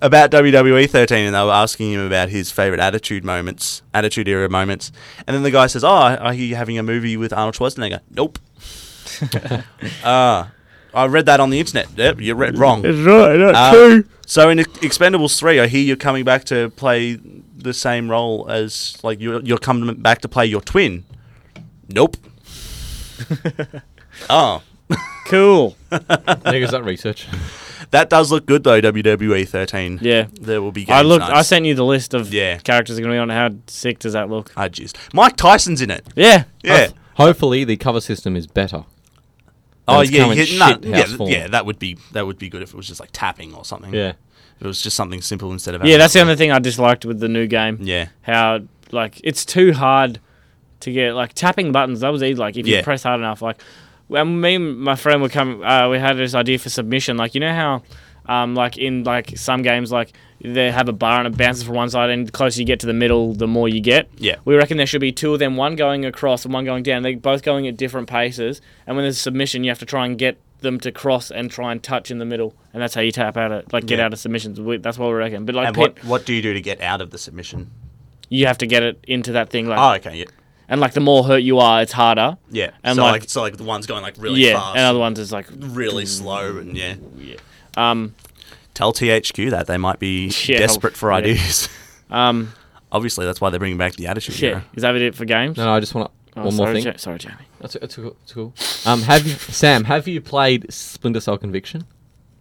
Speaker 3: about WWE 13, and they were asking him about his favorite Attitude moments, Attitude era moments, and then the guy says, "Oh, are you having a movie with Arnold Schwarzenegger?" Nope. uh, I read that on the internet. Yep, you read wrong.
Speaker 1: right.
Speaker 3: Uh, So in Ex- Expendables three, I hear you're coming back to play the same role as like you're you're coming back to play your twin. Nope. oh,
Speaker 1: cool.
Speaker 2: there goes that research.
Speaker 3: that does look good though. WWE thirteen.
Speaker 1: Yeah.
Speaker 3: there will be. Games
Speaker 1: I looked.
Speaker 3: nights.
Speaker 1: I sent you the list of
Speaker 3: Yeah.
Speaker 1: characters are going to be on. it. How sick does that look?
Speaker 3: I just Ah, Mike Tyson's in it.
Speaker 1: Yeah.
Speaker 3: Yeah.
Speaker 2: Hopefully, the cover system is better.
Speaker 3: oh
Speaker 2: it's
Speaker 3: yeah,
Speaker 2: coming
Speaker 3: yeah, no,
Speaker 2: shit
Speaker 3: yeah,
Speaker 2: house form.
Speaker 3: yeah. That would be that would be good if it was just like tapping or something.
Speaker 2: Yeah,
Speaker 3: If it was just something simple instead of
Speaker 1: Yeah. That's the only thing I disliked with the new game.
Speaker 3: yeah.
Speaker 1: How like it's too hard to get like tapping buttons. That was easy. Like if
Speaker 3: Yeah.
Speaker 1: you press hard enough, like when me and my friend were coming, uh, we had this idea for submission. Like you know how. Um, like in like some games, like they have a bar and it bounces from one side, and the closer you get to the middle, the more you get.
Speaker 3: Yeah.
Speaker 1: We reckon there should be two of them, one going across and one going down. They're both going at different paces. And when there's submission, you have to try and get them to cross and try and touch in the middle. And that's how you tap out of, like, get
Speaker 3: Yeah.
Speaker 1: out of submissions. We, that's what we reckon. But, like,
Speaker 3: And
Speaker 1: pit,
Speaker 3: what what do you do to get out of the submission?
Speaker 1: you have to get it into that thing. Like,
Speaker 3: Oh, okay, yeah.
Speaker 1: and, like, the more hurt you are, it's harder.
Speaker 3: Yeah,
Speaker 1: And,
Speaker 3: so like,
Speaker 1: like-
Speaker 3: so like the one's going like really
Speaker 1: yeah.
Speaker 3: fast,
Speaker 1: And other ones is like,
Speaker 3: really slow,
Speaker 2: Mm.
Speaker 3: and yeah.
Speaker 1: um,
Speaker 3: Tell THQ that they might be
Speaker 1: Yeah,
Speaker 3: desperate for
Speaker 1: yeah.
Speaker 3: ideas.
Speaker 1: um,
Speaker 3: Obviously, that's why they're bringing back the attitude.
Speaker 1: shit.
Speaker 3: Era.
Speaker 1: Is that it for games?
Speaker 2: no, no I just want
Speaker 1: Oh,
Speaker 2: one more
Speaker 1: sorry,
Speaker 2: thing.
Speaker 1: Ja- sorry, Jamie.
Speaker 2: That's, that's cool. That's cool. Um, have you, Sam? Have you played Splinter Cell Conviction?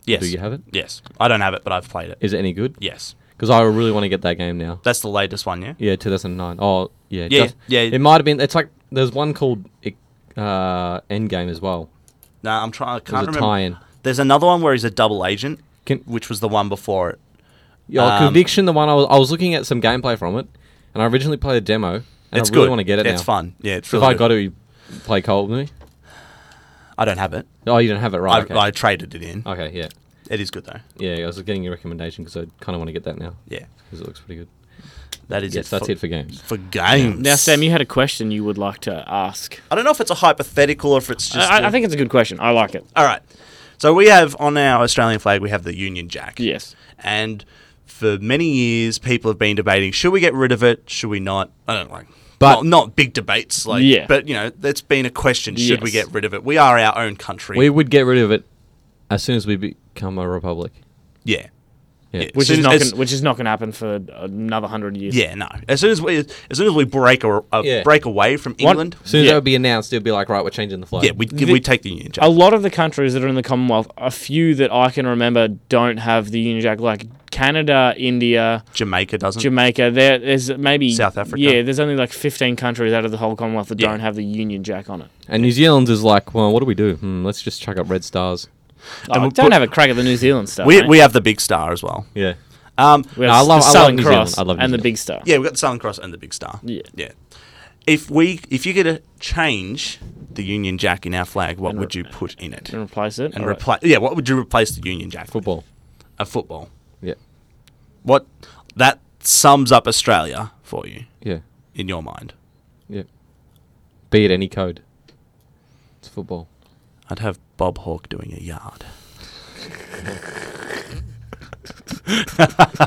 Speaker 3: Yes,
Speaker 2: Do you have it?
Speaker 3: Yes, I don't have it, but I've played it.
Speaker 2: Is it any good?
Speaker 3: Yes,
Speaker 2: Because I really want to get that game now.
Speaker 3: that's the latest one. Yeah,
Speaker 2: Yeah, 2009. Oh, yeah.
Speaker 3: Yeah,
Speaker 2: just-
Speaker 3: yeah.
Speaker 2: It might have been. It's like there's one called uh, Endgame as well.
Speaker 3: no, I'm trying. I
Speaker 2: There's
Speaker 3: can't
Speaker 2: a
Speaker 3: remember.
Speaker 2: tie-in.
Speaker 3: There's another one where he's a double agent,
Speaker 2: Can,
Speaker 3: which was the one before it.
Speaker 2: Yeah, like
Speaker 3: Um,
Speaker 2: Conviction, the one I was, I was looking at some gameplay from it, and I originally played a demo, and
Speaker 3: it's
Speaker 2: I really
Speaker 3: good.
Speaker 2: want to get it
Speaker 3: It's
Speaker 2: now.
Speaker 3: fun. Yeah, it's
Speaker 2: So
Speaker 3: really
Speaker 2: if I
Speaker 3: good.
Speaker 2: got it, you play cold with me?
Speaker 3: I don't have it.
Speaker 2: Oh, you don't have it right. okay. Oh.
Speaker 3: I, I traded it in.
Speaker 2: okay, yeah.
Speaker 3: It is good though.
Speaker 2: Yeah, I was getting your recommendation because I kind of want to get that now
Speaker 3: Yeah,
Speaker 2: because it looks pretty good.
Speaker 3: that is
Speaker 2: Yes,
Speaker 3: it.
Speaker 2: that's
Speaker 3: for,
Speaker 2: it for games.
Speaker 3: for games.
Speaker 1: Now, Sam, you had a question you would like to ask.
Speaker 3: I don't know if it's a hypothetical or if it's just.
Speaker 1: I,
Speaker 3: a-
Speaker 1: I think it's a good question. I like it.
Speaker 3: All right. So we have on our Australian flag, we have the Union Jack.
Speaker 1: Yes.
Speaker 3: And for many years, people have been debating should we get rid of it? Should we not? I don't like.
Speaker 2: But-
Speaker 3: not, not big debates, like,
Speaker 1: Yeah.
Speaker 3: but you know, that's been a question. Should we
Speaker 1: Yes.
Speaker 3: get rid of it? We are our own country.
Speaker 2: We would get rid of it as soon as we become a republic.
Speaker 3: yeah,
Speaker 2: Yeah.
Speaker 3: Yeah.
Speaker 1: Which
Speaker 3: Soon
Speaker 1: is not
Speaker 3: as-
Speaker 1: gonna, which is not going to happen for another hundred years.
Speaker 3: yeah, no. As soon as we, as soon as we break or uh,
Speaker 2: Yeah.
Speaker 3: break away from England,
Speaker 2: As soon as
Speaker 1: Yeah.
Speaker 2: that would be announced, it'd be like, right, we're changing the flag.
Speaker 3: yeah, we we take the Union Jack.
Speaker 1: A lot of the countries that are in the Commonwealth, a few that I can remember don't have the Union Jack, like Canada, India,
Speaker 3: Jamaica doesn't.
Speaker 1: Jamaica. There, there's maybe
Speaker 3: South Africa.
Speaker 1: Yeah, there's only like 15 countries out of the whole Commonwealth that
Speaker 3: Yeah.
Speaker 1: don't have the Union Jack on it.
Speaker 2: And New Zealand is like, well, what do we do? Hmm, let's just chuck up red stars.
Speaker 1: Oh,
Speaker 3: we'll
Speaker 1: don't
Speaker 3: put-
Speaker 1: have a crack at the New Zealand stuff.
Speaker 3: we
Speaker 1: mate.
Speaker 3: we have the big star as well.
Speaker 2: Yeah.
Speaker 3: Um,
Speaker 1: We have
Speaker 2: No, I love-
Speaker 1: the
Speaker 2: I love
Speaker 1: Southern
Speaker 2: New Zealand.
Speaker 1: Cross
Speaker 2: I love New
Speaker 1: and the
Speaker 2: Zealand.
Speaker 1: Big Star.
Speaker 3: Yeah, we've got the Southern Cross and the Big Star.
Speaker 1: Yeah.
Speaker 3: Yeah. If we if you get to change the Union Jack in our flag, what would you put in it?
Speaker 1: And replace it.
Speaker 3: And
Speaker 1: Alright.
Speaker 3: replace yeah, what would you replace the Union Jack? with?
Speaker 2: Football.
Speaker 3: A football.
Speaker 2: Yeah.
Speaker 3: What that sums up Australia for you
Speaker 2: Yeah.
Speaker 3: in your mind.
Speaker 2: Yeah. Be it any code. It's football.
Speaker 3: I'd have Bob Hawke doing a yard.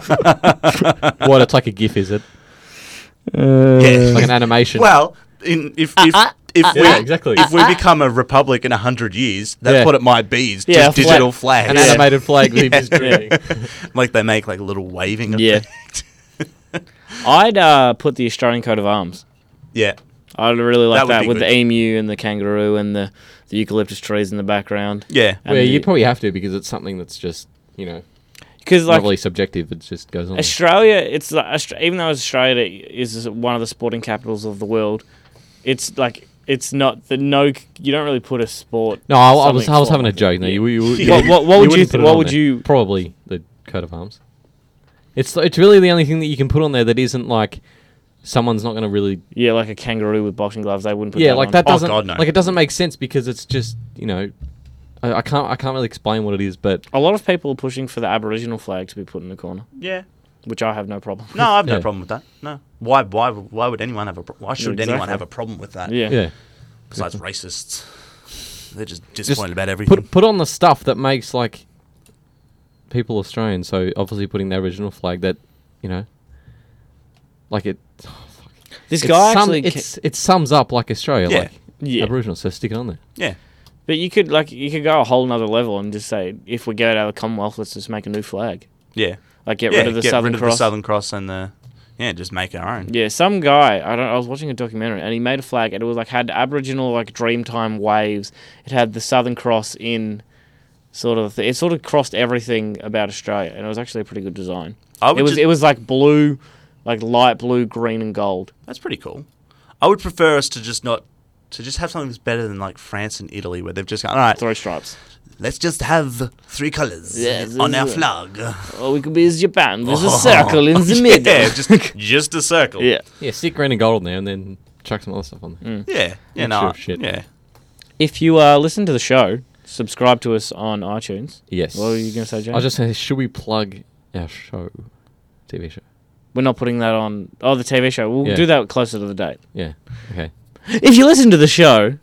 Speaker 2: what? It's like a GIF, is it?
Speaker 3: yeah.
Speaker 2: Like an Ah, animation.
Speaker 3: well, in if if, if we
Speaker 2: Yeah, exactly. Ah,
Speaker 3: if we become a republic in hundred years, that's
Speaker 2: Yeah.
Speaker 3: what it might be. Is just
Speaker 1: Yeah, a flag-
Speaker 3: digital flags.
Speaker 2: an animated flag that he was drawing.
Speaker 3: like they make like a little waving.
Speaker 1: Yeah.
Speaker 3: effect.
Speaker 1: I'd uh, put the Australian coat of arms.
Speaker 3: yeah.
Speaker 1: I really like
Speaker 3: That would
Speaker 1: that,
Speaker 3: be
Speaker 1: with
Speaker 3: good.
Speaker 1: the emu and the kangaroo and the, the eucalyptus trees in the background.
Speaker 3: Yeah.
Speaker 1: And
Speaker 2: Well,
Speaker 1: the-
Speaker 2: you probably have to because it's something that's just, you know,
Speaker 1: Because
Speaker 2: not
Speaker 1: like
Speaker 2: really subjective. It just goes on.
Speaker 1: Australia, it's like Austra- even though Australia is one of the sporting capitals of the world, it's like it's not the no. You don't really put a sport.
Speaker 2: No, I, I was
Speaker 1: something
Speaker 2: I was
Speaker 1: for-
Speaker 2: having a joke. No, you, you, you,
Speaker 1: What- what- what would you
Speaker 2: wouldn't
Speaker 1: th-
Speaker 2: put it
Speaker 1: what
Speaker 2: on
Speaker 1: would
Speaker 2: there.
Speaker 1: you-
Speaker 2: probably the coat of arms? It's it's really the only thing that you can put on there that isn't like someone's not going to really
Speaker 1: Yeah, like a kangaroo with boxing gloves. They wouldn't put.
Speaker 2: yeah
Speaker 1: that
Speaker 2: like
Speaker 1: on.
Speaker 2: that
Speaker 3: Oh,
Speaker 2: doesn't
Speaker 3: God, no.
Speaker 2: like it doesn't make sense because it's just you know I, I can't I can't really explain what it is but
Speaker 1: A lot of people are pushing for the Aboriginal flag to be put in the corner,
Speaker 3: Yeah.
Speaker 1: which I have no problem.
Speaker 3: No, I have no
Speaker 2: Yeah.
Speaker 3: problem with that. No. Why? Why? Why would anyone have a? Pro- why should anyone
Speaker 1: exactly.
Speaker 3: have a problem with that?
Speaker 1: Yeah.
Speaker 2: yeah
Speaker 3: Besides racists, they're just
Speaker 2: just
Speaker 3: disappointed about everything.
Speaker 2: put put on the stuff that makes like people Australian so obviously putting the Aboriginal flag that you know like it
Speaker 1: This
Speaker 2: it
Speaker 1: guy
Speaker 2: sum-
Speaker 1: actually. ca-
Speaker 2: it's, it sums up like Australia
Speaker 3: Yeah.
Speaker 2: like
Speaker 1: Yeah.
Speaker 2: Aboriginal so stick it on there
Speaker 3: yeah.
Speaker 1: But you could like you could go a whole nother level and just say if we get out of the Commonwealth, let's just make a new flag.
Speaker 3: Yeah.
Speaker 1: Like get
Speaker 3: yeah,
Speaker 1: rid of the
Speaker 3: get
Speaker 1: Southern
Speaker 3: rid
Speaker 1: Cross.
Speaker 3: of the Southern Cross and the yeah, just make our own.
Speaker 1: Yeah, some guy. I don't. I was watching a documentary, and he made a flag, and it was like had Aboriginal like Dreamtime waves. It had the Southern Cross in, sort of. Th- it sort of crossed everything about Australia, and it was actually a pretty good design.
Speaker 3: I
Speaker 1: It
Speaker 3: would
Speaker 1: was.
Speaker 3: just-
Speaker 1: It was like blue, like light blue, green, and gold.
Speaker 3: That's pretty cool. I would prefer us to just not to just have something that's better than like France and Italy, where they've just gone. All right,
Speaker 1: Three stripes.
Speaker 3: let's just have three colors
Speaker 1: Yes,
Speaker 3: on our
Speaker 1: yeah.
Speaker 3: flag.
Speaker 1: Or we could be as Japan. There's a circle in the middle.
Speaker 3: Oh, yeah, just just a circle.
Speaker 1: yeah.
Speaker 2: yeah stick green and gold on there and then chuck some other stuff on
Speaker 1: Mm.
Speaker 2: there
Speaker 3: yeah, yeah.
Speaker 2: Mixture
Speaker 3: No,
Speaker 2: of shit.
Speaker 3: yeah.
Speaker 1: If you uh, listen to the show, subscribe to us on iTunes.
Speaker 2: yes
Speaker 1: What were you gonna say, James?
Speaker 2: I was just saying should we plug our show TV show
Speaker 1: We're not putting that on. Oh, the TV show. We'll
Speaker 2: Yeah.
Speaker 1: do that closer to the date.
Speaker 2: yeah okay
Speaker 1: If you listen to the show,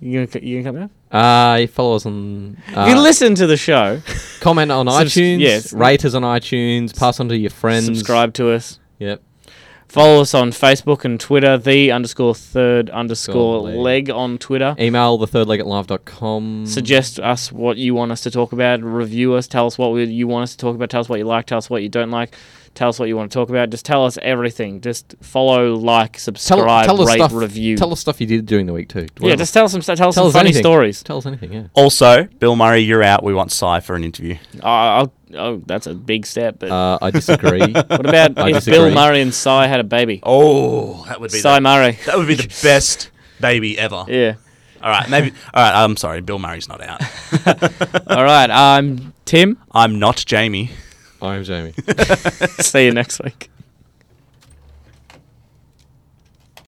Speaker 1: you gonna you gonna come out?
Speaker 2: uh you follow us on uh,
Speaker 1: if you listen to the show,
Speaker 2: comment on
Speaker 1: Subs-
Speaker 2: iTunes
Speaker 1: yes.
Speaker 2: rate us on iTunes pass on to your friends
Speaker 1: subscribe to us.
Speaker 2: yep
Speaker 1: Follow us on Facebook and Twitter. The underscore third underscore
Speaker 2: Leg.
Speaker 1: leg on Twitter.
Speaker 2: email the third leg at live.com
Speaker 1: Mm. Suggest us what you want us to talk about. Review us. Tell us what we, you want us to talk about. Tell us what you like. Tell us what you don't like. Tell us what you want to talk about. Just tell us everything. Just follow, like, subscribe, rate,
Speaker 2: stuff,
Speaker 1: review.
Speaker 2: Tell us stuff you did during the week too.
Speaker 1: yeah, just tell us some stu- tell us
Speaker 2: Tell
Speaker 1: some
Speaker 2: us
Speaker 1: funny
Speaker 2: anything.
Speaker 1: stories.
Speaker 2: tell us anything. Yeah.
Speaker 3: Also, Bill Murray, you're out. We want Cy for an interview.
Speaker 1: Oh, I'll, oh, that's a big step. But
Speaker 2: Uh, I disagree.
Speaker 1: what about
Speaker 2: I
Speaker 1: if Bill
Speaker 2: disagree.
Speaker 1: Murray and Cy had a baby?
Speaker 3: Oh, that would be
Speaker 1: Cy
Speaker 3: the,
Speaker 1: Murray.
Speaker 3: that would be the best baby ever.
Speaker 1: Yeah.
Speaker 3: All right, maybe. All right, I'm sorry. Bill Murray's not out.
Speaker 1: All right. I'm Tim.
Speaker 3: I'm not Jamie.
Speaker 2: I'm Jamie.
Speaker 1: See you next week.